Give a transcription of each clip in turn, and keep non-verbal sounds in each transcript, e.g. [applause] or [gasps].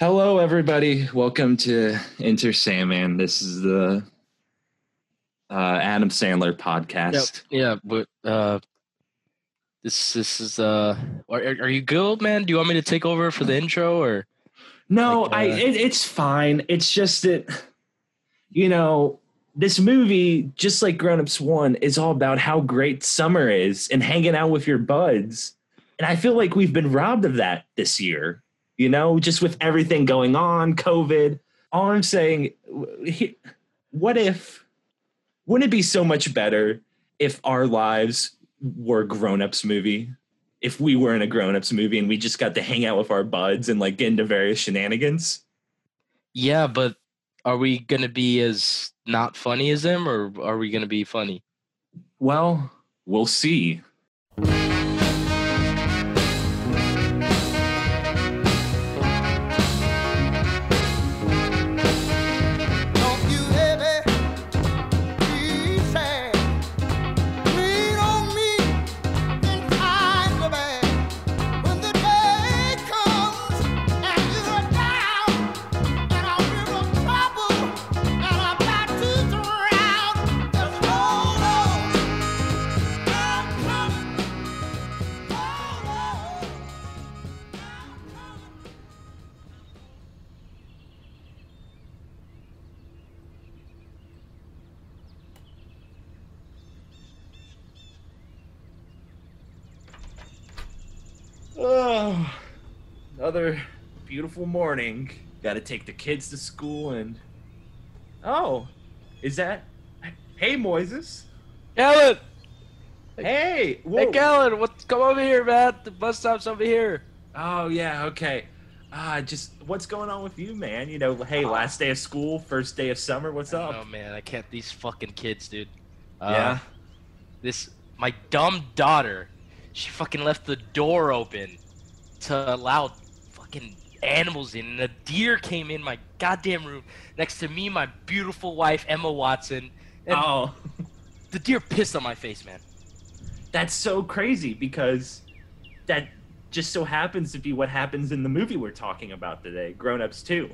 Hello, everybody. Welcome to Enter Sandman. This is the uh, Adam Sandler podcast. Yeah, but uh, this this is uh, are, are you good, man? Do you want me to take over for [laughs] the intro or? No, Like, uh, I it, it's fine. It's just that you know, this movie, just like Grown Ups One, is all about how great summer is and hanging out with your buds. And I feel like we've been robbed of that this year, you know, just with everything going on, COVID. All I'm saying, w- he- what if, wouldn't it be so much better if our lives were a Grown Ups movie? if we were in a grown ups movie and we just got to hang out with our buds and like get into various shenanigans. Yeah, but are we gonna be as not funny as them, or are we gonna be funny? Well, We'll see. Don't you ever be sad. Lean on me in times of bad. When the day comes and you're down and I'm in trouble and I'm about to drown, just hold on. I'm coming. Hold on. I'm coming. oh, another beautiful morning. Got to take the kids to school and. Oh, is that. Hey, Moises. Alan, Hey. whoa. Alan, what's come over here, man? The bus stop's over here. Oh, yeah, okay. Ah, just what's going on with you, man? You know, hey, last day of school, first day of summer, what's Oh up? man, I can't. These fucking kids, dude. Uh, Yeah. This my dumb daughter. She fucking left the door open to allow fucking animals in, and a deer came in my goddamn room next to me, my beautiful wife Emma Watson. And [laughs] Oh. the deer pissed on my face, man. that's so crazy because that just so happens to be what happens in the movie we're talking about today, Grown Ups 2.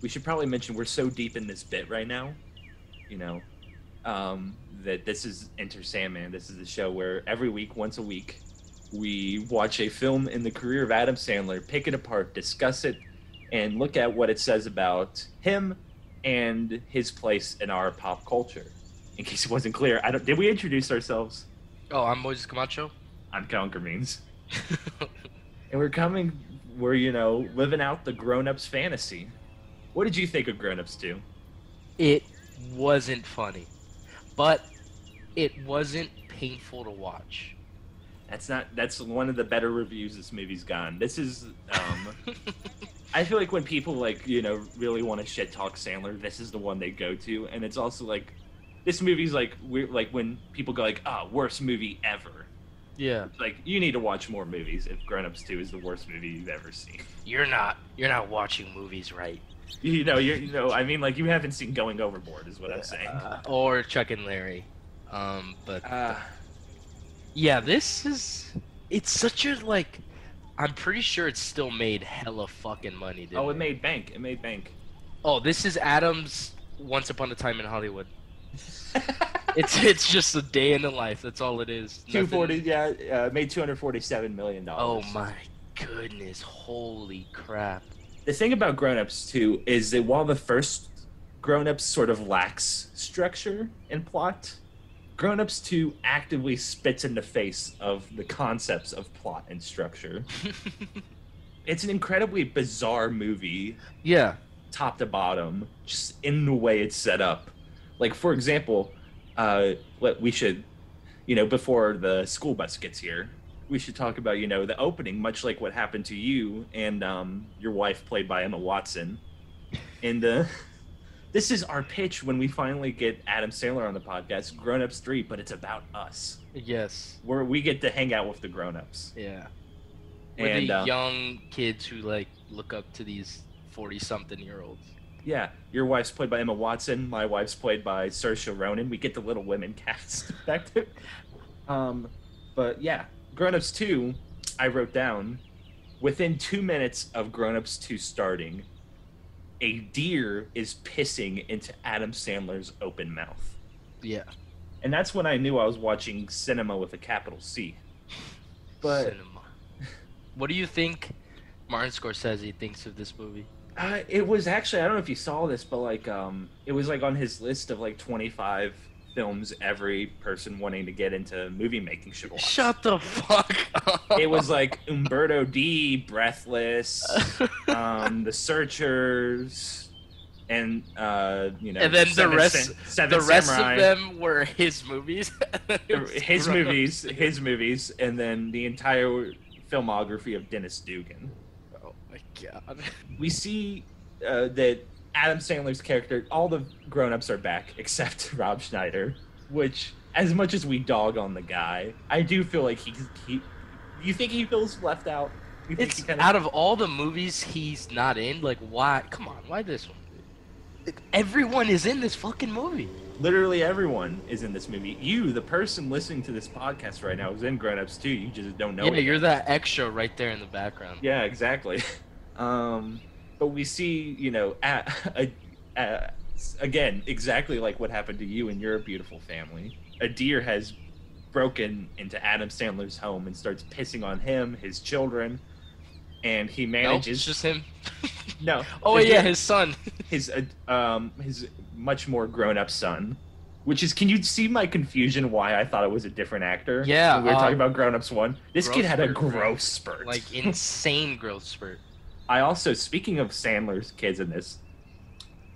We should probably mention we're so deep in this bit right now, you know, um, that this is Enter Sandman. This is the show where every week, once a week, we watch a film in the career of Adam Sandler, pick it apart, discuss it, and look at what it says about him and his place in our pop culture. In case it wasn't clear, I don't. Did we introduce ourselves? Oh, I'm Moises Camacho. I'm Conquer Means. And we're coming, we're, you know, living out the grown ups fantasy. What did you think of grown ups do? [laughs] it wasn't funny, but it wasn't painful to watch. That's not, that's one of the better reviews this movie's gotten. This is, um, I feel like when people, like, you know, really want to shit talk Sandler, this is the one they go to. And it's also like, this movie's like, we're like when people go, like, ah, worst movie ever. Yeah. Like, you need to watch more movies if Grown Ups 2 is the worst movie you've ever seen. [laughs] You're not you're not watching movies right. You know, you're, you know, I mean, like, you haven't seen Going Overboard, is what I'm saying. Uh, or Chuck and Larry. Um but Uh, yeah, this is it's such a like I'm pretty sure it's still made hella fucking money, dude. oh, it made bank. It made bank. Oh, this is Adam's Once Upon a Time [laughs] in Hollywood. It's it's just a day in the life. That's all it is. Nothing- Two forty, yeah, uh, made two hundred forty-seven million Oh dollars. my goodness. Holy crap. The thing about Grown Ups too is that while the first Grown Ups sort of lacks structure and plot, Grown Ups two actively spits in the face of the concepts of plot and [laughs] structure. it's an incredibly bizarre movie, Yeah. top to bottom, just in the way it's set up. Like for example, uh, what we should, you know, before the school bus gets here, we should talk about you know the opening, much like what happened to you and um, your wife, played by Emma Watson. And uh, [laughs] this is our pitch when we finally get Adam Sandler on the podcast, Grown Ups Three, but it's about us, Yes. where we get to hang out with the grown ups. Yeah. We're And the uh, young kids who like look up to these forty-something-year-olds. yeah, your wife's played by Emma Watson. My wife's played by Saoirse Ronan. We get the Little Women cast [laughs] back to. Um, but yeah, Grown Ups Two, I wrote down. Within two minutes of Grown Ups Two starting, a deer is pissing into Adam Sandler's open mouth. Yeah. And that's when I knew I was watching cinema with a capital C. But- Cinema. What do you think Martin Scorsese thinks of this movie? Uh, it was actually I don't know if you saw this, but like um, it was like on his list of like 25 films every person wanting to get into movie making should watch. Shut the fuck up. It was like Umberto D, [laughs] Breathless, um, The Searchers, and uh, you know, And then the Seven rest- Sa- Seven the rest Samurai, of them were his movies. [laughs] his movies, his movies, and then the entire filmography of Dennis Dugan. Oh my god. we see uh, that Adam Sandler's character, all the grown-ups are back [laughs] except Rob Schneider, which, as much as we dog on the guy, I do feel like he he. You think he feels left out? You think he [laughs] It's kinda- out of all the movies he's not in, like why? Come on, why this one? Everyone is in this fucking movie. literally everyone is in this movie. You, the person listening to this podcast right now, is in Grown Ups too. You just don't know. yeah, it. you're that extra right there in the background. Yeah, exactly. [laughs] Um, but we see, you know, at, a, a, again, exactly like what happened to you and your beautiful family. A deer has broken into Adam Sandler's home and starts pissing on him, his children, and he No, manages. it's just him. [laughs] [laughs] no. Oh the yeah, deer- [laughs] his son. his uh, um his much more grown up son. Which is, can you see my confusion? Why I thought it was a different actor? Yeah, when we were talking um, about Grown Ups One. This growth kid had a spurt, right? growth spurt. Like insane growth spurt. I also, speaking of Sandler's kids in this,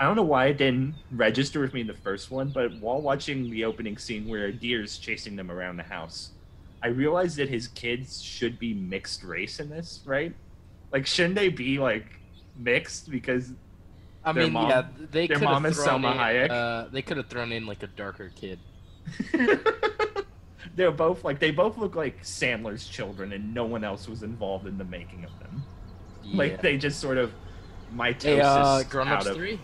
I don't know why it didn't register with me in the first one, but while watching the opening scene where a deer is chasing them around the house, I realized that his kids should be mixed race in this, right? Like, shouldn't they be like mixed? [laughs] Because I Their mean, mom- yeah, they their could have mom is thrown Selma in, Hayek. Uh, they could have thrown in like a darker kid. they're both like they both look like Sandler's children, and no one else was involved in the making of them. Yeah. Like they just sort of mitosis Hey, uh, Grown out Ups of Three.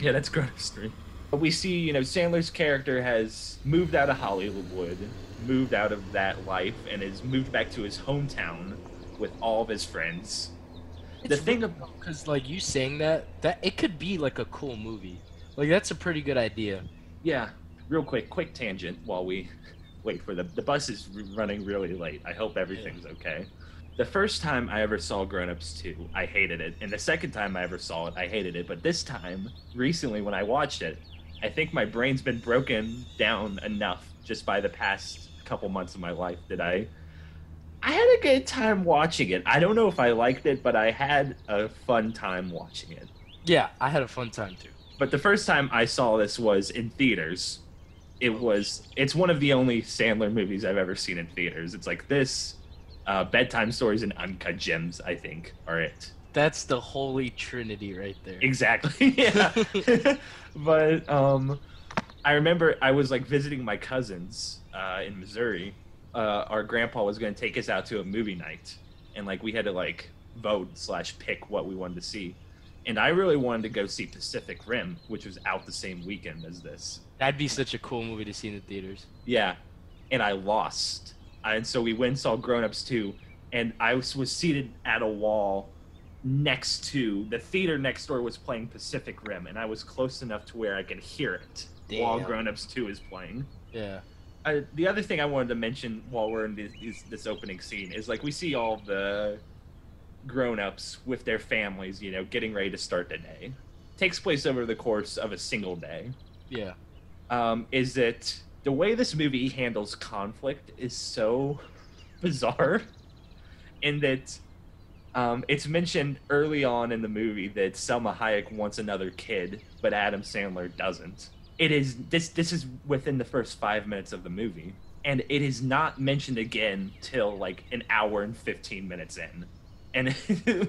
Yeah, that's grown ups three. But we see, you know, Sandler's character has moved out of Hollywood, moved out of that life, and has moved back to his hometown with all of his friends. the thing about because like you saying that, that it could be like a cool movie. Like that's a pretty good idea. yeah, real quick, quick tangent while we wait for the the bus is r- running really late. I hope everything's okay. The first time I ever saw Grown Ups 2, I hated it. And the second time I ever saw it, I hated it. But this time, recently when I watched it, I think my brain's been broken down enough just by the past couple months of my life that I I had a good time watching it. I don't know if I liked it, but I had a fun time watching it. Yeah, I had a fun time too. But the first time I saw this was in theaters. It was it's one of the only Sandler movies I've ever seen in theaters. It's like this, uh, bedtime stories and uncut gems. I think are it That's the holy trinity right there. exactly. [laughs] Yeah, but um, I remember I was like visiting my cousins uh, in Missouri. Uh, our grandpa was going to take us out to a movie night, and like we had to like vote slash pick what we wanted to see. And I really wanted to go see Pacific Rim, which was out the same weekend as this. That'd be such a cool movie to see in the theaters. Yeah, and I lost. And so we went and saw Grown Ups 2, and I was, was seated at a wall next to the theater next door was playing Pacific Rim, and I was close enough to where I could hear it while Damn. Grown Ups 2 is playing. Yeah. Uh, the other thing I wanted to mention while we're in this, is this opening scene is like we see all the grown ups with their families, you know, getting ready to start the day. Takes place over the course of a single day Yeah. um, is that the way this movie handles conflict is so [laughs] bizarre in that um, it's mentioned early on in the movie that Selma Hayek wants another kid, but Adam Sandler doesn't. It is this this is within the first five minutes of the movie, and it is not mentioned again till like an hour and fifteen minutes in, and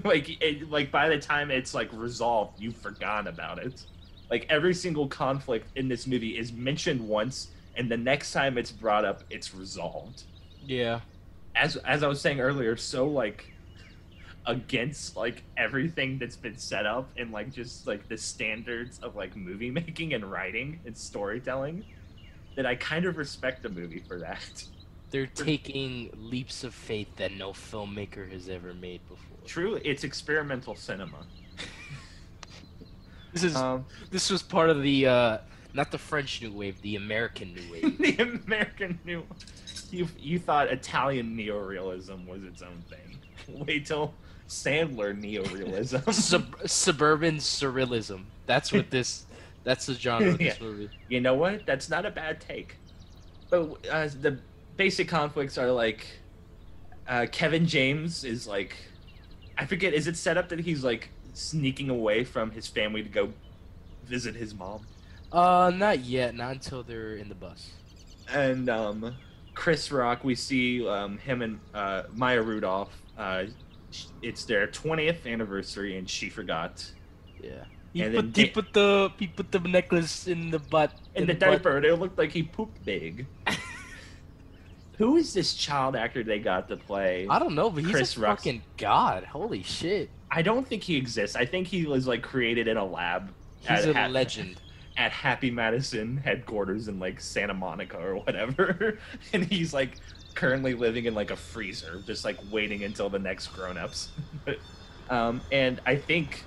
[laughs] like it, like by the time it's like resolved, you've forgotten about it. Like every single conflict in this movie is mentioned once, and the next time it's brought up, it's resolved. Yeah. As as I was saying earlier, so like against like everything that's been set up and like just like the standards of like movie [laughs] making and writing and storytelling that I kind of respect the movie for that. [laughs] They're taking leaps of faith that no filmmaker has ever made before. True, it's experimental cinema. This is Um, this was part of the uh, not the French New Wave, the American New [laughs] Wave. the American New. You you thought Italian neorealism was its own thing. [laughs] Wait till Sandler [laughs] neorealism. Sub- suburban surrealism. That's what this. That's the genre [laughs] of this movie. you know what? That's not a bad take. But uh, the basic conflicts are like uh, Kevin James is like, I forget, is it set up that he's like sneaking away from his family to go visit his mom? Uh, not yet. Not until they're in the bus. And um, Chris Rock, we see um, him and uh, Maya Rudolph. Uh, sh- it's their 20th anniversary and she forgot. Yeah. He, And then put, he da- put the he put the necklace in the butt in the butt. diaper, and it looked like he pooped [laughs] big. Who is this child actor they got to play? I don't know, but he's Chris a Rock's- fucking god. Holy shit, I don't think he exists. I think he was like created in a lab he's Uh, a ha- legend. at Happy Madison headquarters in like Santa Monica or whatever, [laughs] and he's like currently living in like a freezer, just like waiting until the next grown-ups. [laughs] um, and I think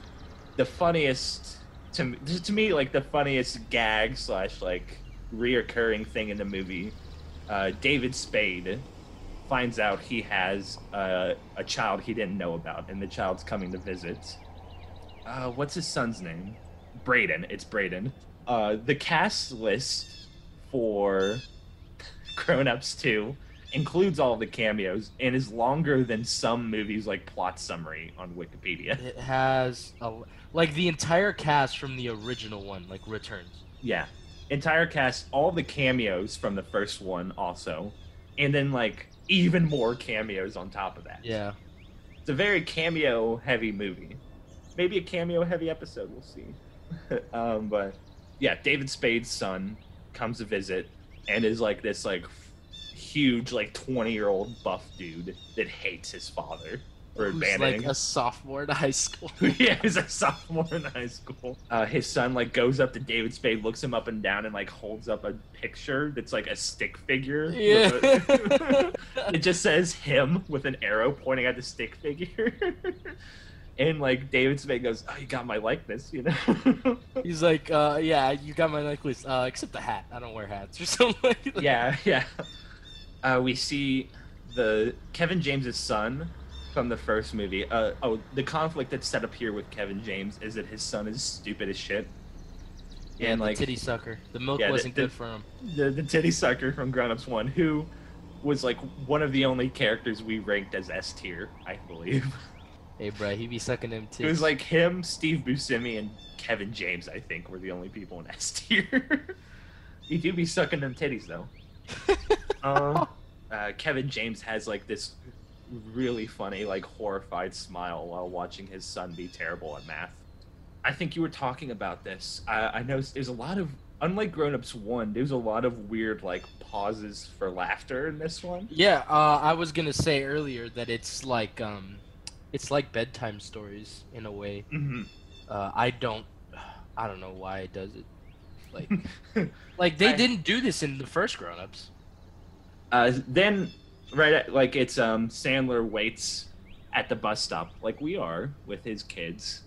the funniest to me, to me like the funniest gag slash like reoccurring thing in the movie, uh, David Spade finds out he has uh, a child he didn't know about, and the child's coming to visit. Uh, what's his son's name? Braden. It's Braden. Uh, the cast list for [laughs] Grown Ups 2 includes all the cameos and is longer than some movies like plot summary on Wikipedia. It has a, like the entire cast from the original one, like returns. Yeah. Entire cast, all the cameos from the first one also. And then like even more cameos on top of that. Yeah, It's a very cameo heavy movie. Maybe a cameo heavy episode, we'll see. [laughs] um, but yeah, David Spade's son comes to visit and is like this like huge like 20 year old buff dude that hates his father for who's abandoning like a sophomore in high school. [laughs] yeah, he's a sophomore in high school. Uh, his son like goes up to David Spade, looks him up and down, and like holds up a picture that's like a stick figure. with Yeah. [laughs] [laughs] a- it just says him with an arrow pointing at the stick figure. [laughs] and like David Spade goes, "Oh, you got my likeness," you know. [laughs] He's like, uh, yeah, you got my necklace, uh, except the hat. I don't wear hats or [laughs] something. Like that. yeah, yeah. Uh, we see the Kevin James's son from the first movie. Uh, oh, the conflict that's set up here with Kevin James is that his son is stupid as shit. yeah, and the like titty sucker. The milk Yeah, the- wasn't the- good for him. the, the titty sucker from Grown Ups One, who was like one of the only characters we ranked as S tier, I believe. Hey, bro, he be sucking them titties. It was like him, Steve Buscemi, and Kevin James. I think were the only people in [laughs] S tier. you do be sucking them titties though. um, uh, Kevin James has like this really funny, like horrified smile while watching his son be terrible at math. I think you were talking about this. I, I know there's a lot of unlike Grown Ups One. There's a lot of weird like pauses for laughter in this one. Yeah, uh, I was gonna say earlier that it's like um, it's like bedtime stories in a way. Mm-hmm. Uh, I don't, [sighs] I don't know why it does it. Like, [laughs] like they I- didn't do this in the first Grown Ups. uh, then right at, like it's um sandler waits at the bus stop like we are with his kids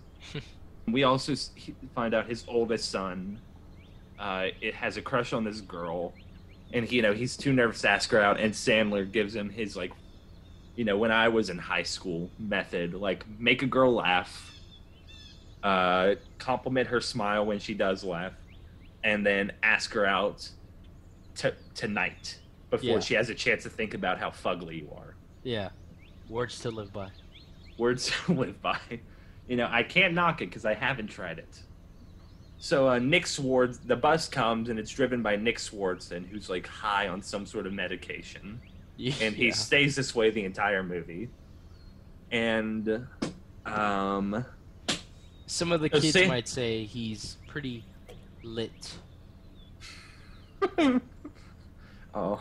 we also s- he- find out his oldest son uh it has a crush on this girl and you know he's too nervous to ask her out and sandler gives him his like you know when i was in high school method like make a girl laugh uh compliment her smile when she does laugh and then ask her out to tonight before Yeah. she has a chance to think about how fugly you are. Yeah, words to live by. [laughs] Words [laughs] to live by. You know, I can't knock it because I haven't tried it. So uh, Nick Swartz, the bus comes and it's driven by Nick Swartzen, who's like high on some sort of medication, Yeah. and he stays this way the entire movie. And um, some of the Uh, kids say- might say he's pretty [laughs] lit. oh,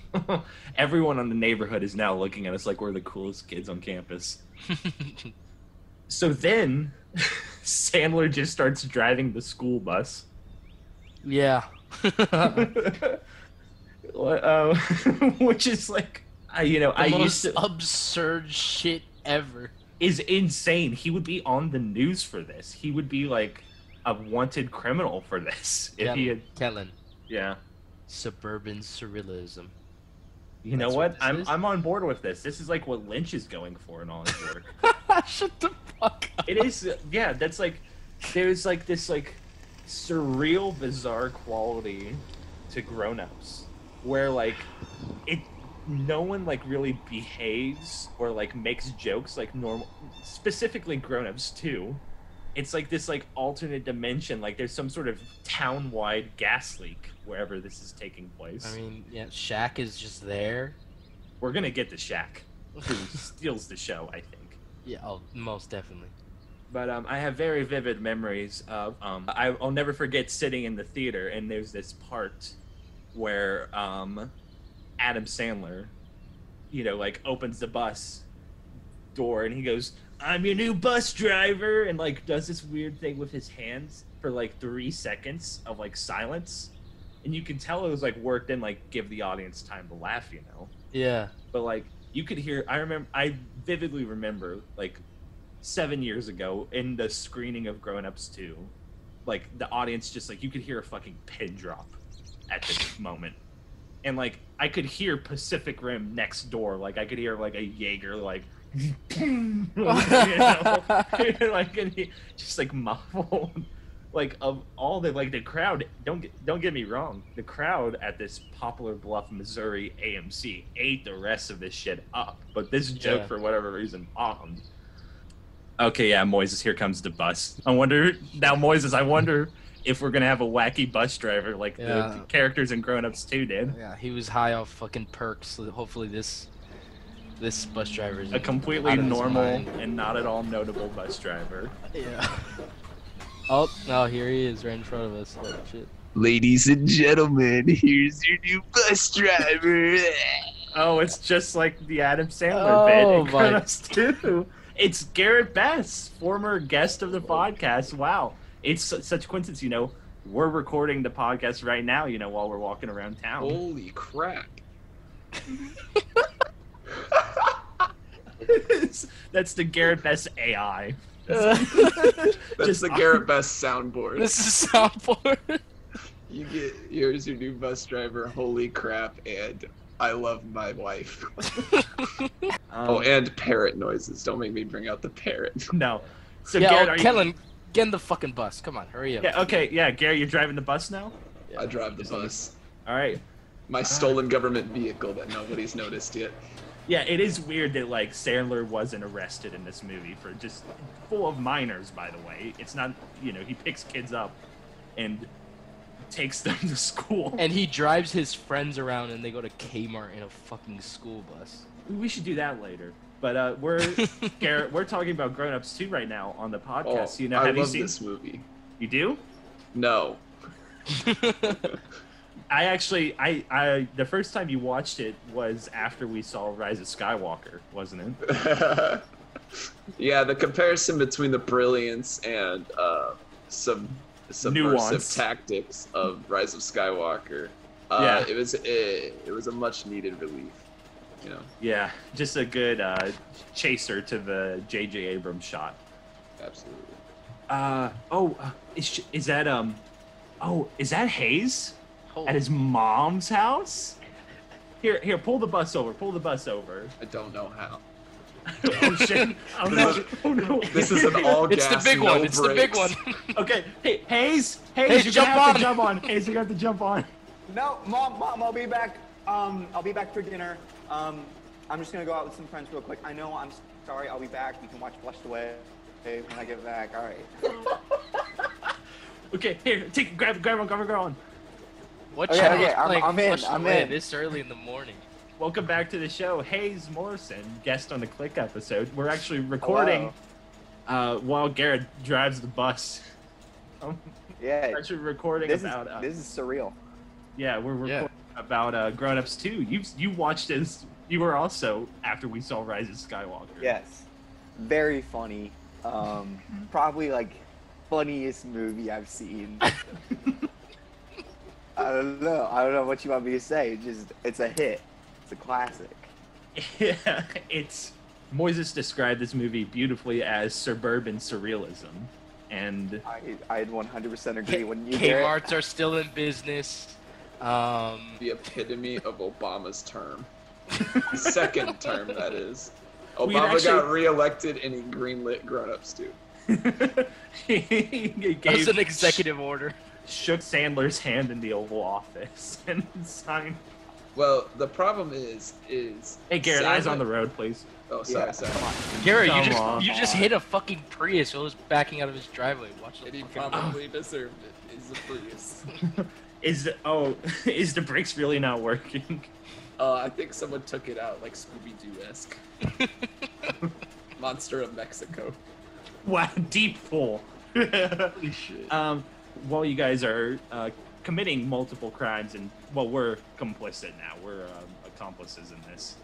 [laughs] everyone on the neighborhood is now looking at us like we're the coolest kids on campus. So then [laughs] Sandler just starts driving the school bus. [laughs] yeah. the Uh-uh. What, uh, [laughs] which is like, I, you know, I used most to, absurd shit ever. is insane. He would be on the news for this. He would be like a wanted criminal for this. [laughs] If he had, Kellen, yeah. suburban surrealism. You know That's what? what this I'm is? I'm on board with this. This is like what Lynch is going for in all his work. [laughs] Shut the fuck up. it is yeah, that's like there's like this like surreal bizarre quality to grown-ups where like it no one like really behaves or like makes jokes like normal specifically grown-ups too. It's like this like alternate dimension like there's some sort of town-wide gas leak wherever this is taking place. I mean, yeah, Shaq is just [laughs] there. We're going to get the shack. who steals the show, I think. yeah, oh, most definitely. But um, I have very vivid memories of um, I, I'll never forget sitting in the theater and there's this part where um, Adam Sandler, you know, like opens the bus door and he goes, "I'm your new bus driver," and like does this weird thing with his hands for like three seconds of like silence, and you can tell it was like worked in like give the audience time to laugh, you know Yeah. but like you could hear i remember i vividly remember like seven years ago in the screening of grown ups 2 like the audience just like you could hear a fucking pin drop at this moment and like i could hear pacific rim next door like i could hear like a jaeger like [laughs] you know? [laughs] like and he- just like muffled like of all the like the crowd don't get, don't get me wrong the crowd at this poplar bluff missouri amc ate the rest of this shit up but this joke Yeah. for whatever reason bombed okay yeah moises here comes the bus i wonder now moises i wonder if we're gonna have a wacky bus driver like Yeah. the characters in grown-ups too did Yeah, he was high off fucking perks. so Hopefully this this bus driver is a completely out of his normal mind. and not at all notable bus driver Yeah. Oh, no, here he is right in front of us. Oh, shit. [laughs] Ladies and gentlemen, here's your new [laughs] bus driver. Oh, it's just like the Adam Sandler Oh, bit in my- Kronos 2. It's Garrett Bess, former guest Oh. of the podcast. Wow. It's su- such coincidence, you know. We're recording the podcast right now, you know, while we're walking around town. Holy crap. Oh. [laughs] That's the Garrett Bess [laughs] AI. That's [laughs] Just- the Garrett Best soundboard. This is soundboard. You get here's your new bus driver. Holy crap! And I love my wife. Um, Oh, and parrot noises. Don't make me bring out the parrot. no. So, yeah, Garrett, oh, are Kellen, get in the fucking bus. Come on, hurry you. up. Yeah, okay. Yeah, Garrett, you're driving the bus now? I drive the bus. All right. Ah. My stolen government vehicle that nobody's noticed yet. Yeah, it is weird that, like, Sandler wasn't arrested in this movie for just full of minors, by the way. It's not, you know, he picks kids up and takes [laughs] them to school. And he drives his friends around and they go to Kmart in a fucking school bus. We should do that later. But uh, we're Garrett, we're talking about grown ups too right now on the Oh, podcast. you know, I have you love seen this movie. you do? No, I actually I, I the first time you watched it was after we saw Rise of Skywalker, wasn't it? [laughs] yeah, the comparison between the brilliance and uh, some subversive Nuance. tactics of Rise of Skywalker. Uh, Yeah. it was it, it was a much needed relief. You know, Yeah. Just a good uh, chaser to the JJ Abrams shot. absolutely. Uh oh uh, is sh- is that um oh is that Hayes at his mom's house? Here here pull the bus over, pull the bus [laughs] over. I don't know how. oh shit. Oh no. Oh no. [laughs] This is an all it's gas. the big no one. It's the big brakes. one. [laughs] Okay, hey, Hayes, Hayes, Hayes, you're jump gonna have on. to jump on. Hayes, you're gonna have to jump [laughs] on. No, mom, mom, I'll be back. Um, I'll be back for dinner. Um, I'm just gonna go out with some friends real quick. I know. I'm sorry. I'll be back. We can watch Flushed Away when I get back. All right. [laughs] Okay, here, take, grab, grab on, grab on, grab on. What Okay, channel okay, is Oh, I'm- playing I'm in, Flushed I'm Away in. This early in the morning. Welcome back to the show, Hayes Morrison, guest on the Click episode. We're actually recording uh, while Garrett drives the bus. Um, Yeah. we're actually recording This is about uh, this is surreal. yeah, we're Yeah. recording about uh, Grown Ups too. You you watched this. You were also after we saw Rise of Skywalker. Yes. Very funny. Um, probably like funniest movie I've seen. I don't know. I don't know what you want me to say. It just it's a hit. It's a classic. [laughs] Yeah, it's Moises described this movie beautifully as suburban surrealism. and [laughs] I I'd 100% agree K- when you hear it. Kmart's are still in business. Um, The epitome of Obama's term. Second term, that is. We'd Obama got actually- reelected and he greenlit grown ups too. he that's gave an executive order. shook Sandler's hand in the Oval Office [laughs] and signed. Well, the problem is, is. Hey Garrett, Sandler- eyes on the road, please. Oh, sorry, Yeah, sorry. come on. Gary, Come you just on. you just hit a fucking Prius while it was backing out of his driveway. Watch the And he fucking- probably deserved it. Is the Prius. Is the, oh [laughs] is the brakes really not working? Uh, I think someone took it out like Scooby Doo esque. [laughs] Monster of Mexico. [laughs] Wow, deep full. um, while you guys are uh, committing multiple crimes, and well, we're complicit now. We're um, accomplices in this.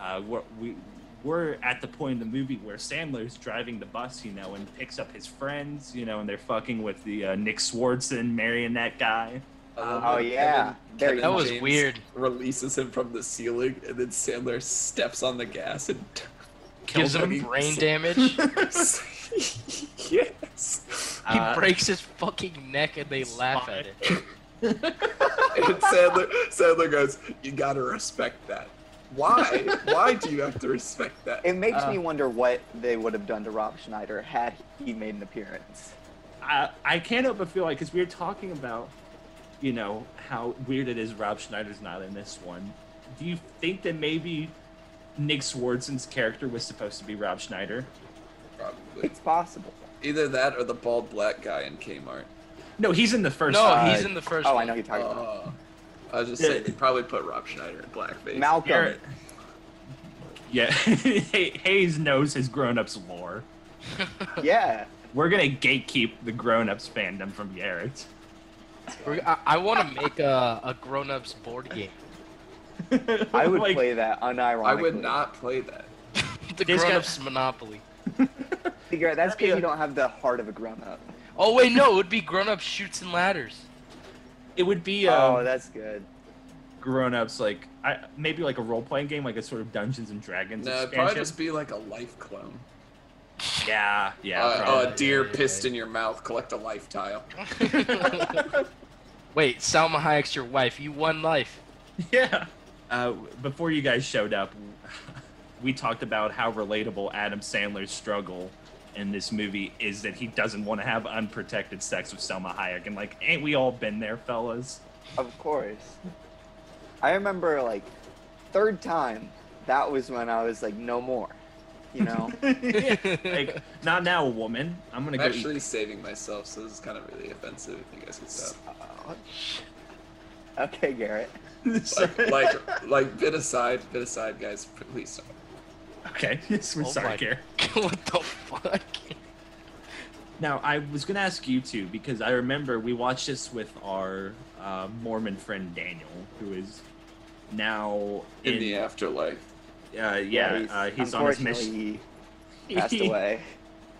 Uh, we're, we we're at the point in the movie where Sandler's driving the bus, you know, and picks up his friends, you know, and they're fucking with the uh, Nick Swartzen marionette guy. Oh, yeah. There you That was weird. Releases him from the ceiling, and then Sandler steps on the gas and. [laughs] Gives him Kills brain [laughs] [laughs] damage. yes. He Uh, breaks his fucking neck and they laugh at it. And Sandler, Sandler goes, You gotta respect that. Why? Why do you have to respect that? It makes me wonder what they would have done to Rob Schneider had he made an appearance. I, I can't help but feel like because we were talking about, you know, how weird it is Rob Schneider's not in this one. Do you think that maybe Nick Swartzen's character was supposed to be Rob Schneider? Probably. It's possible. Either that or the bald black guy in Kmart. No, he's in the first. No, one. he's in the first. Oh, Oh, I know you're talking about. Oh. I was just saying, they probably put Rob Schneider in blackface. Malcolm. Garrett. Yeah, [laughs] Hay- Hayes knows his grown-ups lore. [laughs] Yeah. We're gonna gatekeep the grown-ups fandom from Garrett. [laughs] I, I want to make a, a grown ups board game. [laughs] I would Like, play that unironically. I would not play that. The This guy- grown ups Monopoly. See, Garrett, that's That'd be because a- you don't have the heart of a grown up. Oh wait, no, it would be grown ups shoots and ladders. [laughs] It would be Oh, um, that's good. grown-ups like I, maybe like a role-playing game, like a sort of Dungeons and Dragons No, it'd probably expansion. just be like a life clone. Yeah, yeah. Uh, probably. a deer pissed in your mouth, collect a life tile. Wait, Salma Hayek's your wife. You [laughs] won life. [laughs] Yeah. Uh, before you guys showed up, [laughs] we talked about how relatable Adam Sandler's struggle in this movie is that he doesn't want to have unprotected sex with Selma Hayek. And, like, ain't we all been there, fellas? Of course. I remember, like, third time, that was when I was like, no more. You know? Like, not now, woman. I'm going I'm to go actually eat. saving myself, so this is kind of really offensive. If you guys could stop. okay, Garrett. Like, [laughs] like, like, bit aside, bit aside, guys. Please stop. Okay. [laughs] Yes, we're Oh my- sorry, Gary. what the fuck? Now, I was going to ask you two because I remember we watched this with our uh, Mormon friend Daniel, who is now In the afterlife. uh, yeah, he's, uh, he's on his unfortunately, mission. [laughs] He passed away.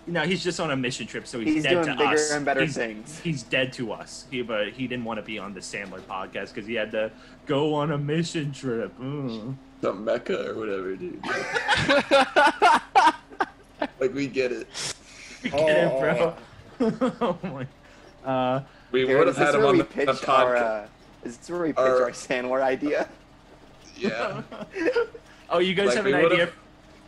No, he's just on a mission trip, so he's, He's dead doing to bigger us. and better he's, things. He's dead to us. He, but he didn't want to be on the Sandler podcast because he had to go on a mission trip. Mm. [laughs] The Mecca or whatever, [laughs] dude. like, we get it. Get it, bro? [laughs] oh my. Uh, We Garrett, would is have had this him where on we the, the pitched podcast. our, uh, is this where we pitch Our- our Sandler idea? [laughs] Yeah. oh, you guys Like, have we an would've- idea?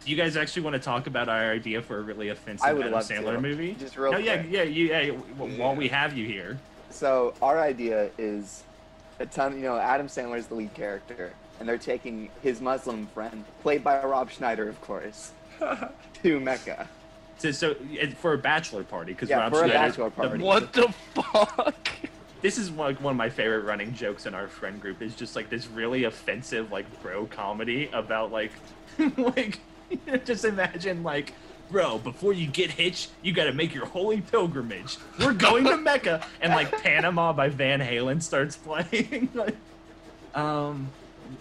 Do you guys actually want to talk about our idea for a really offensive I would Adam love to. Sandler movie? Just real no, yeah, quick. yeah, you, yeah, w While we have you here, So our idea is a ton. You know, Adam Sandler is the lead character, and they're taking his Muslim friend, played by Rob Schneider, of course, [laughs] to Mecca. so, so it- for a bachelor party, because Yeah, Rob for a Schneider- bachelor the- party. What the fuck? this is like one of my favorite running jokes in our friend group is just like this really offensive like bro comedy about like [laughs] like [laughs] just imagine like bro before you get hitched you got to make your holy pilgrimage we're going to mecca and like panama by van halen starts playing [laughs] like um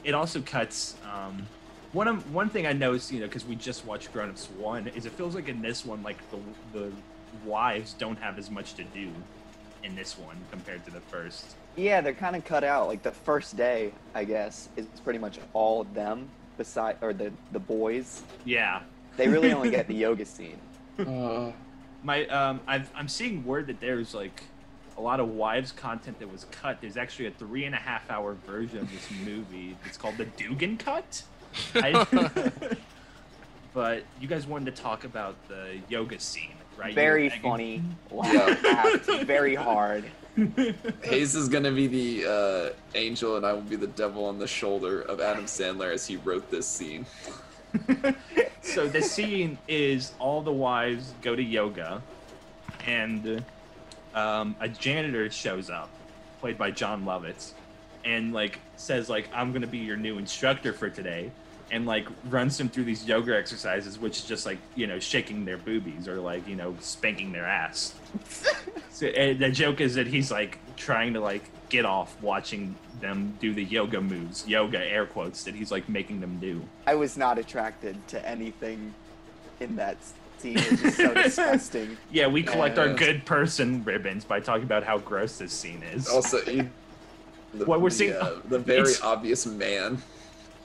it also cuts um one of, one thing I noticed, you know, because we just watched Grown Ups One, is it feels like in this one, like the the wives don't have as much to do in this one compared to the first. Yeah, they're kind of cut out. Like the first day, I guess, is pretty much all of them, beside or the the boys. Yeah, [laughs] They really only get the yoga scene. Uh, my um, I've, I'm seeing word that there's like a lot of wives content that was cut. There's actually a three and a half hour version of this movie. It's called the Dugan Cut. I, [laughs] but you guys wanted to talk about the yoga scene, right? You were Very begging- funny. [laughs] Laughed very hard. Hayes is gonna be the uh, angel, and I will be the devil on the shoulder of Adam Sandler as he wrote this scene. so the scene is all the wives go to yoga, and um, a janitor shows up, played by John Lovitz, and like says like I'm gonna be your new instructor for today, and like runs them through these yoga exercises, which is just like you know shaking their boobies or like you know spanking their ass. so and the joke is that he's like trying to like get off watching them do the yoga moves, yoga air quotes that he's like making them do. I was not attracted to anything in that scene. It was [laughs] just so disgusting. Yeah, we collect our Yeah. good person ribbons by talking about how gross this scene is. Also, you, the, What we're the, seeing- uh, the very it's- obvious man.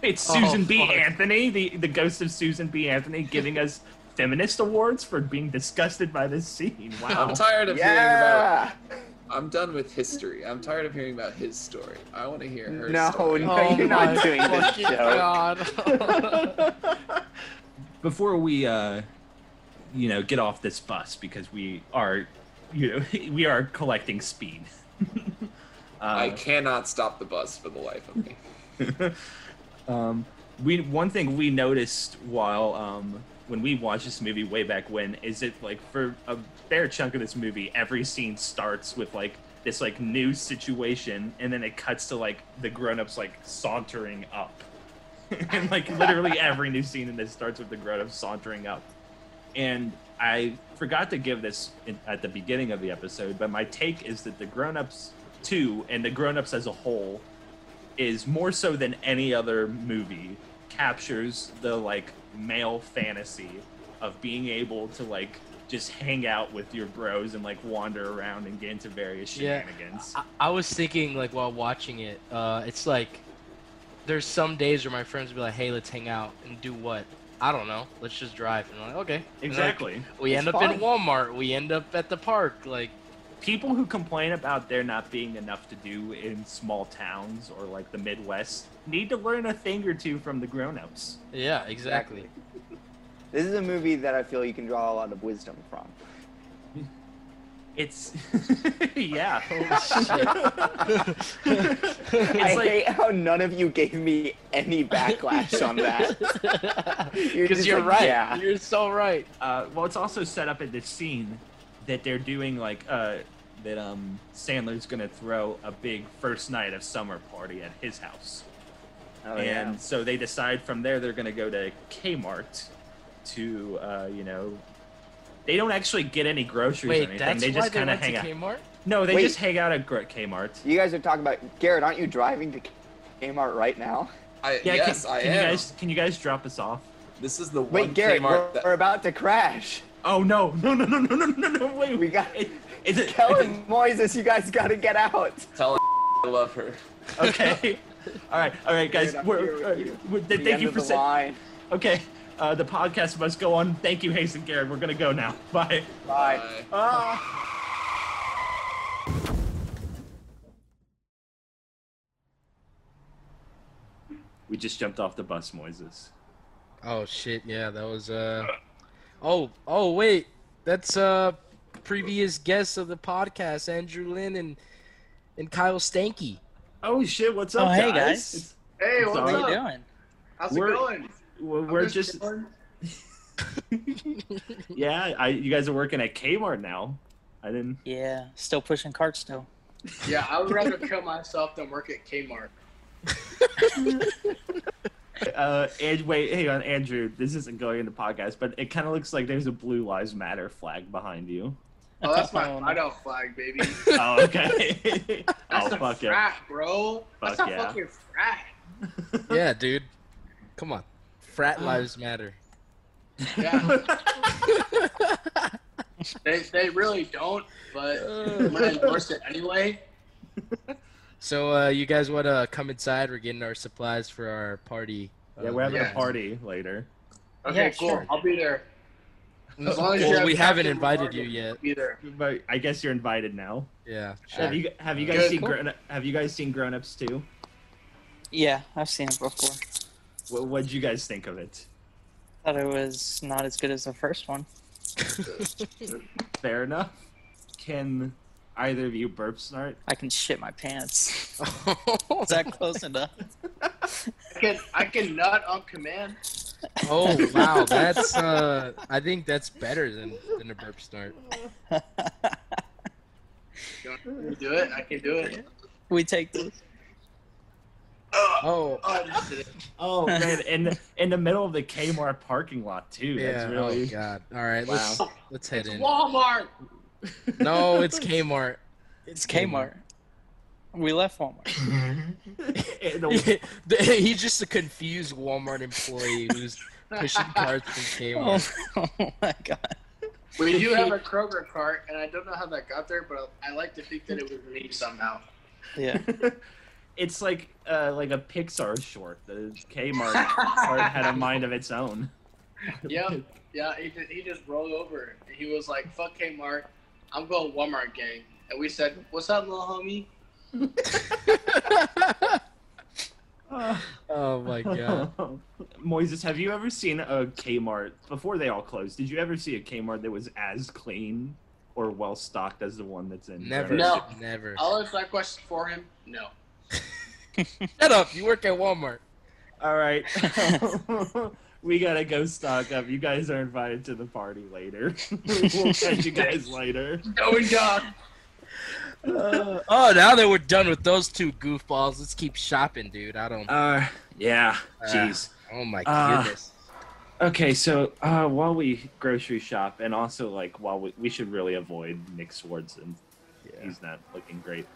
it's Oh, Susan B. fuck. Anthony, the, the ghost of Susan B. Anthony, giving us feminist awards for being disgusted by this scene. Wow. I'm tired of hearing about. Yeah. I'm done with history. I'm tired of hearing about his story. I want to hear her No, story. [laughs] no. Oh, you're not my doing this fucking joke. God. [laughs] Before we, uh, you know, get off this bus because we are, you know, [laughs] we are collecting speed. [laughs] uh, I cannot stop the bus for the life of me. um, we one thing we noticed while um, when we watched this movie way back when is it like for a fair chunk of this movie every scene starts with like this like new situation and then it cuts to like the grown-ups like sauntering up [laughs] and like literally every new scene in this starts with the grown-ups sauntering up and i forgot to give this in, at the beginning of the episode but my take is that the grown-ups 2 and the grown-ups as a whole is more so than any other movie captures the like male fantasy of being able to like just hang out with your bros and like wander around and get into various Yeah. shenanigans. I, I was thinking like while watching it, uh, it's like there's some days where my friends will be like, "Hey, let's hang out and do what." I don't know. Let's just drive. And I'm like, okay. And, like, Exactly. we It's end up fun. in Walmart. We end up at the park. Like, People who complain about there not being enough to do in small towns or like the Midwest need to learn a thing or two from the grown-ups. yeah, exactly. This is a movie that I feel you can draw a lot of wisdom from. It's [laughs] yeah. I [laughs] it's like hate how none of you gave me any backlash [laughs] on that. [laughs] You're Because just you're like, right. yeah. You're so right. uh, well, it's also set up at this scene that they're doing like uh, that. Um, Sandler's gonna throw a big first night of summer party at his house, Oh, and so they decide from there they're gonna go to Kmart to uh, you know. They don't actually get any groceries or Wait, anything. that's they why just they kind of went hang to out. Kmart. No, they Wait. just hang out at Gr- Kmart. You guys are talking about Garrett. Aren't you driving to Kmart right now? I, Yeah, yes, can, I can am. you guys can you guys drop us off? This is the one Wait, Garrett, Kmart we're, that we're about to crash. Oh no, no, no, no, no, no, no, no! Wait, [laughs] We got It, is it Kellen Moises. You guys got to get out. tell I love her. [laughs] okay? all right, all right, guys. Garrett, I'm We're, here with uh, you. we're, The th- end thank you of for the sa- line. Okay, uh, the podcast must go on. Thank you, Hayes and Garrett. We're gonna go now. [laughs] Bye. Bye. [laughs] Bye. We just jumped off the bus, Moises. Oh shit! Yeah, that was. uh Oh, oh wait, that's uh previous guests of the podcast, Andrew Lynn and and Kyle Stanky. Oh shit! What's Oh, up, hey, guys. guys? Hey, It's what's How alright. up? you doing? How's We're- it going? We're, I'm we're just chilling. yeah. I, you guys are working at Kmart now. I didn't. Yeah, still pushing carts still. Yeah, I would rather kill myself than work at [laughs] Kmart. Uh, and wait, hang on, Andrew. This isn't going in the podcast, but it kind of looks like there's a Blue Lives Matter flag behind [laughs] you. Oh, that's my Oh, no. whiteout [laughs] flag, baby. Oh, okay. That's oh, a fuck yeah. [laughs] frat, bro. That's Fuck a yeah. fucking frat. [laughs] yeah, dude. Come on, frat lives matter. Yeah, they, they really don't, but Uh. uh. I'm gonna endorse it anyway. so, uh, you guys want to come inside? We're getting our supplies for our party. yeah, uh, we're having Yeah. a party later. Okay, Yeah, cool. sure. I'll be there. As long as Well, you're we at haven't Captain invited you Morgan, yet. be there. But I guess you're invited now. Yeah. Have you have you guys Good. seen Cool. grown, have you guys seen Grown Ups too? Yeah, I've seen it before. What what'd you guys think of it? Thought it was not as good as the first one. Fair enough. Can either of you burp snort? I can shit my [laughs] pants. [laughs] Is that close enough? [laughs] I can, I can nut on command. oh [laughs] wow, that's uh, I think that's better than than a burp snort. You want me to do it? I can do it. we take this. Oh, Oh, I just did it. [laughs] Oh man, in in the middle of the Kmart parking lot too. yeah. That's really Oh god. All right, let's let's head It's in. Walmart. No, it's Kmart. [laughs] It's Kmart. We left Walmart. [laughs] In the- He's just a confused Walmart employee who's pushing carts from [laughs] Oh, Kmart. my god. We do [laughs] have a Kroger cart, and I don't know how that got there, but I like to think that it was me [laughs] somehow. Yeah. [laughs] it's like uh, like a Pixar short. The Kmart part had a mind of its [laughs] own. Yep. [laughs] Yeah, he just, he just rolled over. And he was like, fuck Kmart. I'm going Walmart gang. And we said, what's up, little homie? Oh my god. [laughs] Moises, have you ever seen a Kmart before they all closed? Did you ever see a Kmart that was as clean or well stocked as the one that's in? Never. Greenwich? No. Never. Oh. I'll answer that question for him. No. Shut up. You work at Walmart. All right. [laughs] we gotta go stock up. You guys are invited to the party later. [laughs] we'll catch you guys later. Going dog. Uh, Oh, now that we're done with those two goofballs, let's keep shopping, dude. I don't. uh, yeah. Jeez. Oh my Ah. goodness. Okay, so uh, while we grocery shop, and also like while we, we should really avoid Nick Swardson, Yeah. he's not looking great.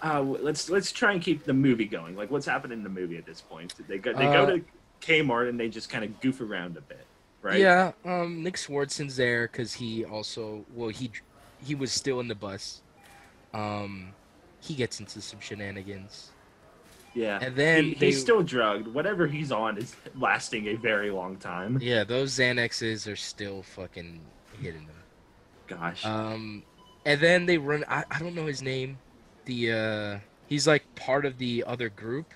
Uh, w- let's let's try and keep the movie going. Like, what's happening in the movie at this point? They go they Uh, go to Kmart and they just kind of goof around a bit, right? Yeah. Um, Nick Swardson's there because he also well he he was still in the bus. Um, he gets into some shenanigans, yeah. and then He- they he's still drugged. Whatever he's on is lasting a very long time. yeah those Xanaxes are still fucking hitting them. Gosh. Um, and then they run. I, I don't know his name. The uh, he's like part of the other group.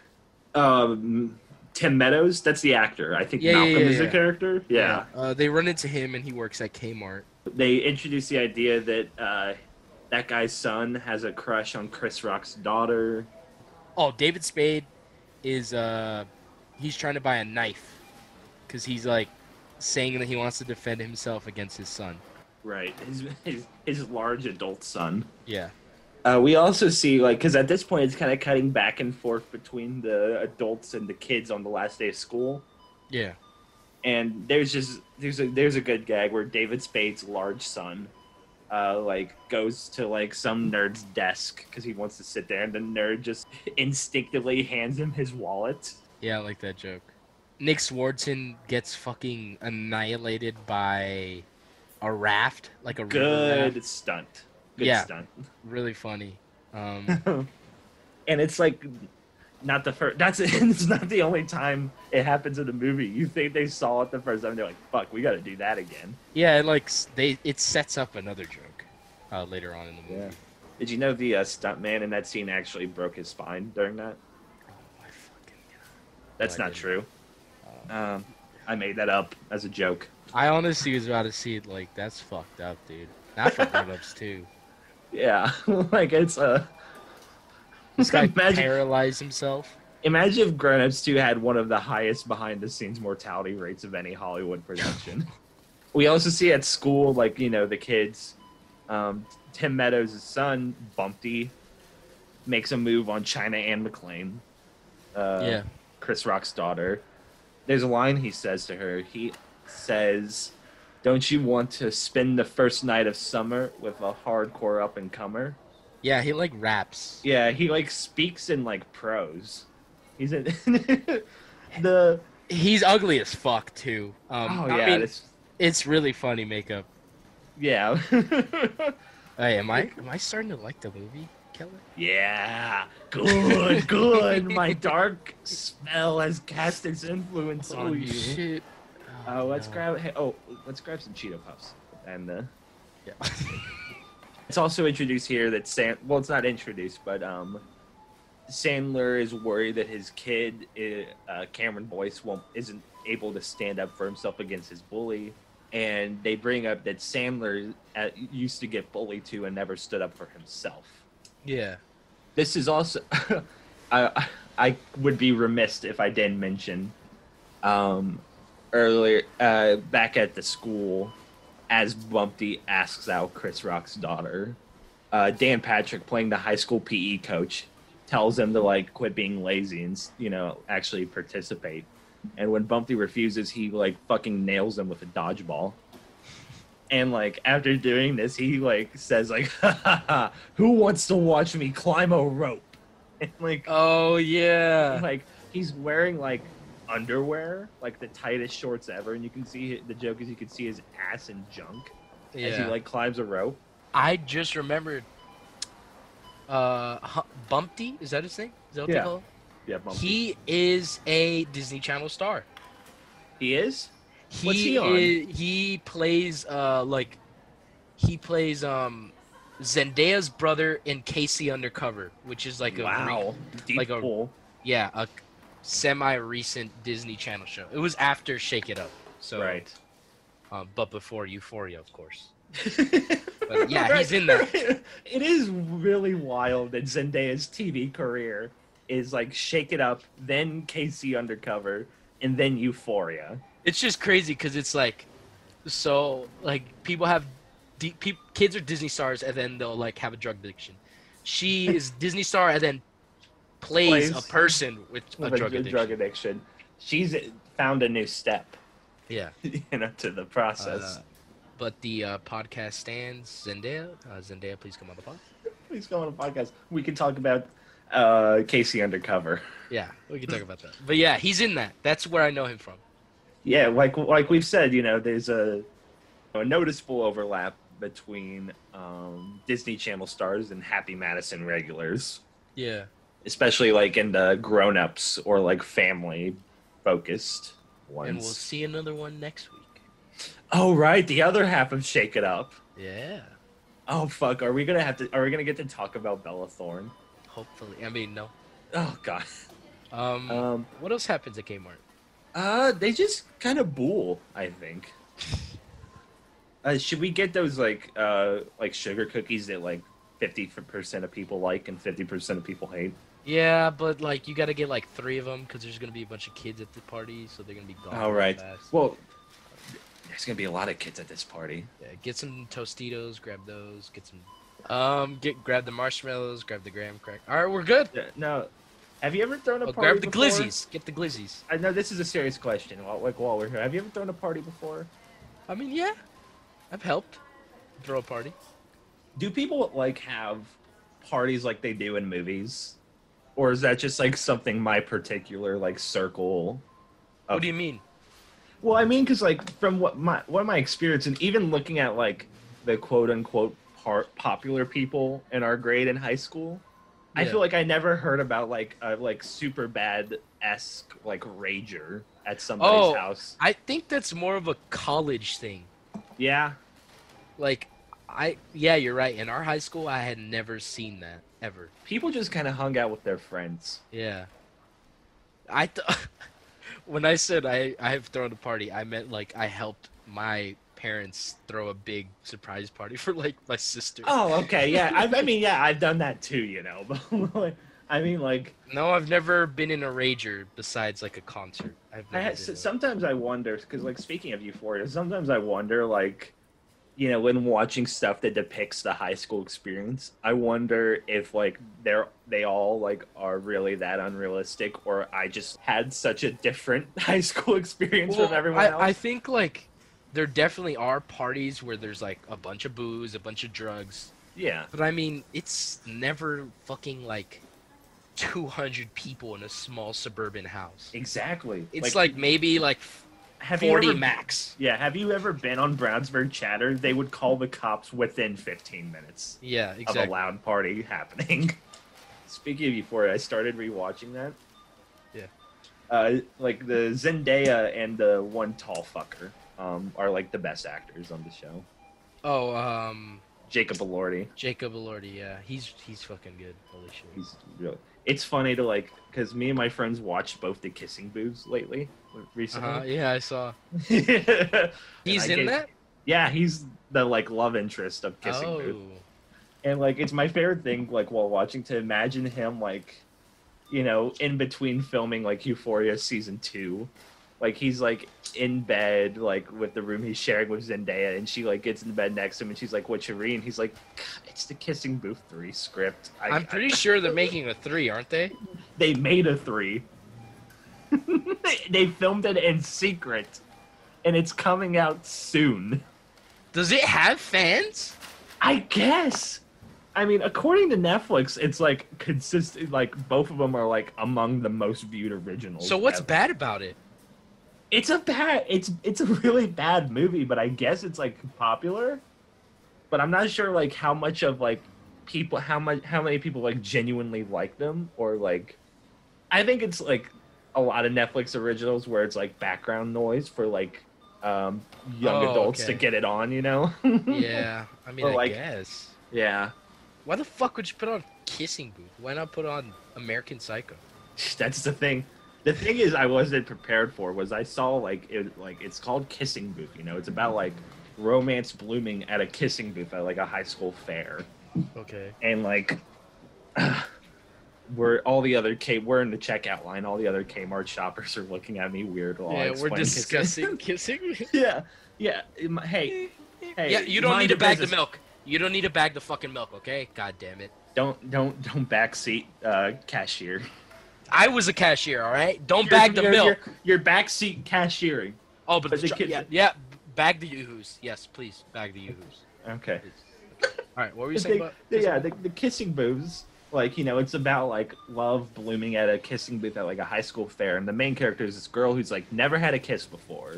um, Tim Meadows, that's the actor. I think Yeah, yeah, Malcolm yeah, is the yeah. character. yeah. Uh, they run into him, and he works at Kmart. they introduce the idea that uh, that guy's son has a crush on Chris Rock's daughter. Oh, David Spade is uh he's trying to buy a knife cuz he's like saying that he wants to defend himself against his son. Right, his his, his large adult son. Yeah. Uh, we also see like because at this point it's kind of cutting back and forth between the adults and the kids on the last day of school. Yeah. and there's just there's a there's a good gag where David Spade's large son, uh, like goes to like some nerd's desk because he wants to sit there, and the nerd just instinctively hands him his wallet. Yeah, I like that joke. Nick Swardson gets fucking annihilated by a raft, like a river Good raft. stunt. Good Yeah. stunt. Really funny. Um [laughs] And it's like not the first. That's [laughs] it's not the only time it happens in a movie. You think they saw it the first time? They're like, "Fuck, we got to do that again." yeah, it like s- they it sets up another joke uh later on in the movie. Did you know the uh, stuntman in that scene actually broke his spine during that? Oh my fucking god. That's No, I not didn't. Oh. true. Um, I made that up as a joke. I honestly was about to see it like that's fucked up, dude. Not for [laughs] grown-ups too. Yeah, [laughs] like it's uh, a. This guy imagine, paralyzed himself. imagine if Grown Ups 2 had one of the highest behind the scenes mortality rates of any Hollywood production. we also see at school, like, you know, the kids, um, Tim Meadows' son, Bumpty, makes a move on China and McLean. Uh, yeah. Chris Rock's daughter. There's a line he says to her. He says, "Don't you want to spend the first night of summer with a hardcore up and comer?" Yeah, he like raps. Yeah, he like speaks in like prose. He's in [laughs] the He's ugly as fuck too. Um, oh I yeah, mean, this, it's really funny makeup. yeah, [laughs] Hey, am I am I starting to like the movie, Kelly? yeah. Good, good. My dark spell has cast its influence on you. Oh, shit! Oh, Uh, let's no. grab. Hey, oh, let's grab some Cheeto puffs. and the. Yeah. [laughs] it's also introduced here that Sam. Well, it's not introduced, but um, Sandler is worried that his kid, i- uh, Cameron Boyce, won't isn't able to stand up for himself against his bully, and they bring up that Sandler uh, used to get bullied too and never stood up for himself. Yeah. This is also, [laughs] I I would be remiss if I didn't mention, um, earlier uh, back at the school, as Bumpty asks out Chris Rock's daughter, uh, Dan Patrick playing the high school PE coach tells him to like quit being lazy and you know actually participate. And when Bumpty refuses, he like fucking nails him with a dodgeball. And like after doing this, he like says like, [laughs] "Who wants to watch me climb a rope?" [laughs] And like, oh [laughs] yeah, like he's wearing like underwear, like the tightest shorts ever, and you can see the joke is you can see his ass and junk as he Yeah. like climbs a rope. I just remembered. Uh, Hu- Bumpty is that his name? Is that what Yeah. they call him? Yeah, Bumpty. He is a Disney Channel star. He is. He What's he on? i- he plays uh like, he plays um, Zendaya's brother in Casey Undercover, which is like a wow, deep like a- pull. yeah a semi recent Disney Channel show. It was after Shake It Up, so right. um, but before Euphoria, of course. [laughs] but yeah, he's in there. It is really wild that Zendaya's TV career is like Shake It Up, then KC Undercover, and then Euphoria. It's just crazy because it's like, so like people have, D- peop kids are Disney stars and then they'll like have a drug addiction. She [laughs] is Disney star and then plays, Plays a person with a with drug addiction. addiction. She's found a new step, [laughs] Yeah. you know, to the process. Uh, but the uh, podcast stands. Zendaya, uh, Zendaya, please come on the pod. Please go on a podcast. We can talk about uh, KC Undercover. Yeah, we can talk about that. But yeah, he's in that. That's where I know him from. yeah like like we've said you know there's a, a noticeable overlap between um, disney channel stars and happy madison regulars Yeah. especially like in the grown-ups or like family focused ones And we'll see another one next week. oh right the other half of shake it up Yeah. oh fuck are we gonna have to are we gonna get to talk about bella thorne Hopefully. I mean, no. oh god Um, um what else happens at Kmart? uh they just kind of bull i [laughs] think Uh, should we get those like uh like sugar cookies that like fifty percent of people like and fifty percent of people hate? Yeah, but like you got to get like three of them because there's gonna be a bunch of kids at the party, so they're gonna be gone. All Oh, real right. fast. Well, there's gonna be a lot of kids at this party. Yeah, get some Tostitos, grab those. Get some. Um, get grab the marshmallows, grab the graham crack. All right, we're good. Yeah, No, have you ever thrown a Oh, party? grab the before? glizzies. Get the glizzies. I know this is a serious question. While, like while we're here, have you ever thrown a party before? I mean, yeah, I've helped throw a party. Do people like have parties like they do in movies, or is that just like something my particular like circle What Okay. do you mean? Well, I mean, because like from what my what my experience, and even looking at like the quote unquote part popular people in our grade in high school, I Yeah. feel like I never heard about like a like super bad esque like rager at somebody's Oh. house. I think that's more of a college thing. Yeah, Like, I yeah, you're right. In our high school, I had never seen that ever. people just kind of hung out with their friends. Yeah. I th- [laughs] when I said I I have thrown a party, I meant like I helped my parents throw a big surprise party [laughs] for like my sister. Oh, okay, yeah. [laughs] I, I mean, yeah, I've done that too, you know. [laughs] But like, I mean, like, No, I've never been in a rager besides like a concert. I've I never ha- been s- in a- sometimes I wonder because, like, speaking of Euphoria, sometimes I wonder, like, you know, when watching stuff that depicts the high school experience, I wonder if like they're they all like are really that unrealistic, or I just had such a different [laughs] high school experience Well, from everyone I, else. I think like there definitely are parties where there's like a bunch of booze, a bunch of drugs. yeah, But I mean, it's never fucking like 200 people in a small suburban house. exactly. It's like, maybe like have 40 you ever, max. Yeah, have you ever been on Brownsburg Chatter? They would call the cops within 15 minutes. Yeah, of a exactly. loud party [laughs] happening. Speaking of Euphoria, I started rewatching that. Yeah. Uh, like the Zendaya and the one tall fucker um, are like the best actors on the show. Oh, um, Jacob Elordi. Jacob Elordi. Yeah, he's he's fucking good. Holy shit. He's really. It's funny to like because me and my friends watched both the Kissing Booths lately Uh-huh, recently. yeah, I saw. Uh-huh. And He's I in gave- that. [laughs] Yeah, he's the like love interest of Kissing oh, Booth. and like it's my favorite thing like while watching to imagine him like you know in between filming like euphoria season two like he's like in bed like with the room he's sharing with zendaya and she like gets in the bed next to him and she's like what's your read and he's like "God, it's the kissing booth three script I, I'm pretty sure they're making a three, aren't they? they made a three [laughs] they filmed it in secret and it's coming out soon Does it have fans? I guess. I mean, according to Netflix, it's like consistent. Like both of them are like among the most viewed originals. So what's ever. bad about [laughs] it? It's a bad. It's it's a really bad movie, but I guess it's like popular. But I'm not sure like how much of like people how much how many people like genuinely like them or like. I think it's like a lot of Netflix originals where it's like background noise for like um young Oh, adults okay. to get it on, you know. [laughs] Yeah, I mean, Or I like- guess. yeah. Why the fuck would you put on Kissing Booth? Why not put on American Psycho? [laughs] That's the thing. The thing is, I wasn't prepared for was I saw like it like it's called kissing booth. You know, it's about like romance blooming at a kissing booth at like a high school fair, Okay. and like [sighs] we're all the other K we're in the checkout line. All the other Kmart shoppers are looking at me weird. While I yeah, we're explain kissing. discussing [laughs] kissing. [laughs] yeah, yeah. um, [laughs] Hey, hey. yeah, you don't mind need to your bag the business. milk. You don't need to bag the fucking milk, okay? God damn it. Don't don't don't backseat uh, cashier. I was a cashier, all right? Don't bag the You're- milk. you're- You're backseat cashiering. Oh, but, But the the tr- kid- yeah, yeah, bag the yoo-hoos. Yes, please, bag the yoo-hoos. Okay. All right, what were you The saying thing- about? the- yeah, the, the kissing booths. Like you know, it's about like love blooming at a kissing booth at like a high school fair, and the main character is this girl who's like never had a kiss before,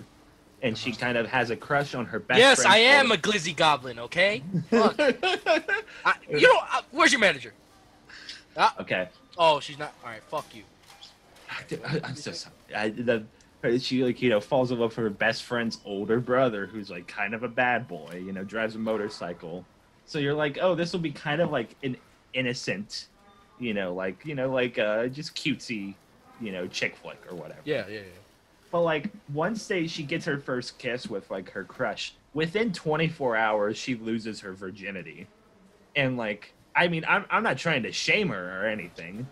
and Uh-huh. she kind of has a crush on her best. yes, friend's I am a older- glizzy goblin. [laughs] Okay, Fuck. I, you know, uh, where's your manager? okay, Oh, she's not. All right, fuck you. I, am so sorry. I, the, her- she like you know falls in love with her best friend's older brother, who's like kind of a bad boy. You know, drives a motorcycle. So you're like, oh, this will be kind of like an innocent, you know, like you know, like uh, just cutesy, you know, chick flick or whatever. Yeah, yeah, yeah. But like once they she gets her first kiss with like her crush, within 24 hours she loses her virginity. And like I mean, I'm I'm not trying to shame her or anything,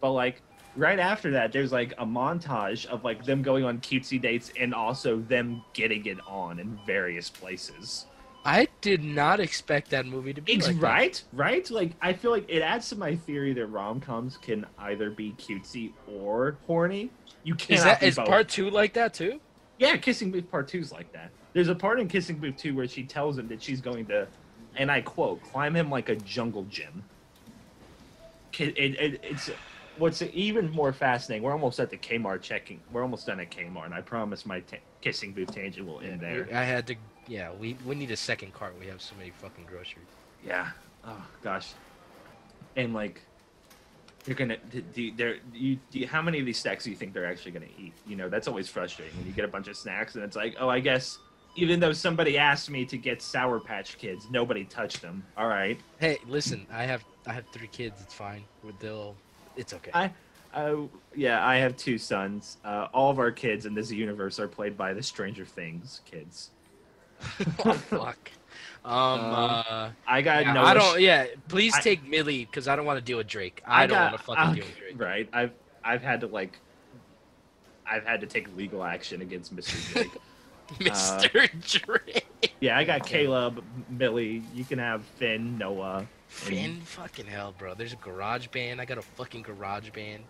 but like right after that there's like a montage of like them going on cutesy dates and also them getting it on in various places. I did not expect that movie to be Ex- like that. right? Right? Like I feel like it adds to my theory that rom-coms can either be cutesy or horny. You can't Is that is part two like that too? Yeah, Kissing Booth Part Two's like that. There's a part in Kissing Booth 2 where she tells him that she's going to, and I quote, climb him like a jungle gym. Ki- It, it, it's what's even more fascinating. We're almost at the Kmart checking. We're almost done at Kmart, and I promise my ta- Kissing Booth tangent will end there. I had to. Yeah, we we need a second cart. We have so many fucking groceries. Yeah. Oh gosh. And like, you're gonna do, do, there. You do, how many of these snacks do you think they're actually gonna eat? You know, that's always frustrating when you get a bunch of snacks and it's like, oh, I guess even though somebody asked me to get Sour Patch Kids, nobody touched them. All right. Hey, listen, I have I have three kids. It's fine. We're they'll. It's okay. I- Uh, yeah, I have two sons. Uh, all of our kids in this universe are played by the Stranger Things kids. oh, fuck. Um. Um, uh, I got yeah, no. I ish- don't. Yeah. Please I- take Millie because I don't want to deal with Drake. I, don't got- want to fucking deal okay, with Drake. Right. I've I've had to like I've had to take legal action against [laughs] Mr. Drake. Uh, Mr. Drake. yeah, I got Caleb, Millie, you can have Finn, [laughs] Noah. Finn, fucking hell, bro. There's a garage band. I got a fucking [laughs] garage band.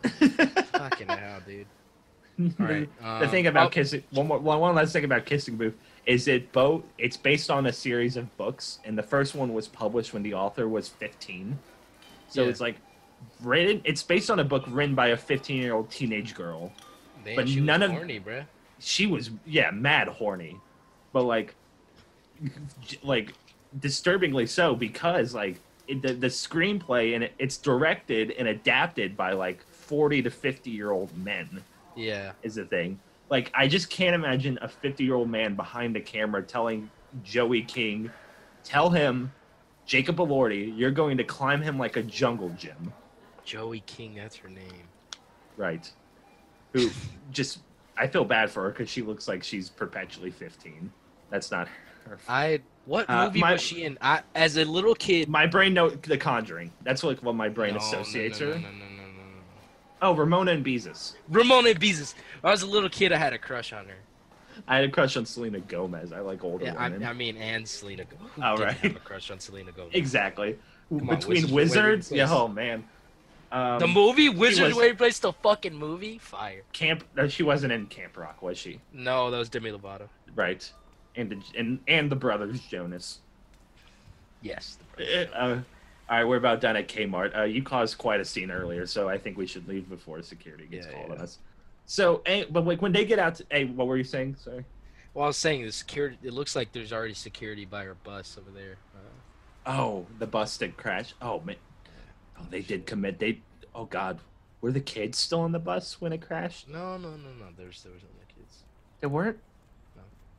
fucking hell, dude. All right. the um, thing about oh, kissing one more one, one last thing about kissing booth is it both it's based on a series of books and the first one was published when the author was 15 so Yeah. it's like written it's based on a book written by a 15 year old teenage girl damn, but she was none of- horny, bro. she was yeah mad horny but like j- like disturbingly so because like it, the, the screenplay and it, it's directed and adapted by like 40 to 50 year old men Yeah. is the thing like i just can't imagine a 50 year old man behind the camera telling joey king Tell him, Jacob Elordi, you're going to climb him like a jungle gym. Joey King, that's her name. [laughs] Right. Who just, I feel bad for her because she looks like she's perpetually 15. That's not her. I what Uh, movie my- was she in? I as a little kid. My brain know The Conjuring. That's like what my brain No, no, associates no, no, her. no, no, no, no, no. Oh, Ramona and Beezus. Ramona Beezus. When I was a little kid. I had a crush on her. I had a crush on Selena Gomez. I like older Yeah, I, women. I mean, and Selena. Go- Who All didn't right. have a crush on Selena Gomez? exactly. on, Between Wizards of wizards, Waverly yeah, Place. oh man. Um, the movie Wizard was- Way Place, the fucking movie. Fire. Camp. No, she wasn't in Camp Rock, was she? No, that was Demi Lovato. Right. And the, and and the brothers Jonas. Yes. Uh, all right, we're about done at Kmart. Uh, you caused quite a scene earlier, so I think we should leave before security gets Yeah, called on yeah. us. So, eh, but like when they get out, to, hey, what were you saying? Sorry. Well, I was saying the security. It looks like there's already security by her bus over there. Uh, Oh, the bus that crashed. Oh man. Oh, they did commit. They. Oh God, were the kids still on the bus when it crashed? no, no, no, no. There's there was other kids. They weren't.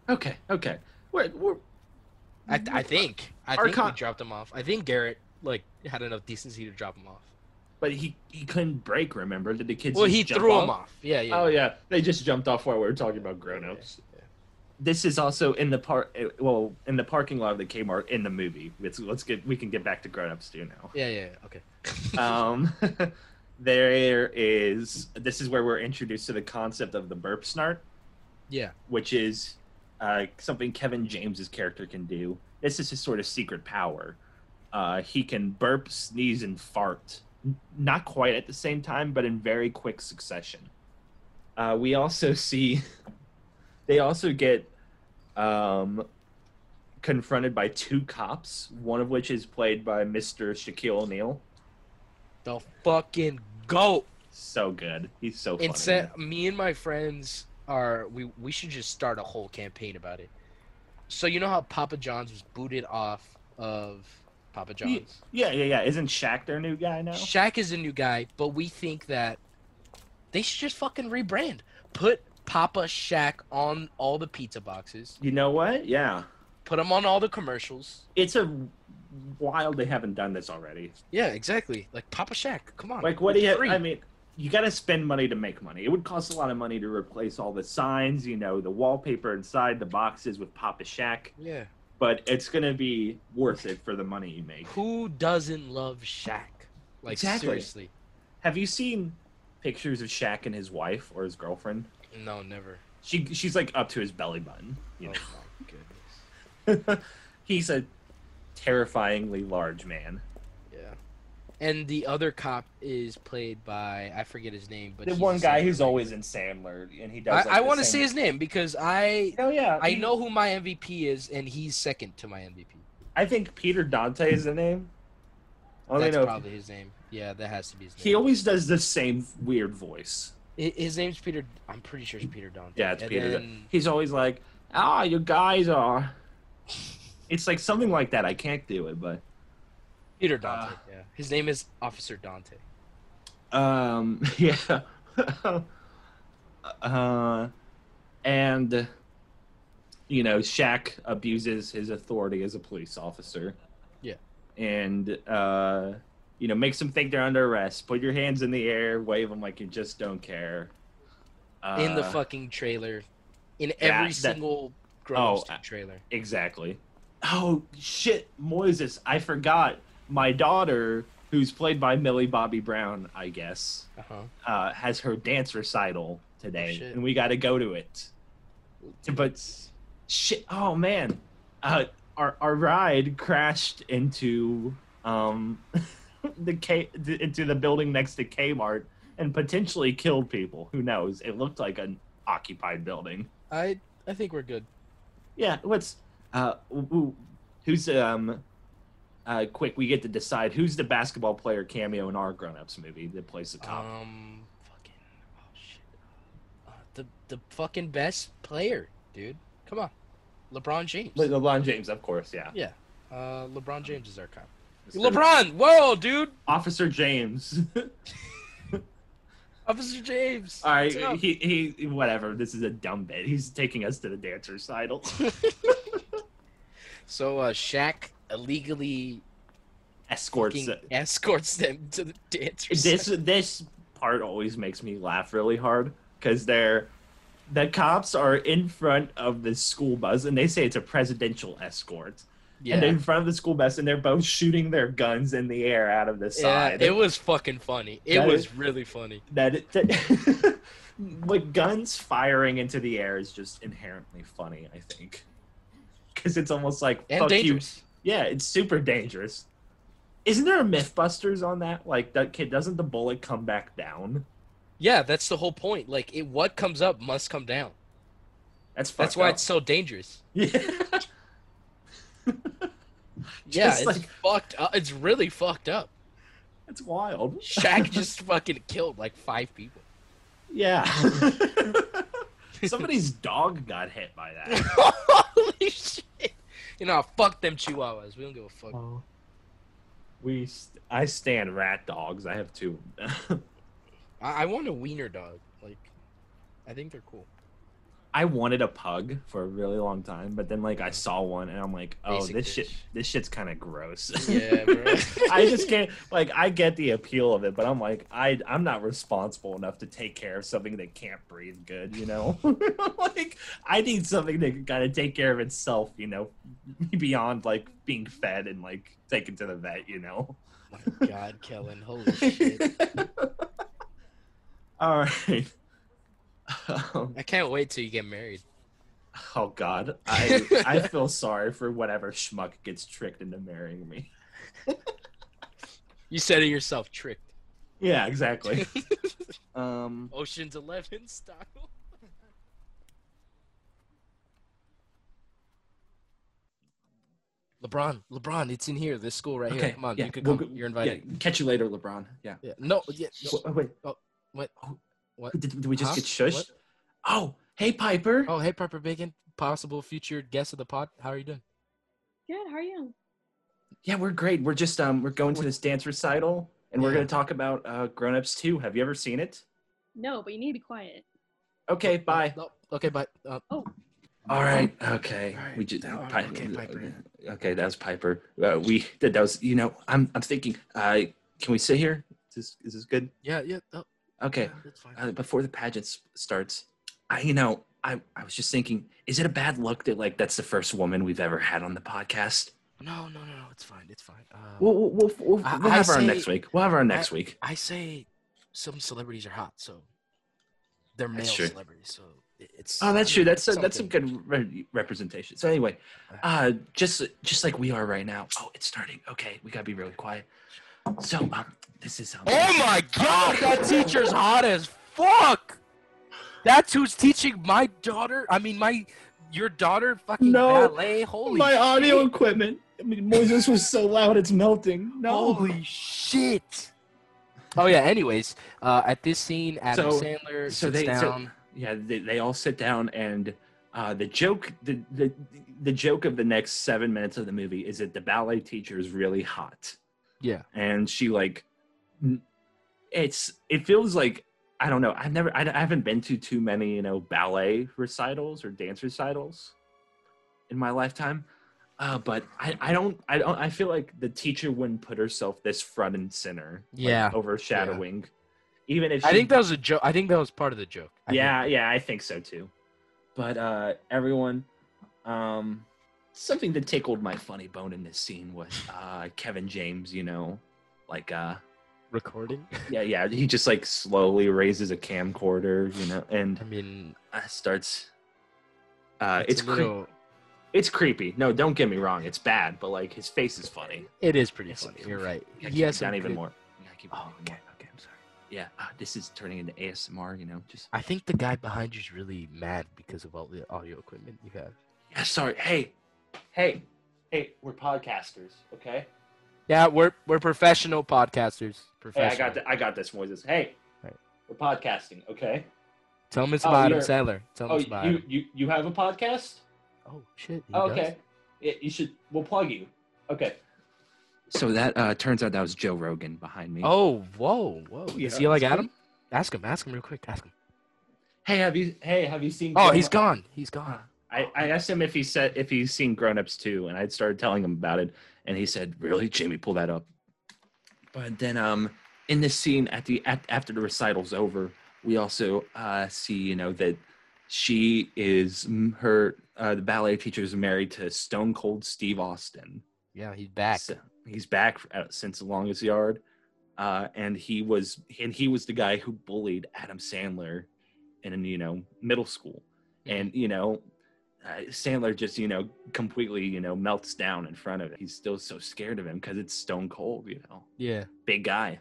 Okay. Okay. We're, we're I, I think. I Our think con- we dropped him off. I think Garrett like had enough decency to drop him off. but he he couldn't break. Remember? Did the kids? well, just he jump threw off? him off. Yeah, yeah. Oh yeah, they just jumped off while we were talking about grown-ups. This is also in the park. Well, in the parking lot of the Kmart in the movie. It's, let's get we can get back to grown-ups too now. Yeah, yeah. yeah. Okay. Um, [laughs] there is this is where we're introduced to the concept of the burp snart, Yeah. which is uh, something Kevin James's character can do. This is his sort of secret power. Uh, he can burp, sneeze, and fart, N- not quite at the same time, but in very quick succession. Uh, we also [laughs] see they also get um, confronted by two cops, one of which is played by Mr. Shaquille O'Neal. The fucking goat. So good. He's so funny. And sa- me and my friends are we we should just start a whole campaign about it. So you know how Papa John's was booted off of Papa John's. yeah, yeah, yeah. Isn't Shaq their new guy now? Shaq is a new guy, but we think that they should just fucking rebrand. Put Papa Shaq on all the pizza boxes. You know what? Yeah. Put him on all the commercials. It's a wild they haven't done this already. Yeah, exactly. Like Papa Shaq. Come on. Like, what do you? Free. I mean, you got to spend money to make money. It would cost a lot of money to replace all the signs, you know, the wallpaper inside the boxes with Papa Shaq, Yeah. but it's gonna be worth it for the money you make. Who doesn't love Shaq? Like Exactly. seriously. Have you seen pictures of Shaq and his wife or his girlfriend? No, never. She she's like up to his belly button. You Oh know, my goodness. Oh. [laughs] he's a terrifyingly large man. Yeah. And the other cop is played by I forget his name, but the he's one the guy same who's guy. always in Sandler, and he does. I, like, I the want to same- say his name because I Oh yeah, I he- know who my MVP is, and he's second to my MVP. I think Peter Dante is the name. I only That's know. probably his name. Yeah, that has to be his name. He always does the same weird voice. Hi- His name's Peter. I'm pretty sure it's Peter Dante. Yeah, it's And Peter. then- He's always like, "Ah, you guys are." It's like something like that. I can't do it, but Ah. Peter Dante. yeah, his name is Officer Dante. um, [laughs] yeah. uh, and you know, Shaq abuses his authority as a police officer. Yeah. And uh, you know, makes them think they're under arrest. Put your hands in the air, wave them like you just don't care. Uh, in the fucking trailer, in yeah, every that- Oh, single grown I- trailer. Exactly. Oh shit, Moises! I forgot my daughter, who's played by Millie Bobby Brown, I guess, Uh huh. uh, has her dance recital today, Oh, shit. and we got to go to it. But shit, oh man, uh, our our ride crashed into um [laughs] the K into the building next to Kmart and potentially killed people. Who knows? It looked like an occupied building. I I think we're good. Yeah, what's uh w- w- who's um uh quick we get to decide who's the basketball player cameo in our grown ups movie that plays the cop. Um, fucking, oh shit. Uh, the the fucking best player, dude. Come on, LeBron James. Le- LeBron James, of course, yeah. yeah, uh, LeBron James is our cop. Mr. LeBron, whoa, dude, Officer James. [laughs] Officer James. All right, what's up? he he [laughs] whatever, this is a dumb bit. He's taking us to the dance recital. So uh, Shaq illegally Escorts. fucking escorts them to the dance. this this part always makes me laugh really hard because they're the cops are in front of the school bus and they say it's a presidential escort yeah. and they're in front of the school bus and they're both shooting their guns in the air out of the yeah, side it was fucking funny. It That was is- really funny. that, it- that [laughs] like guns firing into the air is just inherently funny i think because it's almost like And fuck dangerous. you yeah it's super dangerous isn't there a mythbusters on that like that kid doesn't the bullet come back down Yeah, that's the whole point. Like, it what comes up must come down. That's that's fucked why up. it's so dangerous. [laughs] Yeah. yeah, Just it's like- fucked up. It's really fucked up. It's wild. [laughs] Shaq just fucking killed like five people. [laughs] Yeah. Somebody's dog got hit by that. Holy shit! You know, fuck them Chihuahuas. We don't give a fuck. Oh. We, st- I stand rat dogs. I have two. I, I want a wiener dog. Like, I think they're [laughs] cool. [laughs] I wanted a pug for a really long time, but then like I saw one and I'm like, oh, Basic this bitch. shit, this shit's kind of gross. Yeah, bro. [laughs] [laughs] I just can't. Like, I get the appeal of it, but I'm like, I, I'm not responsible enough to take care of something that can't breathe good. You know, [laughs] like I need something that can kind of take care of itself. You know, [laughs] beyond like being fed and like taken to the vet. You know. God, Kellen, holy shit! [laughs] All right. Um, I can't wait till you get married. oh God, I [laughs] I feel sorry for whatever schmuck gets tricked into marrying me. You said it yourself, tricked. Yeah, [laughs] exactly. Mm. um, Ocean's Eleven style. [laughs] LeBron, LeBron, it's in here. This school right here. Come on, yeah, you can we'll come. go- You're invited. yeah, catch you later, LeBron. Yeah. Yeah. No. Yeah. Wh- oh, wait, What? What? did, did we just Huh? get shushed? What? Oh, hey, Piper. Oh, hey, Piper Bacon, possible future guest of the pod. How are you doing? Good. How are you? Yeah, we're great. We're just um, we're going to this dance recital, and we're Yeah. gonna talk about uh, Grown Ups Two. Have you ever seen it? No, but you need to be quiet. Okay, bye. No. Oh, Okay, but uh, All right. Okay. We just Pi- okay, Piper. that was Piper. Uh, we that, that was you know I'm I'm thinking. Uh, can we sit here? Is this, is this good? yeah, yeah. Oh, Okay. yeah, that's fine. Uh, before the pageant s- starts, I you know I I was just thinking, is it a bad look that like that's the first woman we've ever had on the podcast? No, no, no, no. It's fine. It's fine. Um, We'll we'll, we'll, we'll, I- we'll I have her on say- next week. We'll have her on next I- week. I say some celebrities are hot, so they're male That's true. celebrities. So it- it's Oh, that's true. That's a, that's some something. good re- representation. So anyway, uh, just just like we are right now. Oh, it's starting. Okay, we gotta be really quiet. So um, this is um, Oh my god, [laughs] that teacher's hot as fuck. That's who's teaching my daughter. I mean, my your daughter fucking No, ballet. Holy my shit. audio equipment. I mean, Moises was so loud, it's melting. No. Holy shit. Oh yeah. Anyways, uh, at this scene, Adam So- Sandler so sits they- so- down. yeah, they, they all sit down, and uh, the joke, the, the the joke of the next seven minutes of the movie is that the ballet teacher is really hot, yeah. and she like, n- it's it feels like I don't know. I've never, I, I haven't been to too many you know ballet recitals or dance recitals in my lifetime. Uh, but I, I don't I don't I feel like the teacher wouldn't put herself this front and center like, Yeah. overshadowing even if she I think that was a joke. I think that was part of the joke. I think. yeah yeah i think so too but uh everyone um something that tickled my funny bone in this scene was uh, Kevin James. You know, like uh, [laughs] recording. yeah yeah he just like slowly raises a camcorder you know and I mean, uh, starts uh it's a cre- little- it's creepy no don't get me wrong it's bad but like his face is funny It is pretty Yes, funny. it- You're right. I keep Yes, it down I'm even good. more. I keep it down Oh, even more. okay, I'm sorry. Yeah, uh, this is turning into ASMR. You know, just I think the guy behind you's really mad because of all the audio equipment you have. yeah. Sorry. Hey, hey, hey. We're podcasters, okay? Yeah, we're we're professional podcasters. hey Professional. i got th- i got this moises hey Right. we're podcasting okay Tell him it's Oh, about Adam you're- Sandler. Tell him oh it's about you Adam. you you have a podcast Oh shit. he Oh, does? okay yeah, you should we'll plug you okay So that uh, turns out that was Joe Rogan behind me. Oh whoa whoa. yeah, Is he like that's Adam? Ask him. Ask him real quick. Ask him. hey have you hey have you seen Oh, Joe he's Ro- gone. He's gone. I, I asked him if he said if he's seen Grown Ups too, and I started telling him about it, and he said, "Really, Jamie, pull that up." But then, um, in this scene at the at, after the recital's over, we also uh, see you know that she is m- her uh, the ballet teacher is married to Stone Cold Steve Austin. Yeah, he's back. So- he's back uh, since the longest yard, uh, and he was and he was the guy who bullied Adam Sandler in you know middle school, Mm-hmm. and you know. Uh, Sandler just, you know, completely, you know, melts down in front of it. He's still so scared of him because it's stone cold, you know Yeah. big guy.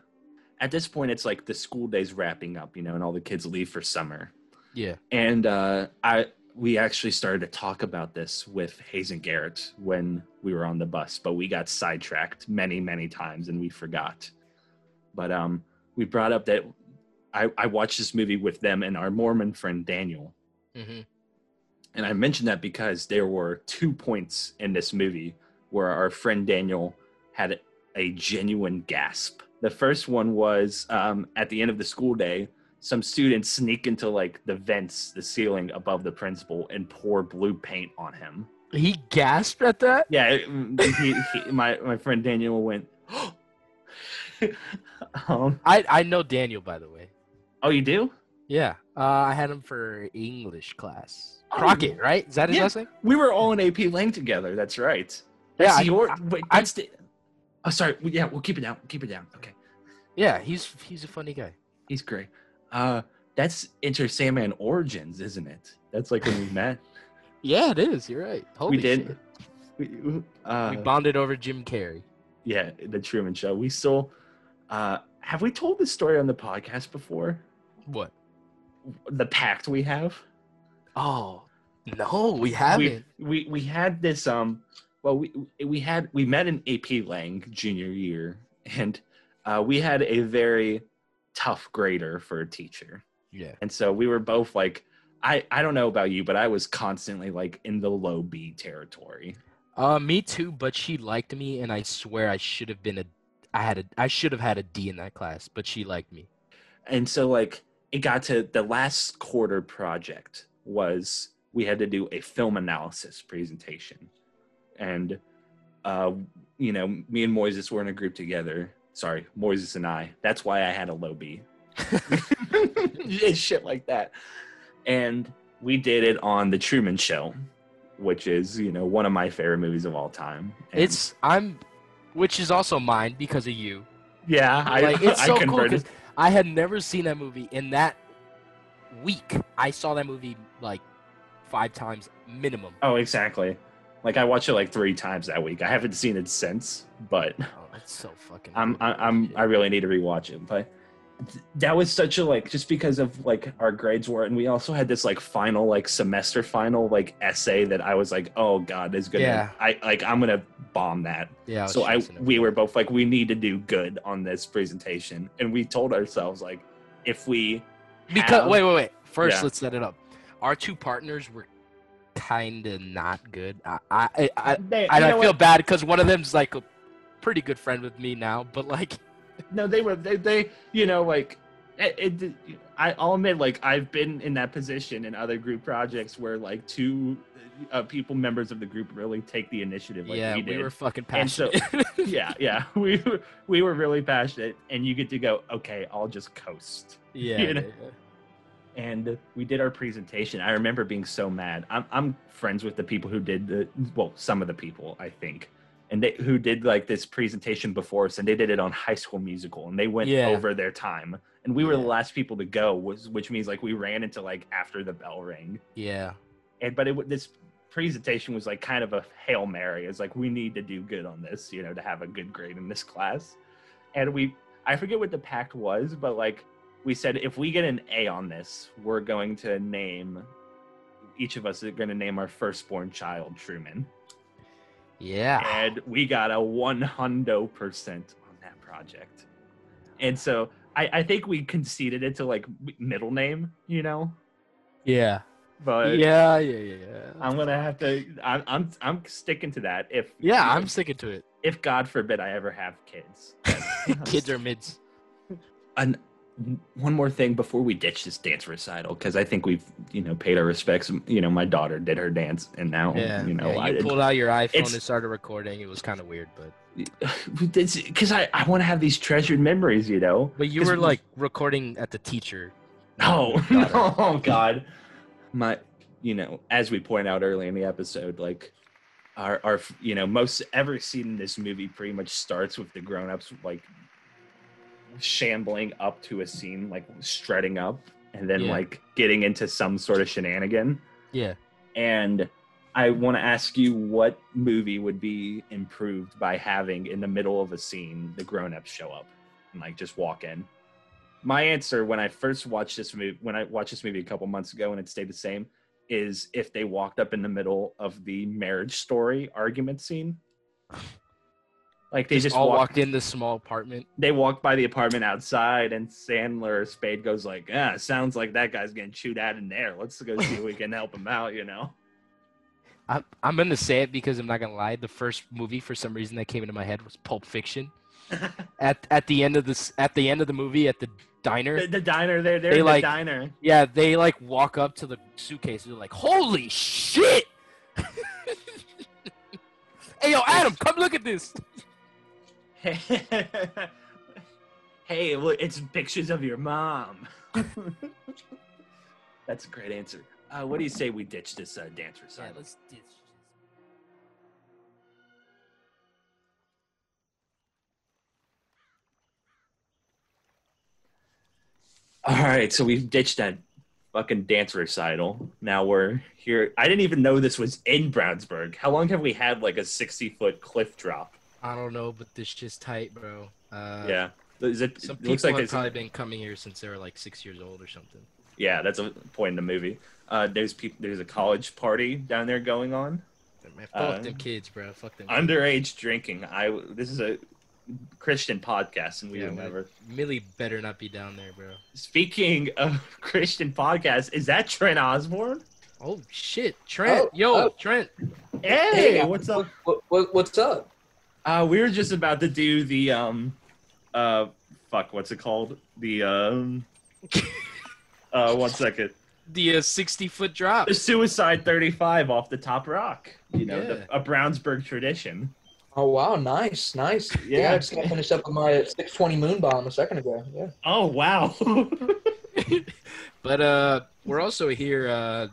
At this point, it's like the school day's wrapping up, you know, and all the kids leave for summer. Yeah. And uh, I we actually started to talk about this with Hayes and Garrett when we were on the bus, but we got sidetracked many, many times and we forgot. But um, we brought up that I, I watched this movie with them and our Mormon friend Daniel. Mm-hmm. And I mentioned that because there were two points in this movie where our friend Daniel had a genuine gasp. The first one was um, at the end of the school day, some students sneak into like the vents, the ceiling above the principal, and pour blue paint on him. He gasped at that. Yeah, it- mm, he, he, [laughs] my my friend Daniel went. [gasps] um, I I know Daniel by the way. oh, you do? Yeah, uh, I had him for English class. Crockett, right? Is that his Yeah. last name? We were all in AP Lang together. That's right. Yeah, That's I- your. wait, that's the. Oh, sorry. Yeah, we'll keep it down. Keep it down. Okay. Yeah, he's he's a funny guy. He's great. Uh, that's Inter Sandman Origins, isn't it? That's like when [laughs] we met. Yeah, it is. You're right. Holy we did. shit. We, uh, we bonded over Jim Carrey. yeah, the Truman Show. We still uh, have we told this story on the podcast before? What? The pact we have. Oh no, we haven't. We we, we had this um. Well, we we had we met in AP Lang junior year, and uh, we had a very tough grader for a teacher. Yeah. And so we were both like, I, I don't know about you, but I was constantly like in the low B territory. Uh, me too. But she liked me, and I swear I should have been a. I had a. I should have had a D in that class, but she liked me. And so like it got to the last quarter project was we had to do a film analysis presentation. And uh, you know, me and Moises were in a group together. Sorry, Moises and I. That's why I had a low [laughs] B. It's shit like that. And we did it on the Truman Show, which is, you know, one of my favorite movies of all time. And- It's I'm, which is also mine because of you. Yeah, I, like [laughs] it's I so cool converted. 'cause I had never seen that movie in that week. I saw that movie like five times minimum. Oh, exactly. Like I watched it like three times that week. I haven't seen it since, but Oh, that's so fucking. I'm good. I- I'm I really need to rewatch it. But th- that was such a like just because of like our grades were, and we also had this like final like semester final like essay that I was like, oh god, is gonna Yeah. I like I'm gonna bomb that. yeah. was so I stressing we were both like we need to do good on this presentation, and we told ourselves like if we Because have- wait, wait, wait. First, Yeah. let's set it up. Our two partners were kind of not good. I, I, I, I, They- and you I know feel what? bad because one of them's like a pretty good friend with me now, but like, no they were they, they you know like it, it, I, i'll admit like i've been in that position in other group projects where like two uh, people members of the group really take the initiative like yeah, we we, did were fucking And so- passionate. [laughs] [laughs] yeah yeah [laughs] we were, we were really passionate and you get to go okay i'll just coast [laughs] yeah, you know? yeah, yeah. and we did our presentation i remember being so mad i'm, I'm friends with the people who did the well some of the people i think and they who did like this presentation before us and they did it on high school musical and they went Yeah. over their time and we were the Yeah. last people to go was, which means like we ran into like after the bell rang yeah. and but it wa- this presentation was like kind of a hail mary it's like we need to do good on this you know to have a good grade in this class and we i forget what the pact was but like we said if we get an a on this we're going to name each of us are going to name our firstborn child truman Yeah. and we got a 100 percent on that project and so I, I think we conceded it to like m- middle name you know Yeah. but Yeah. Yeah. Yeah. Yeah. I'm gonna have to. I'm I'm I'm sticking to that. If yeah, I'm sticking to it. if God forbid I ever have kids, Kids are mids. and one more thing before we ditch this dance recital because I think we've you know paid our respects. You know, my daughter did her dance, and now Yeah, Oh, you know yeah, I you did. [laughs] pulled out your iPhone It's- and started recording. It was kind of weird, but because I, I want to have these treasured memories, you know. but you 'Cause were like recording at the teacher. [laughs] No, no, oh God. My, you know, as we point out early in the episode, like our, our, you know, most every scene in this movie pretty much starts with the grown-ups like shambling up to a scene, like strutting up, and then Yeah. like getting into some sort of shenanigan. Yeah. And I want to ask you what movie would be improved by having in the middle of a scene the grown-ups show up and like just walk in. My answer when I first watched this movie, when I watched this movie a couple months ago and it stayed the same, is if they walked up in the middle of the marriage story argument scene. Like they just, all walked, walked in this small apartment. they walked by the apartment outside and Sandler Spade goes like, ah, sounds like that guy's getting chewed out in there. Let's go see if we can help him out, you know? I, I'm gonna say it because I'm not gonna lie. The first movie, for some reason, that came into my head was Pulp Fiction. at at the end of this, at the end of the movie, at the diner, The, the diner, they're, they're They in like- the diner. [laughs] yeah, they like walk up to the suitcase. They're like, "Holy shit!" [laughs] hey, yo, Adam, come look at this. hey, well, it's pictures of your [laughs] mom. That's a great answer. Uh, what do you say we ditch this uh, dance recital? let's ditch. All right, so we've ditched that fucking dance recital. Now we're here. I didn't even know this was in Brownsburg. How long have we had like a sixty foot cliff drop? I don't know, but this just tight, bro. Uh, yeah, Is it, Some it people looks like have it's, probably been coming here since they were like six years old or something. yeah. That's a point in the movie. Uh, there's people. There's a college party down there going on. Man, fuck Uh, them kids, bro. Fuck them. kids. underage drinking. I this is a Christian podcast, and we Yeah, don't man. ever. Millie better not be down there, bro. Speaking of [laughs] Christian podcast, is that Trent Osborne? Oh shit, Trent! Oh, Yo, oh. Trent! Hey, Hey, what's up? What, what, what's up? Uh, we were just about to do the um, uh, fuck, what's it called? The [laughs] um, uh, one second. The uh, sixty foot drop. The Suicide Thirty Five off the top rock. You know, Yeah. the, a Brownsburg tradition. Oh wow, nice, nice. Yeah, Yeah. I just got finished up with my 620 moon bomb a second ago. Yeah. Oh wow. [laughs] But uh, we're also here, uh,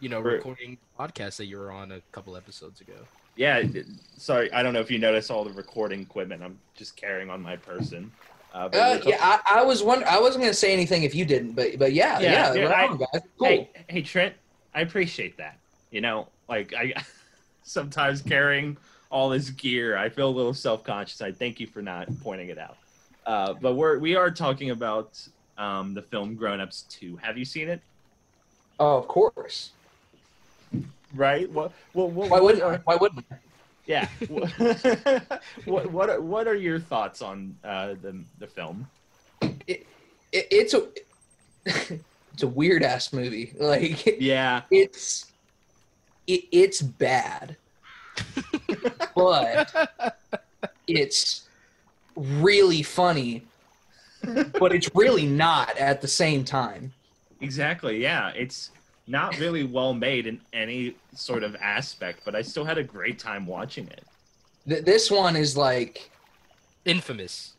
you know, For- recording the podcast that you were on a couple episodes ago. Yeah, it- sorry, I don't know if you notice all the recording equipment I'm just carrying on my person. Uh, but Uh, we're- yeah, I, I was wonder- I wasn't gonna say anything if you didn't, but but yeah, Yeah, yeah, dude, right I- on, guys. Cool. Hey, hey, Trent, I appreciate that. You know, like I [laughs] sometimes carrying all this gear, I feel a little self-conscious. I thank you for not pointing it out. Uh, but we're we are talking about um, the film Grown Ups Two. Have you seen it? Oh, of course. Right. What? Well, what Why wouldn't I? Why wouldn't I? [laughs] Yeah. [laughs] what what are, what are your thoughts on uh, the the film? It, it's a [laughs] it's a weird ass movie. Like yeah, it's it, [laughs] it's bad, but it's really funny, but it's really not at the same time. Exactly. Yeah, it's not really well made in any sort of aspect, but I still had a great time watching it. Th- this one is like [laughs] Infamous.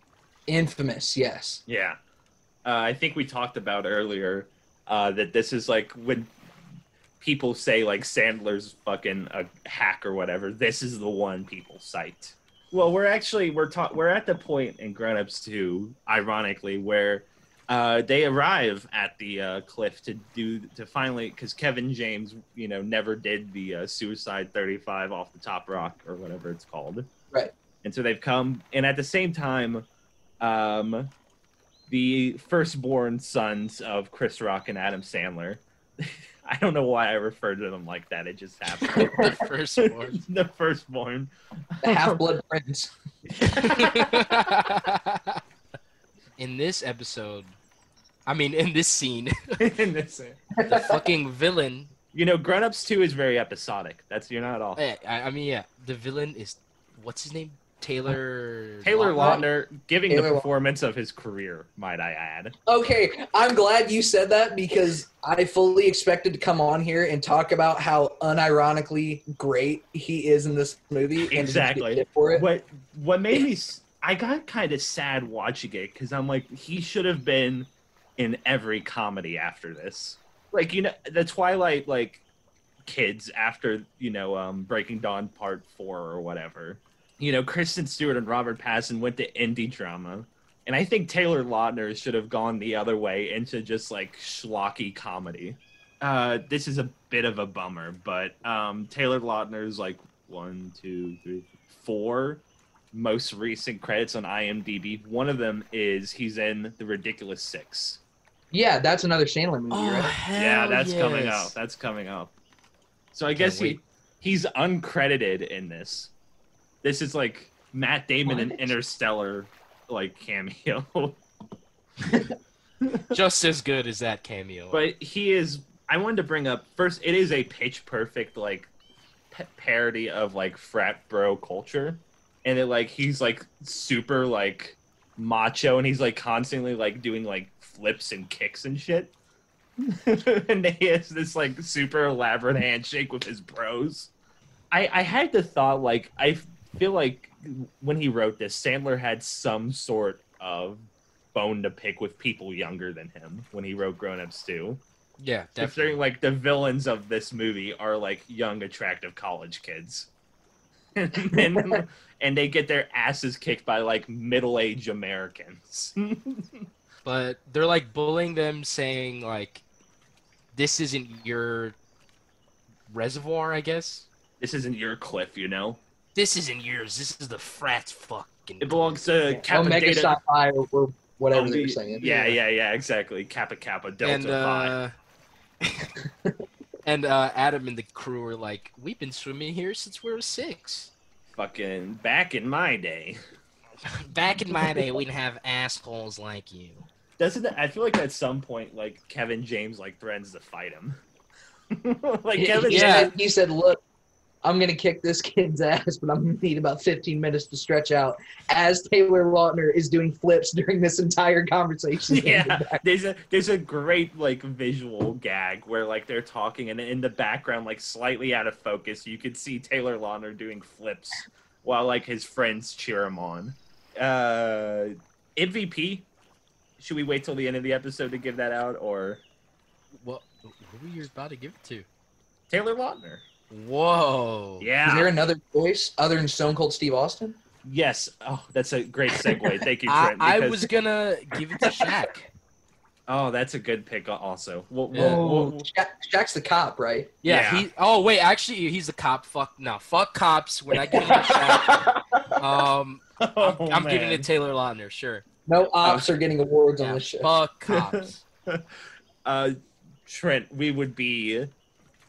infamous. Yes. Yeah. Uh, I think we talked about earlier uh, that this is like when people say like Sandler's fucking a hack or whatever. This is the one people cite. Well, we're actually we're ta- we're at the point in Grown Ups Two, ironically, where uh, they arrive at the uh, cliff to do to finally because Kevin James, you know, never did the uh, Suicide Thirty Five off the top rock or whatever it's called. Right. And so they've come, and at the same time, um, the firstborn sons of Chris Rock and Adam Sandler. [laughs] I don't know why I referred to them like that. It just happened. [laughs] the firstborn. [laughs] the firstborn. [laughs] The Half Blood Prince. [laughs] In this episode, I mean, in this scene, [laughs] in this uh, the fucking villain. You know, Grown Ups Two is very episodic. That's you're not at all. eh, I, I mean, yeah, the villain is what's his name? Taylor Taylor Lautner giving Taylor the Lautner. performance of his career, might I add. Okay, I'm glad you said that because I fully expected to come on here and talk about how unironically great he is in this movie. and just get Exactly. shit for it. What what made me s- I got kind of sad watching it because I'm like he should have been in every comedy after this. Like you know the Twilight like kids after you know um, Breaking Dawn Part Four or whatever. You know Kristen Stewart and Robert Pattinson went to indie drama. And I think Taylor Lautner should have gone the other way into just like schlocky comedy. Uh, this is a bit of a bummer, but um, Taylor Lautner's like one, two, three, four most recent credits on IMDb. One of them is he's in The Ridiculous Six. Yeah, that's another Sandler movie, Ah. Oh, right? yeah, Hell that's coming yes. up. That's coming up. So I guess he he's uncredited in this. This is like Matt Damon and Interstellar like cameo. [laughs] just as good as that cameo. But he is. I wanted to bring up first. It is a pitch perfect like p- parody of like frat bro culture, and it like he's like super like macho, and he's like constantly like doing like flips and kicks and shit. [laughs] and he has this like super elaborate handshake with his bros. I I had the thought like I feel like when he wrote this, Sandler had some sort of bone to pick with people younger than him when he wrote Grown Ups too. yeah, definitely. Considering like the villains of this movie are like young, attractive college kids, [laughs] and, and they get their asses kicked by like middle-aged Americans. But they're like bullying them, saying like, "This isn't your reservoir, I guess. This isn't your cliff, you know. This isn't yours. This is the frats fucking." It belongs to Kappa Omega Theta- Psi Phi or, or whatever Oh, they're the- saying. Yeah, yeah, yeah, exactly. Kappa Kappa Delta and Phi. uh, [laughs] and uh, Adam and the crew were like, "We've been swimming here since we were six. Fucking back in my day. Back in my day, [laughs] we'd have assholes like you." Doesn't that, I feel like at some point like Kevin James like threatens to fight him. [laughs] like He- Kevin he, James said, he said, "Look, I'm gonna kick this kid's [laughs] ass, but I'm gonna need about 15 minutes to stretch out." As Taylor Lautner is doing flips during this [laughs] entire [laughs] conversation. yeah there's a there's a great like visual gag where like they're talking and in the background like slightly out of focus you could see taylor lautner doing flips while like his friends cheer him on uh mvp should we wait till the end of the episode to give that out or What? Who were you about to give it to? taylor lautner Whoa. yeah Is there another choice other than Stone Cold Steve Austin? yes oh that's a great segue thank you [laughs] I, trent I because- [laughs] was gonna give it to Shaq. oh that's a good pick also we'll, we'll- Oh. Yeah. we'll- we'll- [laughs] Shaq, Shaq's the cop, right? Yeah, Yeah. he. Oh wait, actually, he's a cop. Fuck no, fuck cops. When I give it to [laughs] Shaq, um, oh, I'm, I'm giving it to Taylor Lautner. Sure, No Oh. ops are getting awards on this show. [laughs] fuck cops. uh, Trent, we would be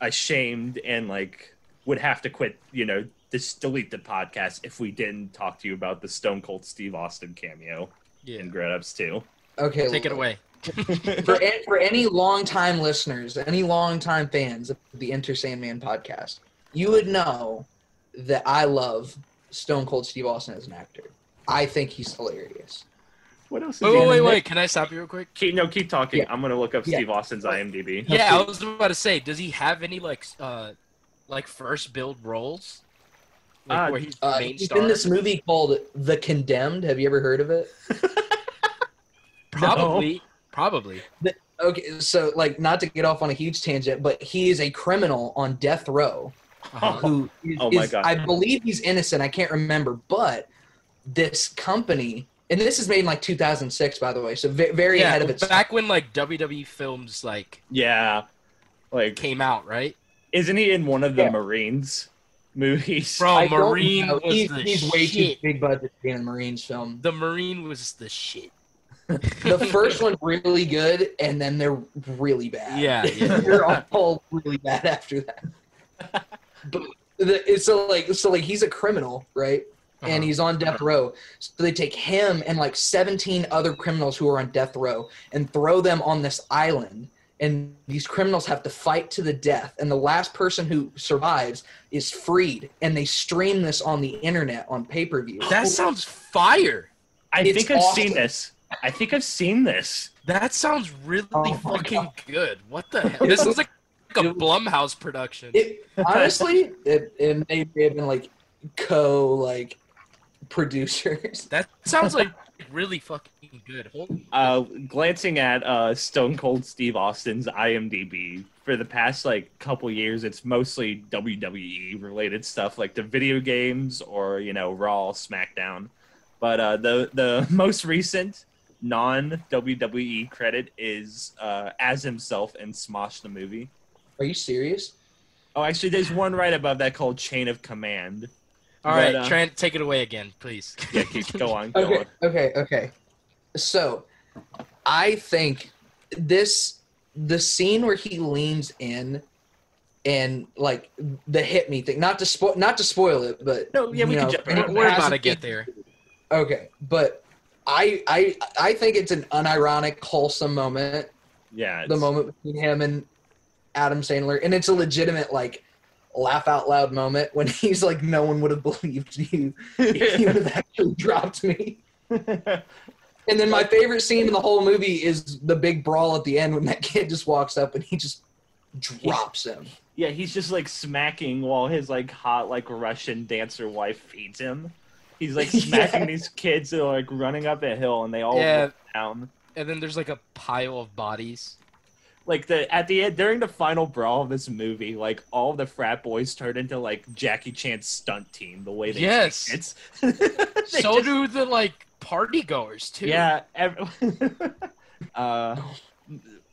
ashamed and like would have to quit, you know, just delete the podcast if we didn't talk to you about the Stone Cold Steve Austin cameo Yeah. in Grown Ups too. Okay, Take it away. [laughs] for an- for any longtime listeners, any longtime fans of the Enter Sandman podcast, you would know that I love Stone Cold Steve Austin as an actor. I think he's hilarious. What else? Wait, wait, wait, wait. Can I stop you real quick? Keep, no, keep talking. Yeah. I'm gonna look up Yeah. Steve Austin's [laughs] IMDb. Yeah, I was about to say, does he have any like, uh, like first build roles? Like Uh, where he's the Uh, main he's star. in this movie called The Condemned. Have you ever heard of it? Probably, probably. Okay, so like not to get off on a huge tangent, but he is a criminal on death row. Uh-huh. who is, Oh my is- God. I believe he's innocent. I can't remember, but this company, and this is made in like 2006, by the way, so ve- very yeah, ahead of its back when like WWE films like yeah. Like, came out, right? isn't he in one of the Yeah. Marines movies? Bro, I don't Marine know. was he's, the he's way too shit. big budget to be in a Marines [laughs] film. The Marine was the shit. The first one really good, and then they're really bad. [laughs] Yeah, yeah. they're all [laughs] really bad after [laughs] that. But the, it's so like so like he's a criminal, right? Uh-huh. And he's on death row. So they take him and like 17 other criminals who are on death row and throw them on this island. and these criminals have to fight to the death and the last person who survives is freed and they stream this on the internet on pay-per-view That sounds fire. I It's think I've awesome. seen this. I think I've seen this. That sounds really fucking good. What the hell? Oh It This was- is like a Blumhouse production. It honestly, it, it may have been like co like producers. That sounds like really fucking good. Hold- Uh, glancing at uh, Stone Cold Steve Austin's IMDb for the past like couple years, it's mostly WWE related stuff, like the video games or you know Raw, SmackDown. But uh, the the [laughs] most recent non WWE credit is uh, as himself in Smosh the movie. Are you serious? Oh, actually, there's one right above that called Chain of Command. All right, But, uh, Trent, take it away again, please. Yeah, [laughs] keep, go on. Go Okay, on. okay, okay. So, I think this the scene where he leans in and like the hit me thing. Not to spoil, not to spoil it, but No, yeah, we you can know, jump it around. [laughs] We're has about to be- get there. [laughs] Okay, but I I I think it's an unironic, wholesome moment Yeah, the it's- moment between him and Adam Sandler, and it's a legitimate like laugh out loud moment when [laughs] he's like, "No one would have believed you [laughs] if you would have actually dropped me." [laughs] and then my favorite scene in the whole movie is the big brawl at the end when that [laughs] kid just walks up and he just drops him. Yeah, he's just like smacking while his like hot like Russian dancer wife feeds him. He's [laughs] like smacking these kids that are like running up a hill and they all Yeah. look down. And then there's like a pile of bodies. Like the at the end during the final brawl of this movie, like all the frat boys turned into like Jackie Chan's stunt team the way they Yes. [laughs] it's [laughs] so do the like party goers too. Yeah. Every, [laughs] uh,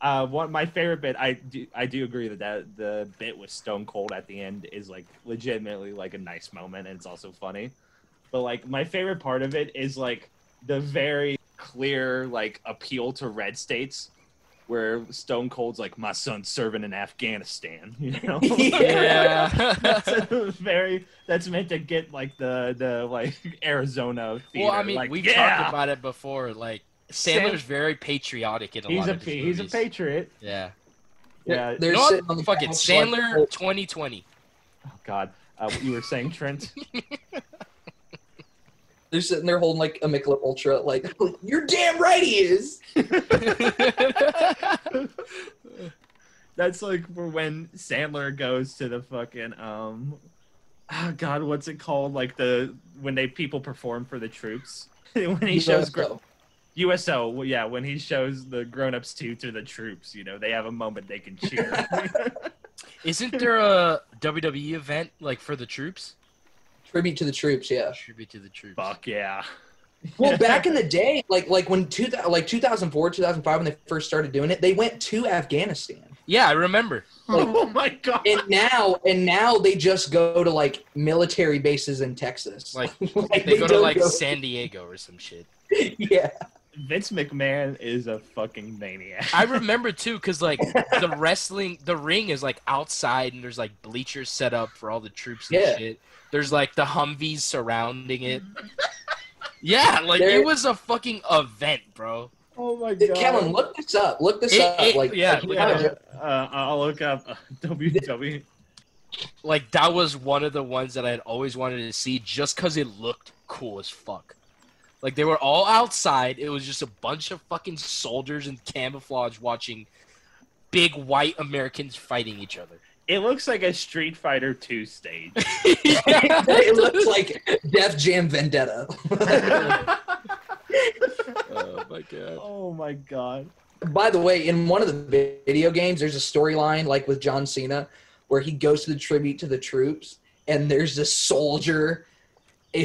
uh, one my favorite bit. I do. I do agree that, that the bit with Stone Cold at the end is like legitimately like a nice moment, and it's also funny. But like my favorite part of it is like the very clear like appeal to red states. Where Stone Cold's like, my son's serving in Afghanistan, [laughs] you know? [laughs] Yeah. [laughs] [laughs] that's a very that's meant to get like the the like [laughs] Arizona. Theater. Well, I mean, like, we've yeah! talked about it before. Like Sam- Sandler's very patriotic in a he's lot a of his pa- he's a movies. patriot. Yeah. Yeah. They're You know what? sitting on the Fuck it, couch like- Sandler [laughs] 2020. Oh, God, uh, what you were saying, Trent? They're sitting there holding like a Michelob Ultra, like [laughs] you're damn right [laughs] he is. [laughs] That's like for when Sandler goes to the fucking um, ah, God, what's it called? Like the when they people perform for the troops. [laughs] when he shows gr- USO. USO, well, yeah, when he shows the grown-ups too to the troops, you know, they have a moment they can [laughs] cheer. [laughs] Isn't there a WWE event like for the troops? tribute to the troops, yeah. Tribute to the troops. Fuck yeah. [laughs] Well, back in the day, like like when two thou- like 2004, 2005, when they first started doing it, they went to Afghanistan. Yeah, I remember. Like, oh my god! And now and now they just go to like military bases in Texas. Like [laughs] Like, they go to don't like go- San Diego or some shit. [laughs] yeah. Vince McMahon is a fucking maniac. I remember too, cause like the wrestling, the ring is like outside, and there's like bleachers set up for all the troops and Yeah. shit. There's like the Humvees surrounding it. yeah, like There- it was a fucking event, bro. Oh my Th- [laughs] Kellen, look this up. Look this It- up. it- like yeah, like, look yeah. [laughs] it Uh, I'll look up uh, [laughs] WWE. Like that was one of the ones that I had always wanted to see, just cause it looked cool as fuck. Like they were all outside. It was just a bunch of fucking soldiers in camouflage watching big white Americans fighting each other. It looks like a Street Fighter 2 [laughs] stage. it looks like Def Jam Vendetta. [laughs] Oh my [laughs] god. oh my god. By the way, in one of the video games, there's a storyline like with John Cena where he goes to the tribute to the troops, and there's this soldier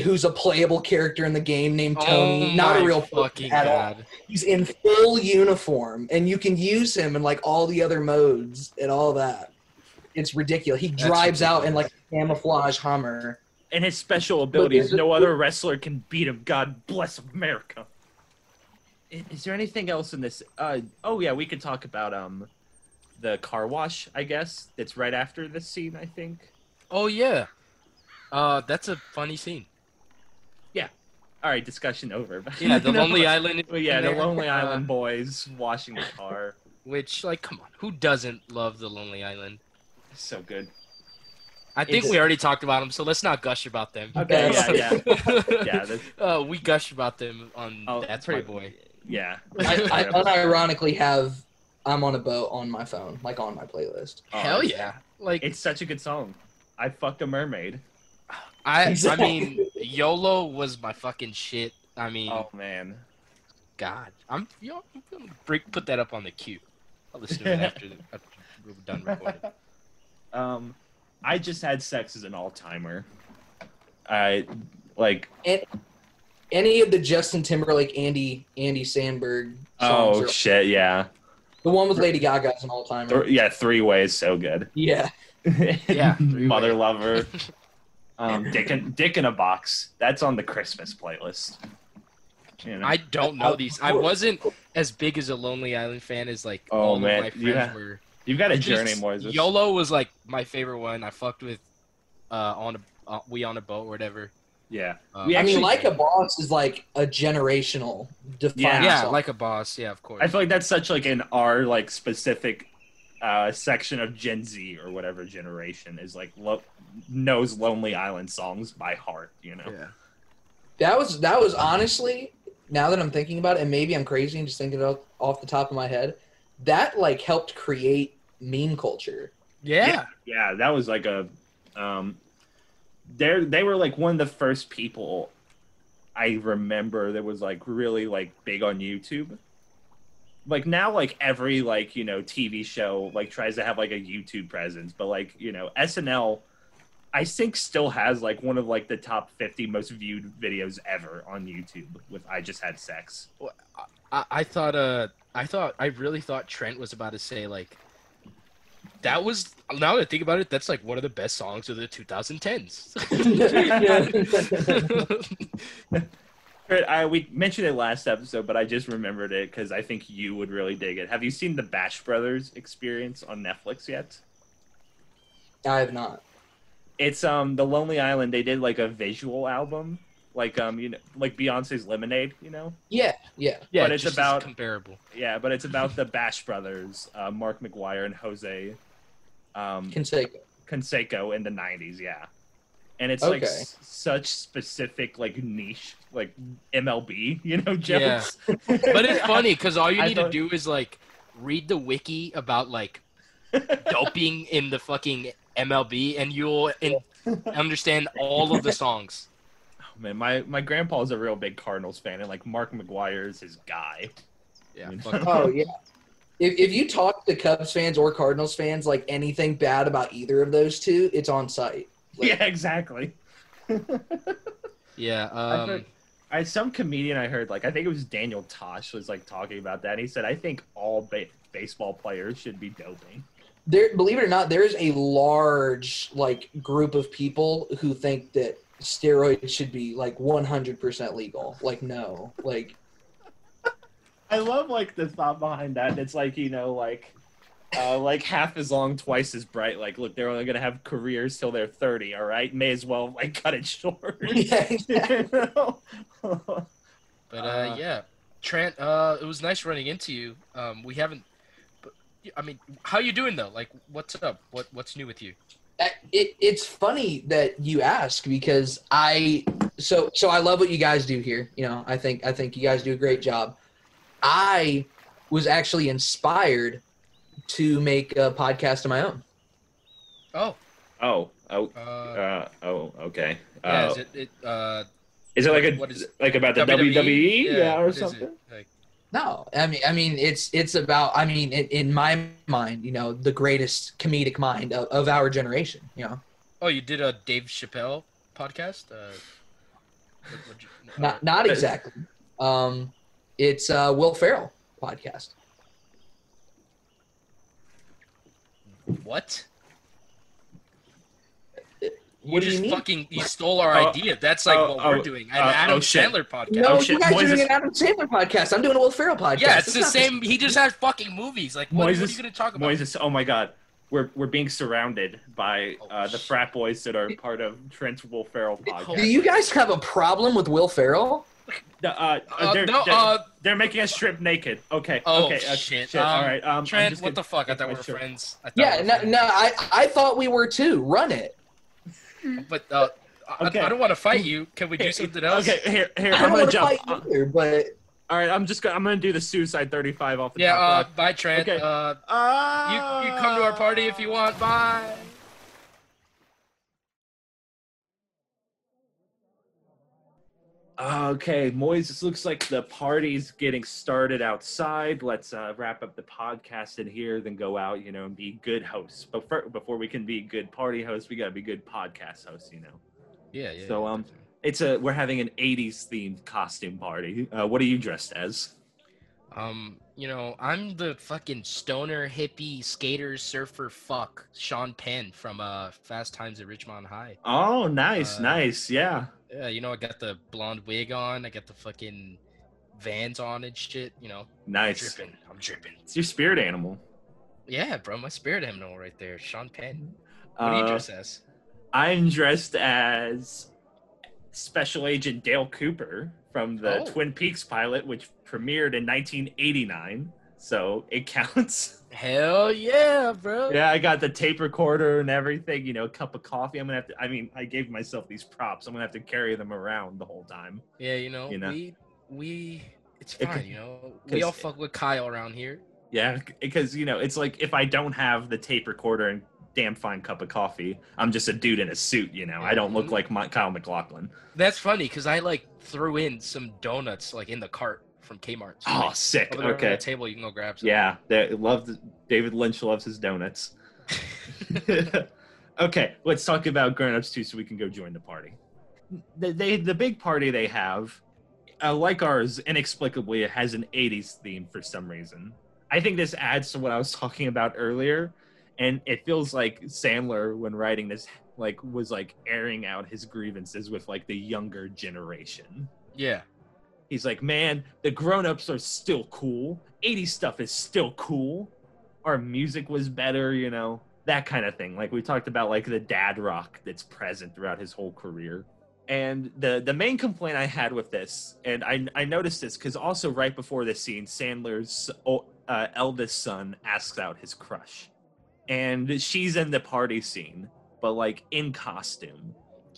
who's a playable character in the game named Tony, Oh not a my real person fucking at all. god. He's in full uniform, and you can use him in like all the other modes and all that. It's ridiculous. He That's drives out in like a camouflage Hummer. And his special ability is there's a- no other wrestler can beat him. God bless America. I- Is there anything else in this? Uh, oh yeah, we could talk about um, the car wash. I guess that's right after this scene. I think. Oh yeah. Uh, that's a funny scene. All right, discussion over. [laughs] Yeah, the No. Lonely Island. Well, yeah, the there. Lonely Uh, Island boys washing the car. Which, like, come on, who doesn't love The Lonely Island? So good. I think It's- we already talked about them, so let's not gush about them. Okay, yeah, [laughs] yeah. Yeah, Oh, that's- uh, we gushed about them on That's [laughs] My Boy. Yeah. I, I unironically have "I'm on a Boat" on my phone, like on my playlist. Hell yeah. Like it's such a good song. I fucked a mermaid. I [laughs] I mean, YOLO was my fucking shit. I mean, oh man, God, I'm you know, I'm gonna break, put that up on the queue. I'll listen to it after, the, after we're done recording. Um, I just had sex as an all timer. I like And any of the Justin Timberlake, Andy, Andy Sandberg songs. oh are- Mm. shit yeah The one with Lady Gaga is an all timer. Th- yeah three ways so good [laughs] Yeah. yeah mother [laughs] lover um dick in, dick in a box that's on the Christmas playlist. You know? I don't know these. I wasn't as big as a Lonely Island fan as like Oh, all man. of my friends Yeah. were. You've got a It's just- journey, Moises. YOLO was like my favorite one. I fucked with uh on a uh, we on a boat or whatever. Uh, Yeah. I mean, like a boss is like a generational defining yeah, song. like a boss. Yeah, of course. I feel like that's such like an R like specific uh section of Gen Z or whatever generation is like lo- knows Lonely Island songs by heart, you know. Yeah. That was that was honestly, now that I'm thinking about it, and maybe I'm crazy and just thinking about off the top of my head, that like helped create meme culture. yeah yeah that was like a um they they were like one of the first people i remember that was like really like big on youtube like now like every like you know tv show like tries to have like a youtube presence but like you know snl i think still has like one of like the top 50 most viewed videos ever on youtube with i just had sex I, I thought uh I thought I really thought Trent was about to say like that was now that I think about it, that's like one of the best songs of the 2010s. Fred, I, we mentioned it last episode, but I just remembered it because I think you would really dig it. Have you seen the Bash Brothers experience on Netflix yet? [laughs] I have not. It's um the Lonely Island. They did like a visual album, like um you know like Beyonce's Lemonade, you know. Yeah, yeah. [laughs] [laughs] Yeah, But it's just as about- comparable. Yeah, but it's [laughs] about the Bash Brothers, uh, Mark McGuire and Jose um, Canseco. Canseco in the '90s. Yeah, and it's like Okay. s- such specific, like niche, like MLB, [laughs] you know, Yeah. jokes. but [laughs] it's funny because all you I need thought- to do is like read the wiki [laughs] about like doping in the fucking MLB, and you'll in- understand all of [laughs] the songs. Man, my my grandpa's a real big Cardinals fan, and like Mark McGuire is his guy. [laughs] Yeah. Oh yeah. If, if you talk to Cubs fans or Cardinals fans, like anything bad about either of those two, it's on site. yeah, exactly. Yeah. I Um, heard- I some comedian I heard like I think it was Daniel Tosh was like talking about that. And he said I think all ba- baseball players should be doping. There, believe it or not, there is a large like group of people who think that steroids should be like 100% legal. Like no, like I love like the thought behind that. It's like you know like. Uh, like [laughs] half as long, twice as bright. Like, look, they're only gonna have careers till they're thirty. All right, may as well like cut it [laughs] short. You know? [laughs] But uh, yeah, Trent, uh, it was nice running into you. Um, we haven't. But, I mean, how you doing though? Like, what's up? What what's new with you? I- it, it's funny that you ask because I so so I love what you guys do here. You know, I think I think you guys do a great job. I was actually inspired to make a podcast of my own. Oh, Oh, oh, uh, oh, okay. yeah, Uh, is it, it uh, is it like a what is it? like about the WWE, WWE? yeah, Yeah, or what is it? something? No, I mean I mean it's it's about I mean in, in my mind, you know, the greatest comedic mind of, of our generation. You know, Oh, you did a Dave Chappelle podcast. Uh, what- what'd you- uh, no, not not exactly. Um, it's uh, Will Ferrell podcast. What? What do you you just mean? fucking you stole our Oh, idea. That's like oh, what we're oh, doing. An uh, Adam oh, shit. Sandler podcast. No, you guys are doing an Adam Sandler podcast. I'm doing a Will Ferrell podcast. yeah, it's the not same. He just has fucking movies. Like, what, what are Moises- you gonna talk about? Moises, oh my God, we're we're being surrounded by Oh, uh, the frat boys that are part of Trent's Will Ferrell podcast. Do you guys have a problem with Will Ferrell? No, uh, Uh, they're, no, they're, uh, they're making us strip naked. Okay. Oh okay. uh, shit! All right. Um, I'm Trent, just what gonna the fuck? I take thought my we were shirt. friends. I thought Yeah, we no, no, I I thought we were too. Run it. were- but uh, I, Okay. I don't want to fight you. Can we do something else? Okay. Here, here. I I'm don't gonna wanna jump. fight either, but All right. I'm just. Gonna, I'm gonna do the suicide 35 off the Yeah. Uh, top. rope. bye, Trent. Okay. Uh, Ah! you you come to our party if you want. Bye. Ah, Okay, Moises, looks like the party's getting started outside. Let's uh, wrap up the podcast in here, then go out, you know, and be good hosts. But fir- before we can be good party hosts, we gotta be good podcast hosts, you know. Yeah. so um, it's a we're having an '80s themed costume party. Uh, what are you dressed as? Um, you know, I'm the fucking stoner hippie skater surfer fuck Sean Penn from uh Fast Times at Richmond High. Oh, nice, Uh, nice, yeah. Yeah, you know, I got the blonde wig on. I got the fucking vans on and shit. You know, Nice. dripping. I'm dripping. It's your spirit animal. Yeah, bro, my spirit animal right there, Sean Penn. What uh, do you dress as? I'm dressed as Special Agent Dale Cooper from the Oh. Twin Peaks pilot, which premiered in 1989. So it [laughs] counts. Hell yeah, bro. yeah, I got the tape recorder and everything. You know, a cup of coffee. I'm gonna have to. I mean, I gave myself these props. I'm gonna have to carry them around the whole time. Yeah, you know, You know. we we it's It fine. could- you know, we all 'cause- fuck with Kyle around here. Yeah, because you know, it's like if I don't have the tape recorder and damn fine cup of coffee, I'm just a dude in a suit. You know, I don't look like my, Kyle McLaughlin. That's funny because I like threw in some donuts like in the cart from Kmart. So, Oh, like, sick. over there on Okay. the table, you can go grab some. Yeah, they love David Lynch loves his [laughs] donuts. okay, let's talk about grown-ups too, so we can go join the party. They, they the big party they have, uh, like ours, inexplicably it has an '80s theme for some reason. I think this adds to what I was [laughs] talking about earlier, and it feels like Sandler when writing this like was like airing out his grievances with like the younger generation. Yeah. He's like, man, the grown-ups are still cool. 80s stuff is still cool. Our music was better, you know, that kind of thing. Like we talked about like the dad rock that's present throughout his whole career. And the the main complaint I had with this, and I I noticed this because also right before this scene, Sandler's o- uh, eldest son asks out his crush, and she's in the party scene, but like in costume.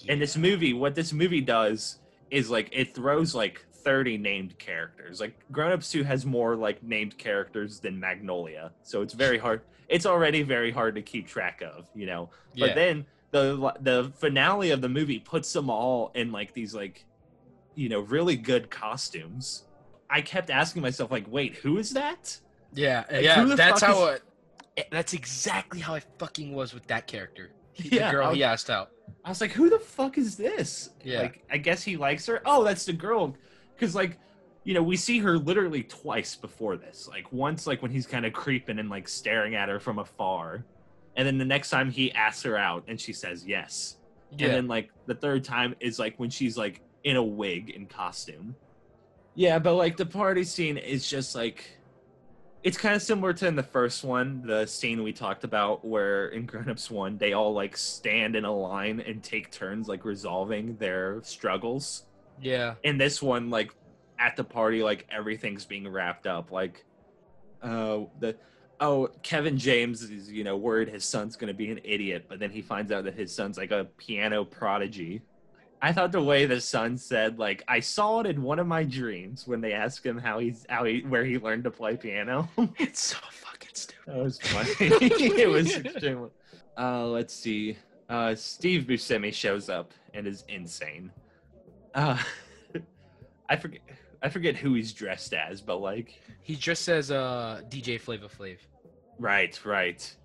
And this movie, what this movie does is like it throws like 30 named characters. Like Grown Ups 2 has more like named characters than Magnolia. So it's very hard. It's already very hard to keep track of, you know. Yeah. But then the the finale of the movie puts them all in like these like you know, really good costumes. I kept asking myself like, "Wait, who is that?" Yeah, Like, yeah. who the That's fuck how. is- I- that's exactly how I fucking was with that character. He- Yeah, the girl he I'll- asked out. I was like, who the fuck is this? Yeah. Like, I guess he likes her. Oh, that's the girl. Because, like, you know, we see her literally twice before this. Like, once, like, when he's kind of creeping and, like, staring at her from afar. And then the next time he asks her out and she says yes. Yeah. And then, like, the third time is, like, when she's, like, in a wig and costume. Yeah, but, like, the party scene is just, like, it's kind of similar to in the first one, the scene we talked about where in Grown Ups 1, they all like stand in a line and take turns like resolving their struggles. yeah. In this one, like at the party, like everything's being wrapped up. Like, uh, the oh, Kevin James is, you know, worried his son's going to be an idiot, but then he finds out that his son's like a piano prodigy. I thought the way the son said, like, I saw it in one of my dreams when they asked him how he's how he where he learned to play piano. [laughs] It's so fucking stupid. That [laughs] was funny. it was extremely. Uh, let's see. Uh, Steve Buscemi shows up and is insane. Uh, [laughs] I forget. I forget who he's dressed as, but like, He just says uh DJ Flava Flav. right, right.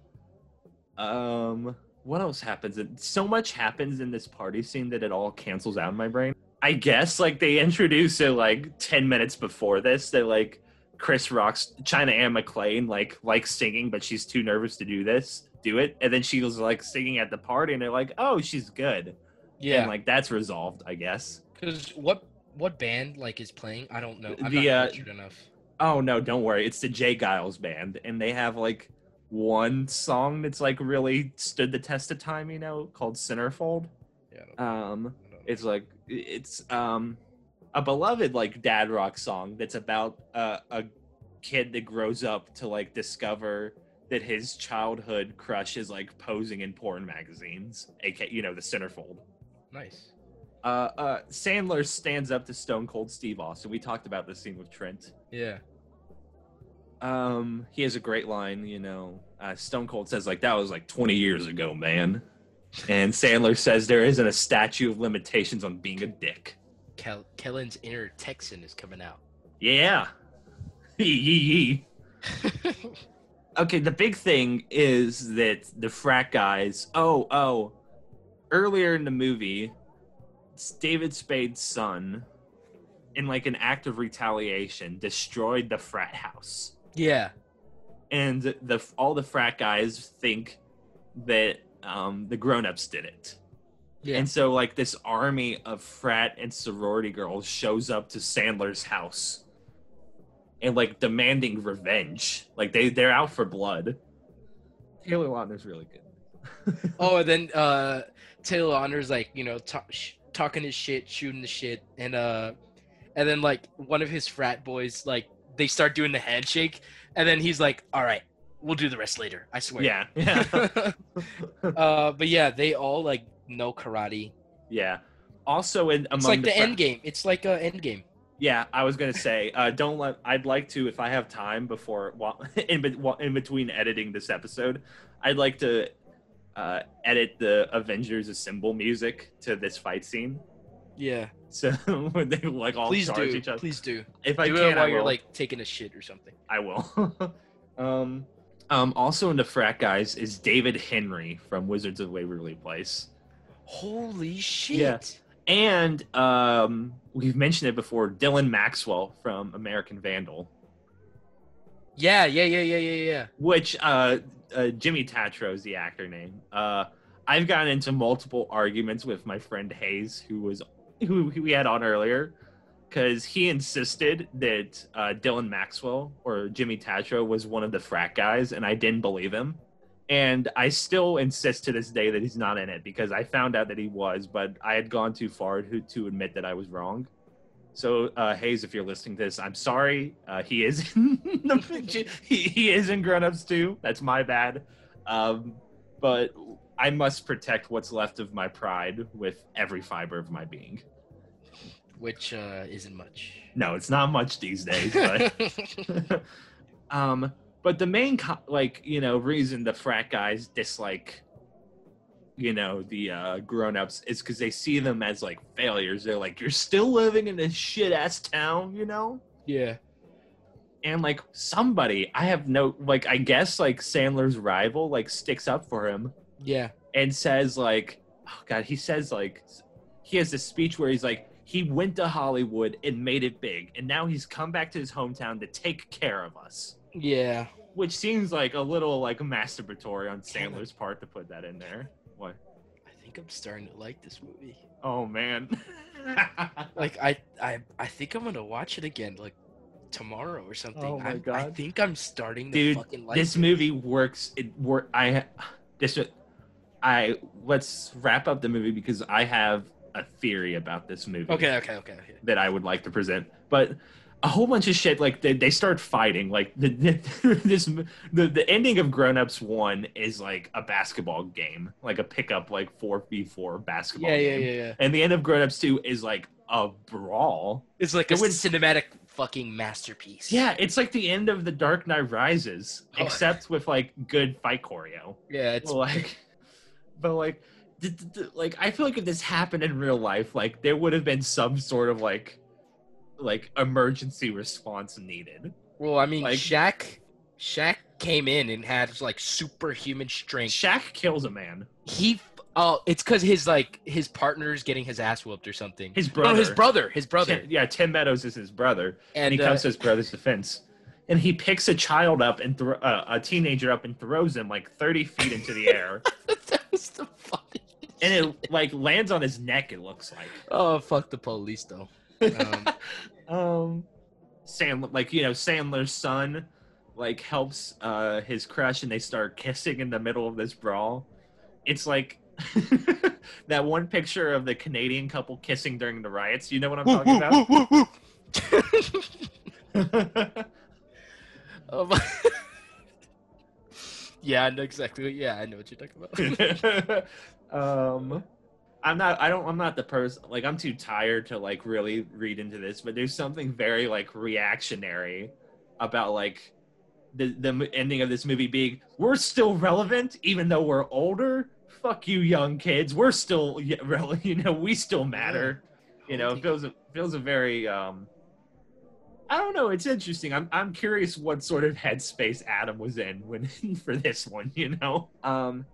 Um, what else happens? So much happens in this party scene that it all cancels out in my brain. I guess like they introduce it like ten minutes before this. They like Chris rocks China Ann McClain like likes singing, but she's too nervous to do this, do it, and then she was like singing at the party, and they're like, oh, she's good, and Yeah. like that's resolved, I guess. Because what what band like is playing? I don't know. I'm The, uh, not cultured enough. Oh no, don't worry, it's the Jay Giles band, and they have like one song that's like really stood the test of time, you know, called Centerfold. Yeah. I don't- Um, I don't know. it's like it's um a beloved like dad rock song that's about uh, a kid that grows up to like discover that his childhood crush is like posing in porn magazines, aka you know the centerfold. Nice. Uh, uh, Sandler stands up to Stone Cold Steve Austin. We talked about this scene with Trent. Yeah. Um, he has a great line, you know. Uh, Stone Cold says like that was like 20 years ago, man. And Sandler says there isn't a statute of limitations on being a dick. Kel- Kellen's inner Texan is coming out. Yeah. [laughs] Yee, yee, yee. okay, the big thing is that the frat guys. Oh, oh. Earlier in the movie, it's David Spade's son, in like an act of retaliation, destroyed the frat house. Yeah. and the all the frat guys think that um, the grown-ups did it Yeah. and so like this army of frat and sorority girls shows up to sandler's house and like demanding revenge like they they're out for blood taylor lautner's really good Oh, and then uh, Taylor Honor's like, you know, ta- sh- talking his shit, shooting the shit, and uh, and then like one of his frat boys, like they start doing the handshake, and then he's like, "All right, we'll do the rest later. I swear." [laughs] Yeah, [laughs] yeah. uh, but yeah, they all like know karate. yeah also in among It's like the, frat- end game. It's like a end game. Yeah, I was gonna say, uh, don't let. I'd like to, if I have time before while, [laughs] in, be- while- in between editing this episode, I'd like to uh, edit the Avengers Assemble music to this fight scene. [laughs] Yeah. So when they like all please charge do. each other, Please do. If I do can, it I while you're will. like taking a shit or something. I will. [laughs] um, um, also in the frat guys is David Henry from Wizards of Waverly Place. Holy shit! Yeah. And um, we've mentioned it before. Dylan Maxwell from American Vandal. Yeah, yeah, yeah, yeah, yeah, yeah. which uh, uh, Jimmy Tatro is the actor name. Uh, I've gotten into multiple arguments with my friend Hayes, who was who, who we had on earlier, because he insisted that uh, Dylan Maxwell or Jimmy Tatro was one of the frat guys, and I didn't believe him. And I still insist to this day that he's not in it because I found out that he was, but I had gone too far to, to admit that I was wrong. So uh, Hayes, if you're listening to this, I'm sorry. Uh, he is [laughs] in the, he, he is in Grown Ups too. That's my bad. Um, but I must protect what's left of my pride with every fiber of my being. Which uh, isn't much. No, it's not much these days, but [laughs] um, but the main co- like you know reason the frat guys dislike you know the uh, grown-ups is because they see them as like failures. They're like, you're still living in this shit ass town, you know. Yeah. and like somebody i have no like i guess like sandler's rival like sticks up for him Yeah. and says like oh god he says like he has this speech where he's like he went to hollywood and made it big and now he's come back to his hometown to take care of us Yeah. which seems like a little like masturbatory on sandler's part to put that in there what I think I'm starting to like this movie. oh man Like I, I, I think I'm gonna watch it again, like tomorrow or something. Oh my I'm- i God. think I'm starting to dude fucking like this it. movie works it work i this i let's wrap up the movie because i have a theory about this movie Okay, okay, okay, okay. that i would like to present but a whole bunch of shit like they, they start fighting like the, the [laughs] this m- the, the ending of grown-ups one is like a basketball game like a pickup like 4v4 basketball Yeah, yeah, game. yeah, yeah. and the end of grown-ups two is like a brawl It's like It a would- cinematic fucking masterpiece. yeah, it's like the end of The Dark Knight Rises, Oh. except with like good fight choreo. Yeah, it's Well, like, [laughs] but like, d- d- d- like I feel like if this happened in real life, like there would have been some sort of like, like emergency response needed. Well, I mean, Like- Shaq, Shaq came in and had like superhuman strength. Shaq kills a man. He, oh, it's because his like his partner's getting his ass whooped or something. His No, Oh, his brother. brother, his brother. Tim- yeah, Tim Meadows is his brother, and, And, he uh, [laughs] comes to his brother's defense, and he picks a child up and thro- uh, a teenager up and throws him like thirty feet into the [laughs] air. that was the funny. and it like lands on his neck. It looks like. Oh fuck the police though. Um, um Sandler like you know Sandler's son like helps uh his crush and they start kissing in the middle of this brawl. It's like [laughs] that one picture of the Canadian couple kissing during the riots. You know what I'm Woo, [laughs] talking woo, about? woo, woo, [laughs] Oh my. [laughs] yeah, I know exactly. Yeah, I know what you're talking about. [laughs] um i'm not i don't i'm not the person like i'm too tired to like really read into this but there's something very like reactionary about like the the m- ending of this movie being we're still relevant even though we're older fuck you young kids we're still y- [laughs] rel- you know we still matter you know it feels a, feels a very um I don't know. It's interesting. I'm I'm curious what sort of headspace Adam was in when [laughs] for this one. You know, um,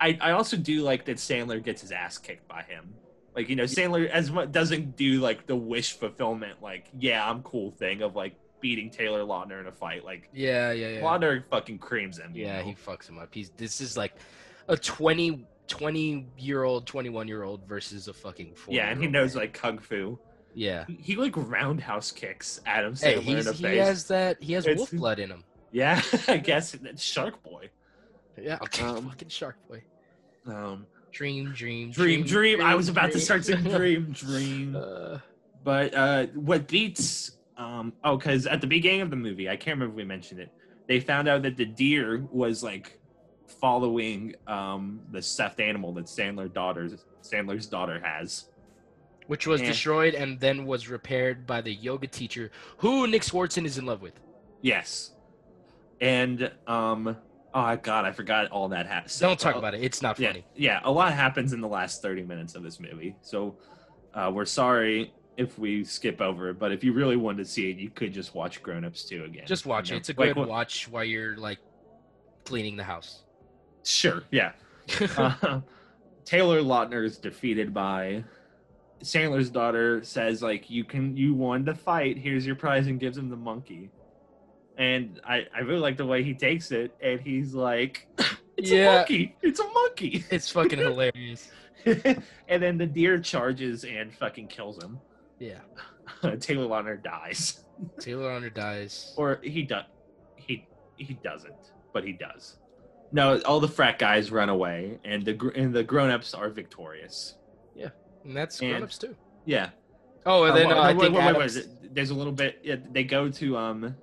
I, I also do like that Sandler gets his ass kicked by him. Like you know, Sandler as much doesn't do like the wish fulfillment, like yeah, I'm cool thing of like beating Taylor Lautner in a fight. Like [laughs] Yeah, yeah, yeah. Lautner fucking creams him. you yeah, know? he fucks him up. He's this is like a 20, 20 year old, twenty one year old versus a fucking four. yeah, and he knows like kung fu. Yeah. He, he, like roundhouse kicks Adam Hey, Sandler in he's, the he face. has that. He has It's- wolf blood in him. yeah, [laughs] I guess it's Shark Boy. Yeah, [laughs] okay, Um, fucking shark boy. Um, Dream, dream, dream, dream. I was about to start saying [laughs] dream. dream, [laughs] dream. but uh, what beats? Um, oh, because at the beginning of the movie, I can't remember if we mentioned it. They found out that the deer was like following um, the stuffed animal that Sandler daughter's Sandler's daughter has. Which was Eh. destroyed and then was repaired by the yoga teacher who Nick Swartzen is in love with. Yes, and um, oh god, I forgot all that happened. Don't talk about it. It's not oh, yeah, funny. Yeah, a lot happens in the last 30 minutes of this movie. So uh, we're sorry if we skip over it, but if you really wanted to see it, you could just watch Grown Ups 2 again. Just watch You know, it. It's a like good what- watch while you're like cleaning the house. Sure, [laughs] yeah. Uh, Taylor Lautner is defeated by Sandler's daughter says like you can you won the fight, here's your prize and gives him the monkey. And I, I really like the way he takes it and he's like [laughs] It's a Yeah. monkey. It's a monkey. [laughs] It's fucking hilarious. and then the deer charges and fucking kills him. [laughs] Yeah. Taylor Lautner dies, Taylor Honor dies. or he does. He he doesn't, but he does. No, all the frat guys run away, and the gr- and the grown ups are victorious. And that's And- grown ups too. Yeah. Oh, and then wait, uh, I wait, think wait, wait, wait, Adam's- there's a little bit. Yeah, they go to um,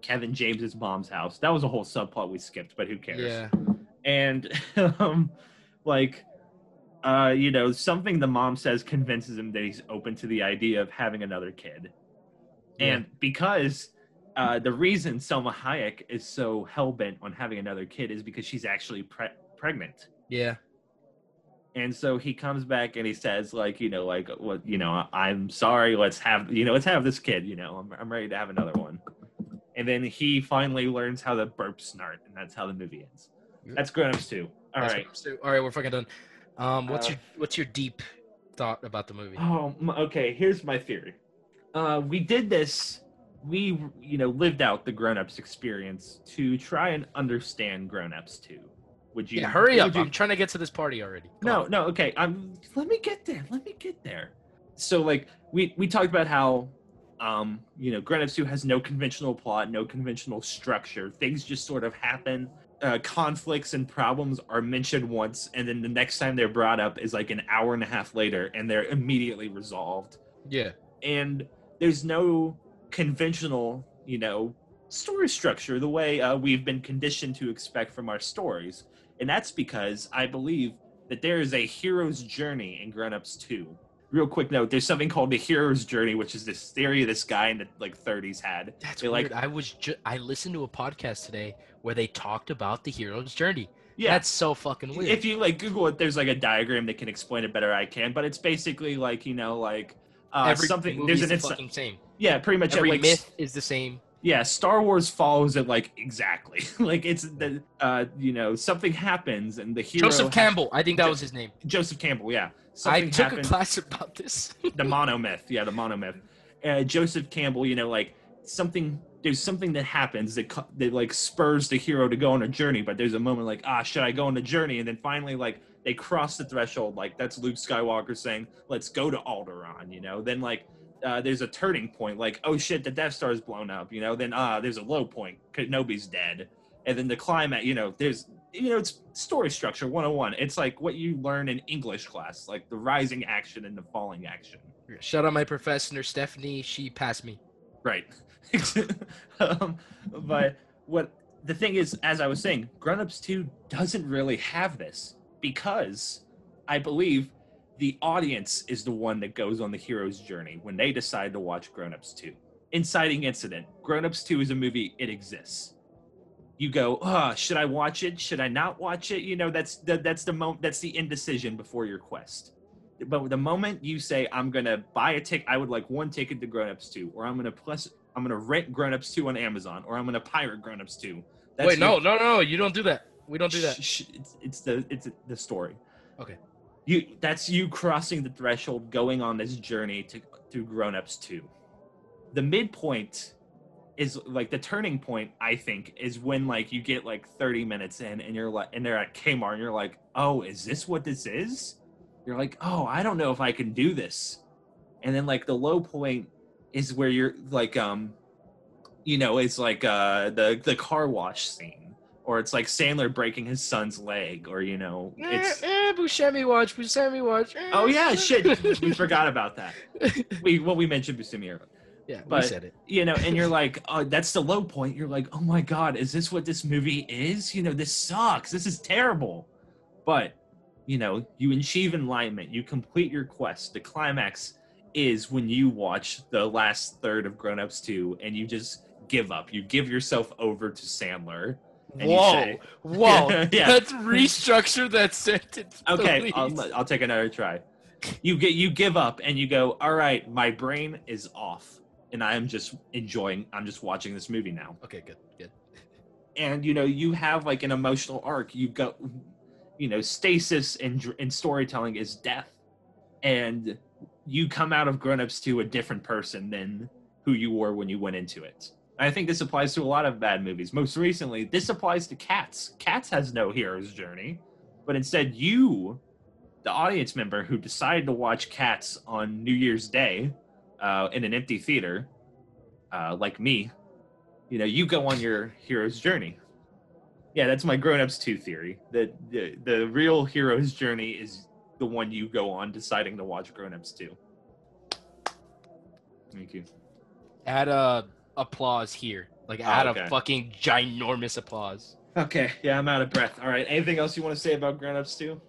Kevin James's mom's house. That was a whole subplot we skipped, but who cares? Yeah. and [laughs] um, like uh, you know something the mom says convinces him that he's open to the idea of having another kid and because uh, the reason selma hayek is so hell-bent on having another kid is because she's actually pre- pregnant Yeah. and so he comes back and he says like you know like what you know i'm sorry let's have you know let's have this kid you know i'm, I'm ready to have another one and then he finally learns how to burp snart and that's how the movie ends that's grown-ups too all That's right Grown-Ups too. All right, we're fucking done. Um, what's Uh, your what's your deep thought about the movie? Oh, m- okay. Here's my theory. Uh, we did this. We, you know, lived out the grown-ups experience to try and understand grown-ups too. Would you? yeah, hurry up! would you- I'm trying to get to this party already. no, no. Okay. I'm. Let me get there. Let me get there. So, like, we we talked about how, um, you know, grown-ups two has no conventional plot, no conventional structure. Things just sort of happen. Uh, conflicts and problems are mentioned once, and then the next time they're brought up is like an hour and a half later, and they're immediately resolved Yeah. and there's no conventional, you know, story structure the way uh, we've been conditioned to expect from our stories. And that's because I believe that there is a hero's journey in Grown Ups 2. Real quick note, there's something called the hero's journey, which is this theory this guy in the like 30s had. That's They, like- weird. I was ju- I listened to a podcast today where they talked about the hero's journey. Yeah. That's so fucking weird. if you like Google it, there's like a diagram that can explain it better. I can, but it's basically like you know, like uh, Every something. movie There's an is the insi- fucking same. Yeah, pretty much Every like, s- myth is the same. yeah star wars follows it like exactly [laughs] like it's the uh you know something happens and the hero Joseph Campbell, I think that was his name. joseph campbell yeah I something took happened- a class about this. the monomyth yeah the monomyth uh, joseph campbell you know like something there's something that happens that co- that like spurs the hero to go on a journey but there's a moment like ah should i go on a journey and then finally like they cross the threshold like that's luke skywalker saying let's go to alderaan you know then like uh, there's a turning point like oh shit the death star is blown up you know then ah there's a low point kenobi's dead and then the climax you know there's you know, it's story structure 101. It's like what you learn in English class, like the rising action and the falling action. Shout out my professor Stephanie. She passed me. Right. [laughs] um, but what the thing is, as I was saying, Grown Ups 2 doesn't really have this because I believe the audience is the one that goes on the hero's journey when they decide to watch Grown Ups 2. Inciting incident Grown Ups 2 is a movie, it exists. You go, oh, should I watch it? Should I not watch it? You know, that's the, that's the moment, that's the indecision before your quest. But the moment you say, I'm going to buy a ticket, I would like one ticket to Grown Ups 2, or I'm going to plus, I'm going to rent Grown Ups 2 on Amazon, or I'm going to pirate Grown Ups 2. That's Wait, no, your- no, no, you don't do that. We don't do that. Shh, shh, it's, it's the it's the story. Okay. You that's you crossing the threshold, going on this journey to through Grown Ups Two. The midpoint is like the turning point. I think is when like you get like thirty minutes in, and you're like, and they're at Kmart, and you're like, oh, is this what this is? You're like, oh, I don't know if I can do this. And then like the low point is where you're like, um, you know, it's like uh the the car wash scene, or it's like Sandler breaking his son's leg, or you know, it's [laughs] Eh, eh, Buscemi watch, Buscemi watch. eh. Oh yeah, shit. we forgot about that. We well we mentioned Buscemi earlier. [laughs] Yeah, But we said it. You know, and you're like, oh, that's the low point. You're like, oh my god, is this what this movie is? You know, this sucks. This is terrible. But you know, you achieve enlightenment. You complete your quest. The climax is when you watch the last third of Grown Ups Two, and you just give up. You give yourself over to Sandler. and you Whoa, say- whoa. [laughs] Yeah. Let's restructure that sentence. Okay, please. I'll, I'll take another try. You get you give up and you go. All right, my brain is off, and I am just enjoying. I'm just watching this movie now. Okay, good, good. And you know you have like an emotional arc. You go, you know, stasis and dr- and storytelling is death, and you come out of Grown Ups to a different person than who you were when you went into it. I think this applies to a lot of bad movies. Most recently, this applies to Cats. Cats has no hero's journey, but instead, you, the audience member who decided to watch Cats on New Year's Day uh, in an empty theater, uh, like me, you know, you go on your hero's journey. Yeah, that's my Grown Ups 2 theory. The, the, the real hero's journey is the one you go on deciding to watch Grown Ups 2. Thank you. Add a applause here. Like Oh, add okay. a fucking ginormous applause. Okay, yeah, I'm out of breath. All right, anything else you want to say about Grown Ups 2?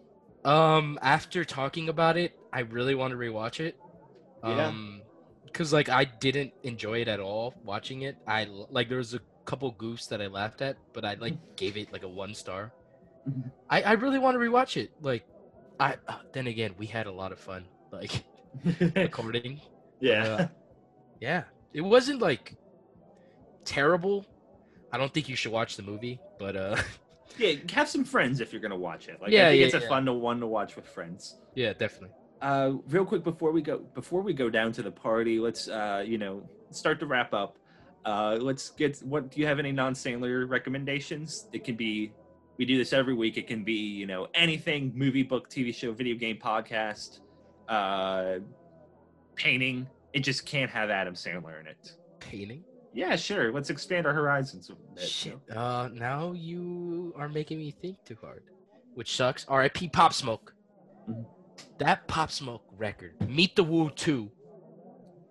Um, after talking about it, I really want to rewatch it. Yeah. Um, cause like I didn't enjoy it at all watching it. I l- like there was a couple goofs that I laughed at, but [laughs] I like gave it like a one star. Mm-hmm. I I really want to rewatch it. Like, I uh, then again we had a lot of fun like [laughs] [laughs] recording. Yeah. Uh, yeah, it wasn't like terrible. I don't think you should watch the movie, but uh, [laughs] Yeah, have some friends if you're gonna watch it. Like, I Yeah, think yeah, it's a yeah. fun to one to watch with friends. yeah, definitely. Uh, real quick before we go before we go down to the party, let's uh, you know start to wrap up. Uh, let's get what do you have any non Sandler recommendations? It can be we do this every week. It can be you know anything movie, book, TV show, video game, podcast, uh, painting. It just can't have Adam Sandler in it. Painting. Yeah, sure. Let's expand our horizons. a bit, Shit. you know? Uh, now you are making me think too hard, which sucks. R.I.P. Pop Smoke. That Pop Smoke record, Meet the Woo Two,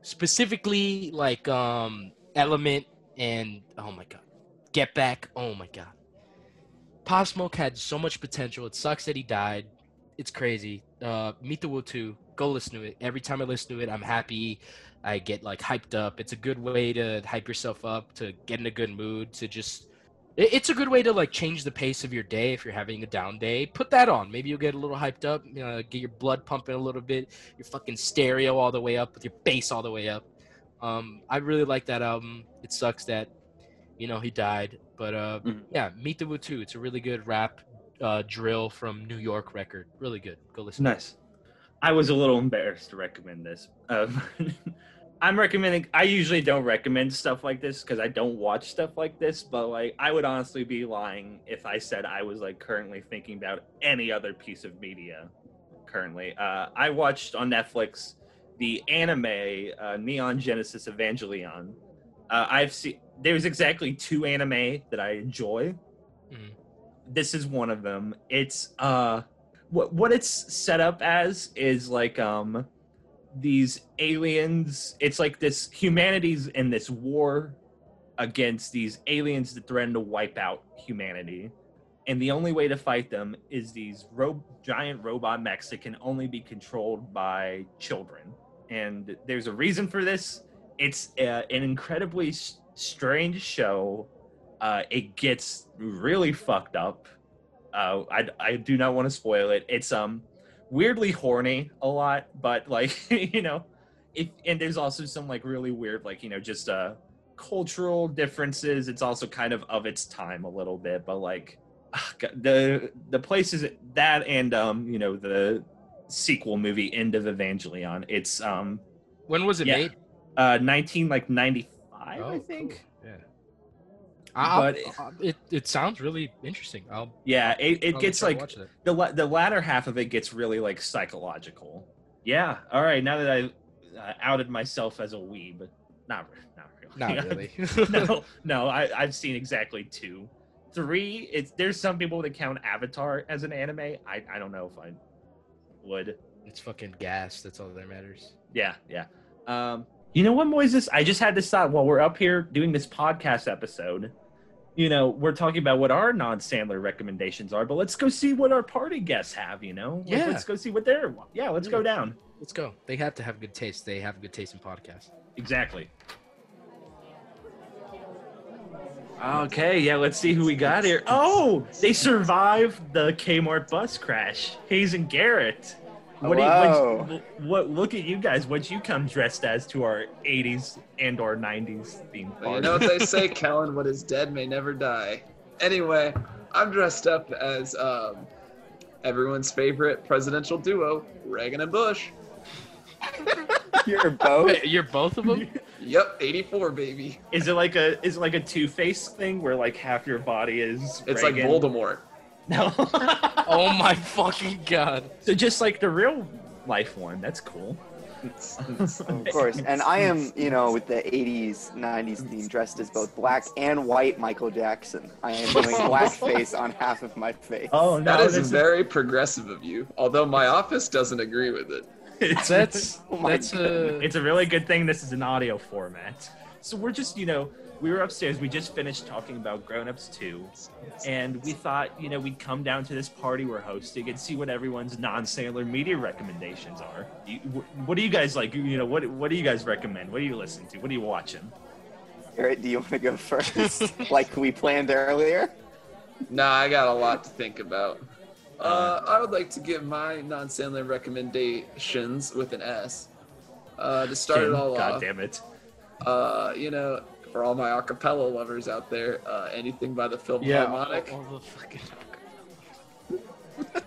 specifically like um Element and oh my god, Get Back. Oh my god, Pop Smoke had so much potential. It sucks that he died. It's crazy. Uh, Meet the Woo Two. Go listen to it. Every time I listen to it, I'm happy. I get like hyped up. It's a good way to hype yourself up, to get in a good mood, to just. it- It's a good way to like change the pace of your day if you're having a down day. Put that on. Maybe you'll get a little hyped up, you know, get your blood pumping a little bit, your fucking stereo all the way up with your bass all the way up. Um, I really like that album. It sucks that, you know, he died, but uh, Mm-hmm. yeah, Meet the Woo 2. It's a really good rap uh, drill from New York record. Really good. Go listen. Nice. I was a little embarrassed to recommend this. Um, [laughs] I'm recommending. I usually don't recommend stuff like this because I don't watch stuff like this. But like, I would honestly be lying if I said I was like currently thinking about any other piece of media. Currently, uh, I watched on Netflix the anime uh, Neon Genesis Evangelion. Uh, I've seen there's exactly two anime that I enjoy. Mhm. this is one of them. It's uh what what it's set up as is like um these aliens it's like this humanity's in this war against these aliens that threaten to wipe out humanity and the only way to fight them is these ro- giant robot mechs that can only be controlled by children and there's a reason for this it's uh, an incredibly s- strange show uh, it gets really fucked up uh, I, I do not want to spoil it it's um weirdly horny a lot but like [laughs] you know if and there's also some like really weird like you know just uh cultural differences it's also kind of of its time a little bit but like ah, God, the the places that and um you know the sequel movie end of evangelion it's um when was it yeah, made? uh 19 like 95 Oh, i think Yeah. I, But- I- it it sounds really interesting. I'll yeah it, it I'll gets try to like watch that. the la- the latter half of it gets really like psychological. Yeah. All right. Now that I uh, outed myself as a weeb, not re- not [laughs] Not really. really. [laughs] no, no. I I've seen exactly two, three. It's there's some people that count Avatar as an anime. I I don't know if I would. It's fucking gas. That's all that matters. Yeah. Yeah. Um. You know what, Moises? I just had this thought while we're up here doing this podcast episode. You know, we're talking about what our non-Sandler recommendations are, but let's go see what our party guests have. You know, Like, Yeah. let's go see what they're. Yeah, let's go down. Let's go. They have to have good taste. They have good taste in podcasts. Exactly. Okay, yeah, let's see who we got here. Oh, they survived the Kmart bus crash. Hayes and Garrett. What do you, Hello. what's- what look at you guys? What'd you come dressed as to our 80s and or 90s theme party? Well, you know what they say, Kellen, what is dead may never die. Anyway, I'm dressed up as um, everyone's favorite presidential duo, Reagan and Bush. You're both. You're both of them. Yep, 84, baby. Is it like a is it like a two face thing where like half your body is? It's like Voldemort. [laughs] oh my fucking god! [laughs] So just like the real life one. That's cool. [laughs] Of course. And [laughs] I am, you know, with the 80s, 90s theme dressed as both black and white Michael Jackson. I [laughs] am doing blackface on half of my face. Oh, that is very progressive of you, although my office doesn't agree with it. [laughs] [laughs] That's Oh that's a uh it's a really good thing this is an audio format. So we're just, you know, we were upstairs, we just finished talking about Grown Ups 2, and we thought, you know, we'd come down to this party we're hosting and see what everyone's non-Sailor media recommendations are. You, wh- what do you guys like? You know, what what do you guys recommend? What do you listen to? What are you watching? Garrett, do you want to [laughs] go first? like we planned earlier? Nah, I got a lot to think about. Uh, I would like to give my non Sandler recommendations with an S. Uh, to start it Jim, all God off, damn it. uh, you know, for all my acapella lovers out there, uh, anything by the Philharmonic. yeah. all- all the fucking-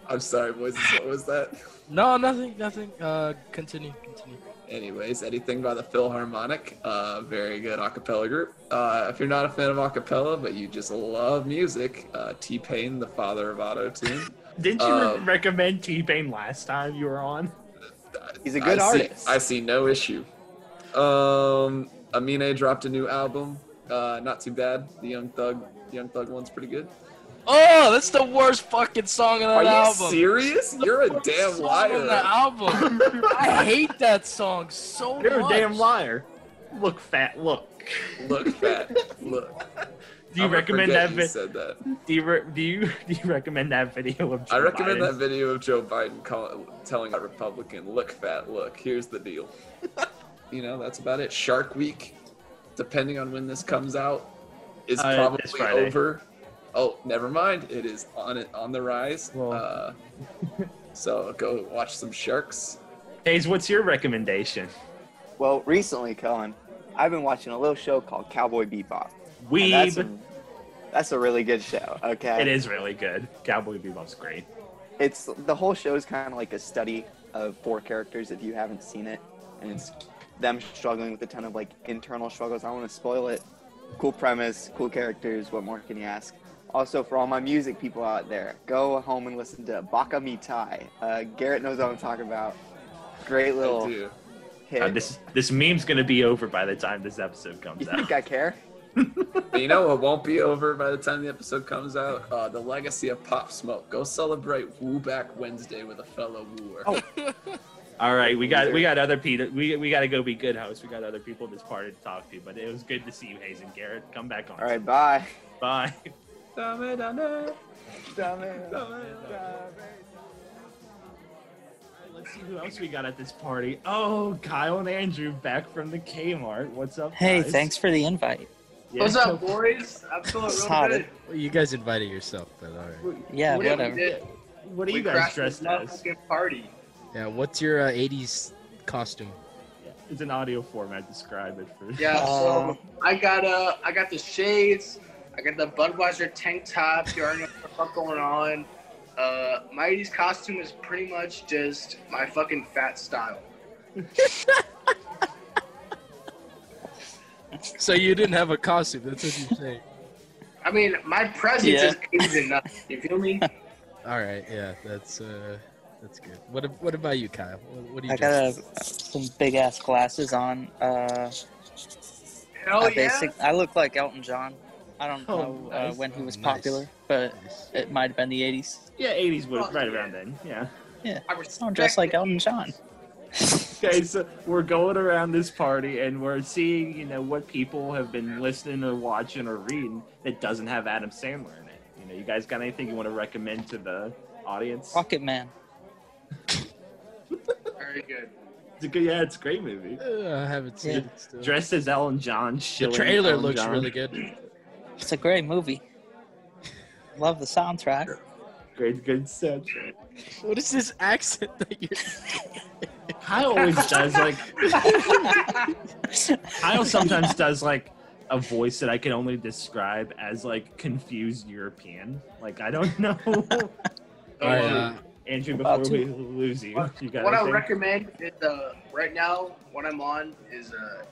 I'm sorry, boys. What was that? No, nothing, nothing. Uh, continue, continue. Anyways, anything by the Philharmonic. Uh, very good acapella group. Uh, if you're not a fan of acapella, but you just love music, uh, T Pain, the father of auto tune. Didn't you re- Um, recommend T-Pain last time you were on? He's a I see- I see no issue. Um, Amine dropped a new album. Uh, not too bad. The Young Thug, the Young Thug one's pretty good. Oh, that's the worst fucking song on Are that you album. serious? You're a damn Song on the liar. album. I hate that song so You're much. a damn liar. Look fat, look. Look fat. Look. Do you I'ma recommend that? forget You vi- said that. Do you re- do you [laughs] do you recommend that video of? Joe I recommend Biden? that video of Joe Biden call, telling a Republican, "Look, fat, look. Here's [laughs] the deal." you know, that's about it. Shark Week, depending on when this comes out, is Uh, this probably Friday. over. Oh, never mind. It is on it on the rise. uh, [laughs] so go watch some sharks. Hayes, what's your recommendation? Well, recently, Cullen, I've been watching a little show called Cowboy Bebop. Weeb. And That's a, that's a really good show. Okay. It is really good. Cowboy Bebop's great. It's the whole show is kind of like a study of four characters if you haven't seen it, and it's them struggling with a ton of like internal struggles. I don't want to spoil it. Cool premise, cool characters. What more can you ask? Also, for all my music people out there, go home and listen to Baka Mi Tai. Uh, Garrett knows what I'm talking about. Great little do. hit. Uh, this this meme's gonna be over by the time this episode comes you out. think I care? But you know it won't be over by the time the episode comes out. Uh, the legacy of Pop Smoke. Go celebrate Woo Back Wednesday with a fellow wooer. Oh. All right, we got we got other people. We we got to go be good hosts. We got other people in this party to talk to. But it was good to see you, Hayes and Garrett. Come back on. All right, bye. Bye. [laughs] Dame, dame, dame, Let's see who else we got at this party. Oh, Kyle and Andrew back from the Kmart. What's up? Hey, guys? thanks for the invite. Yeah. What's up, boys? I'm feeling It's real hot. good. Well, you guys invited yourself, but all right. Yeah, What whatever. did- What are we you guys crashed dressed this as? motherfucking Party. Yeah, what's your uh, 80s costume? It's an audio format. Describe it for. Yeah, Oh. so I got uh, I got the shades, I got the Budweiser tank top. You already know what the fuck going on. Uh, my 80s costume is pretty much just my fucking fat style. So you didn't have a costume. That's what [laughs] you say. I mean, my presence Yeah. is Asian enough. You [laughs] feel me? All right. Yeah, that's uh, that's good. What ab- what about you, Kyle? What, what do you? I got a, some big ass glasses on. Uh, Hell Oh, I yeah. basic- I look like Elton John. I don't Oh, know nice. uh, when he was Oh, nice. popular, but it might have been the 80s. [laughs] Yeah, 80s was right around then. Yeah. Yeah, I I'm respect dressed like it. Elton John. Okay, so we're going around this party and we're seeing, you know, what people have been listening or watching or reading that doesn't have Adam Sandler in it. You know, you guys got anything you want to recommend to the audience? Rocket Man. Very good. It's a good, yeah, it's a great movie. Uh, I haven't seen it. Still. Dressed as Ellen John, the shilling trailer Elton looks John. really good. It's a great movie. Love the soundtrack. great, good soundtrack. [laughs] What is this accent that you're? Kyle always does like Kyle sometimes [laughs] does like a voice that I can only describe as like confused European. Like I don't [laughs] know. I, uh, Oh. Andrew, before About we lose you, you got what I anything? recommend is uh, right now, what I'm on is uh,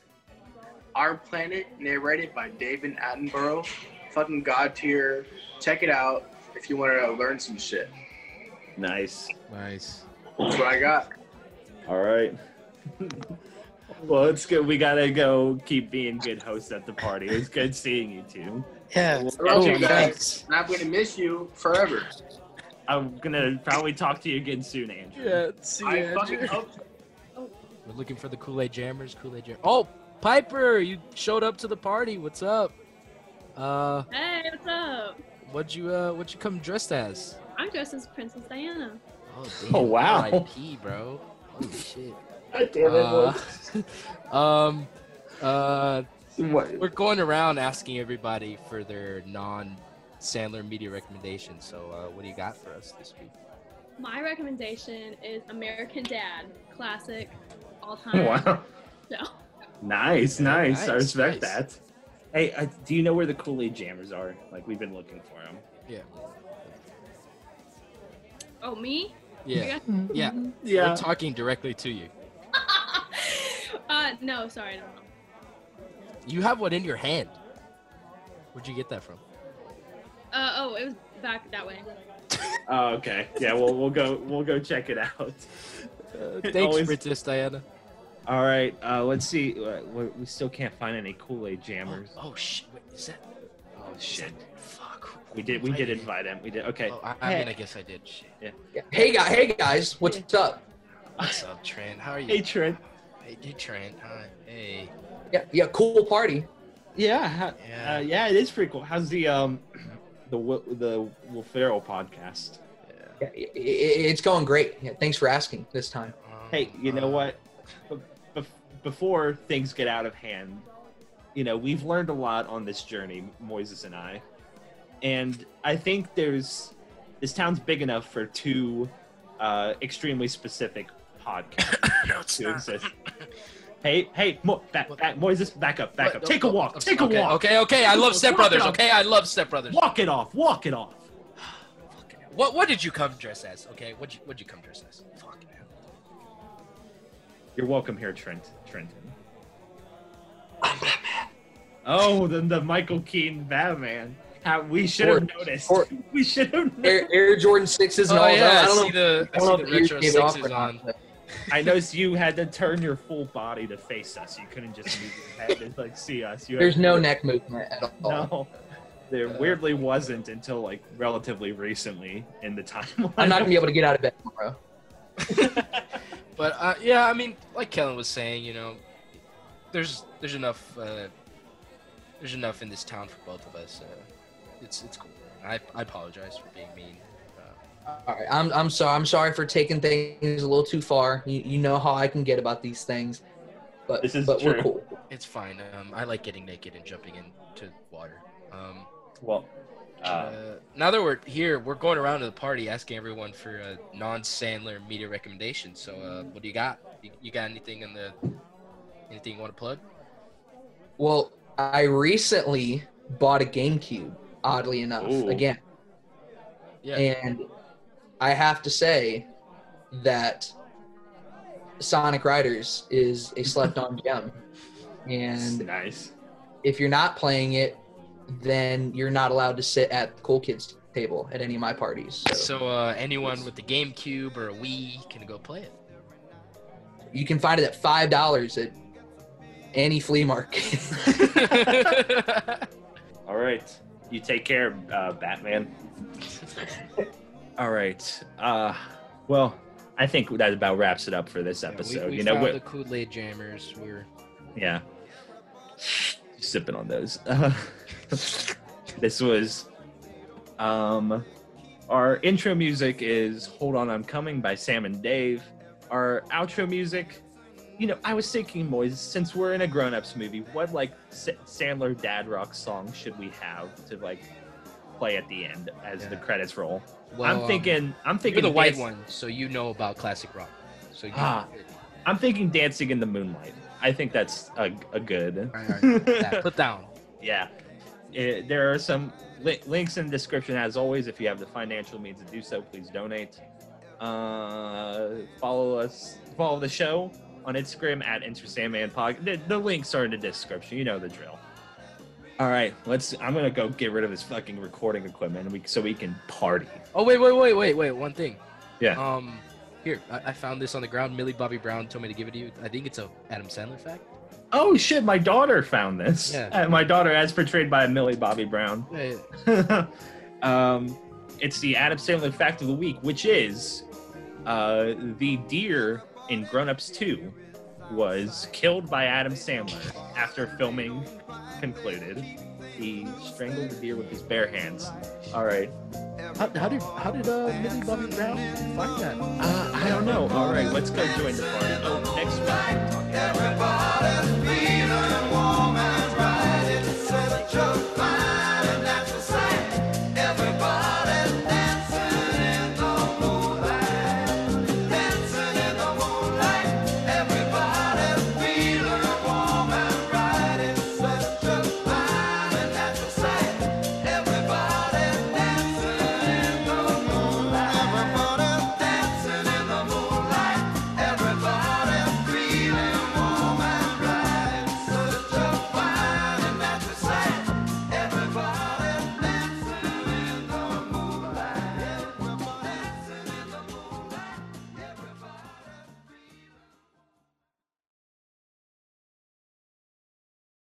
Our Planet, narrated by David Attenborough. Fucking god tier. Check it out if you want to learn some shit. nice. nice. That's what I got. All right. [laughs] well, it's good. We gotta go. Keep being good hosts at the party. It's good seeing you two. Yeah. I love you cool, guys. And I'm gonna miss you forever. I'm gonna probably talk to you again soon, Andrew. Yeah. See, I Andrew. fucking [laughs] hope. We're looking for the Kool Aid Jammers. Kool Aid Jam. Oh, Piper, you showed up to the party. What's up? Uh, Hey, what's up? what'd you uh, what you come dressed as? I'm dressed as Princess Diana. Oh, Oh, wow. R.I.P., bro. [laughs] Holy shit. [laughs] God damn it, Uh, [laughs] boy. um, uh, What? we're going around asking everybody for their non Sandler media recommendations. So, uh, what do you got for us this week? My recommendation is American Dad, classic, all time. [laughs] Wow. So, Nice, nice. I Nice, respect nice. that. Hey, uh, do you know where the Kool Aid Jammers are? Like we've been looking for them. Yeah. oh me? [laughs] Yeah. Yeah. We're talking directly to you. uh, no, sorry, no. You have one in your hand. Where'd you get [laughs] that from? Uh, oh, it was back that way. Oh, okay. Yeah, well, we'll go. We'll go check it out. Uh, [laughs] It thanks, always- Princess Diana. All right. Uh, let's see. Uh, we we still can't find any Kool Aid Jammers. Oh, oh shit! Wait, is that? Oh shit. Fuck. who- We did. We did invited me? invite him. We did. Okay. Oh, I, I Hey. mean, I guess I did. Shit. Hey guy, hey guys, what's up? What's up, Trent? How are you? Hey, Trent. Hey, dude, Trent. Hi. Hey. Yeah, yeah, cool party. Yeah. ha- Yeah. Uh, yeah. It is pretty cool. How's the um, [clears throat] the Wi- the Will Ferrell podcast? Yeah, i- i- it's going great. Yeah, thanks for asking this time. Um, Hey, you know uh, what? Be- bef- before things get out of hand, you know, we've learned a lot on this journey, Moises and I. And I think there's this town's big enough for two uh, extremely specific podcasts [coughs] No, it's to not. exist. Hey, hey, Mo- back, What? back, Moises, back up, back What? Oh, up. Take a walk, take a okay, walk. Okay, okay. I love Step Walk it Brothers. off. Okay, I love Step Brothers. Walk it off, walk it off. Fucking hell. What What did you come dressed as? Okay, what you What you come dressed as? Fucking hell. You're welcome here, Trent. Trenton. I'm Batman. Oh, then the Michael Keaton Batman. How, we should have Or- noticed. or- [laughs] we should have. Oh, Air, Air Jordan sixes and all that. I don't know. the I don't know if the ears gave it off or sixes not, but I noticed you had to turn your full body to face us. You couldn't just move your head and like see us. You had There's to- no neck movement at all. Uh, No, there weirdly wasn't until like relatively recently in the timeline. I'm not gonna be able to get out of bed tomorrow. But uh, yeah, I mean, like Kellen was saying, you know, there's there's enough uh, there's enough in this town for both of us. Uh, it's it's cool. I, I apologize for being mean. All right, I'm I'm sorry. I'm sorry for taking things a little too far. You, you know how I can get about these things, but This is but we're true. cool. It's fine. Um, I like getting naked and jumping into water. Um, [laughs] well, uh, Ah. now that we're here, we're going around to the party asking everyone for uh, non-Sandler media recommendations. So, uh, what do you got? You, you got anything in the anything you want to plug? Well, I recently bought a GameCube. Oddly enough, Ooh. again, Yeah. and I have to say that Sonic Riders is a slept-on gem. And nice. If you're not playing it, then you're not allowed to sit at the cool kids table at any of my parties. So So, uh, anyone with the GameCube or a Wii can go play it. you can find it at five dollars at any flea market. [laughs] All right. You take care, uh, Batman. All right. Uh, well, I think that about wraps it up for this episode. we you know, found we the Kool Aid Jammers. We were yeah, sipping on those. [laughs] this was, um, our intro music is "Hold On, I'm Coming" by Sam and Dave. Our outro music, you know, I was thinking, boys, since we're in a grown-ups movie, what like S- Sandler dad rock song should we have to like play at the end as the credits roll? Well, I'm um, thinking, I'm thinking you're the white Dance- one, so you know about classic rock. So you, Ah, I'm thinking dancing in the moonlight. I think that's a, a good. [laughs] that- put down. yeah. Eh, there are some li- links in the description, as always. If you have the financial means to do so, please donate. Uh, follow us, follow the show on Instagram at InterSandmanPod. The, the links are in the description. You know the drill. All right, let's. I'm gonna go get rid of this fucking recording equipment, and we, so we can party. Oh wait, wait, wait, wait, wait. One thing. Yeah. Um, here I, I found this on the ground. Millie Bobby Brown told me to give it to you. I think it's a Adam Sandler fact. Oh shit! My daughter found this. Yeah. Uh, my daughter, as portrayed by Millie Bobby Brown. Yeah, [laughs] um, it's the Adam Sandler fact of the week, which is uh, the deer in Grown Ups 2 was killed by Adam Sandler after filming concluded. He strangled the deer with his bare hands. All right. How, how did how did uh, Millie Bobby Brown find that? Uh, I don't know. All right, let's go join the party. Oh, next week. Everybody's feeling warm and right. It's such a fine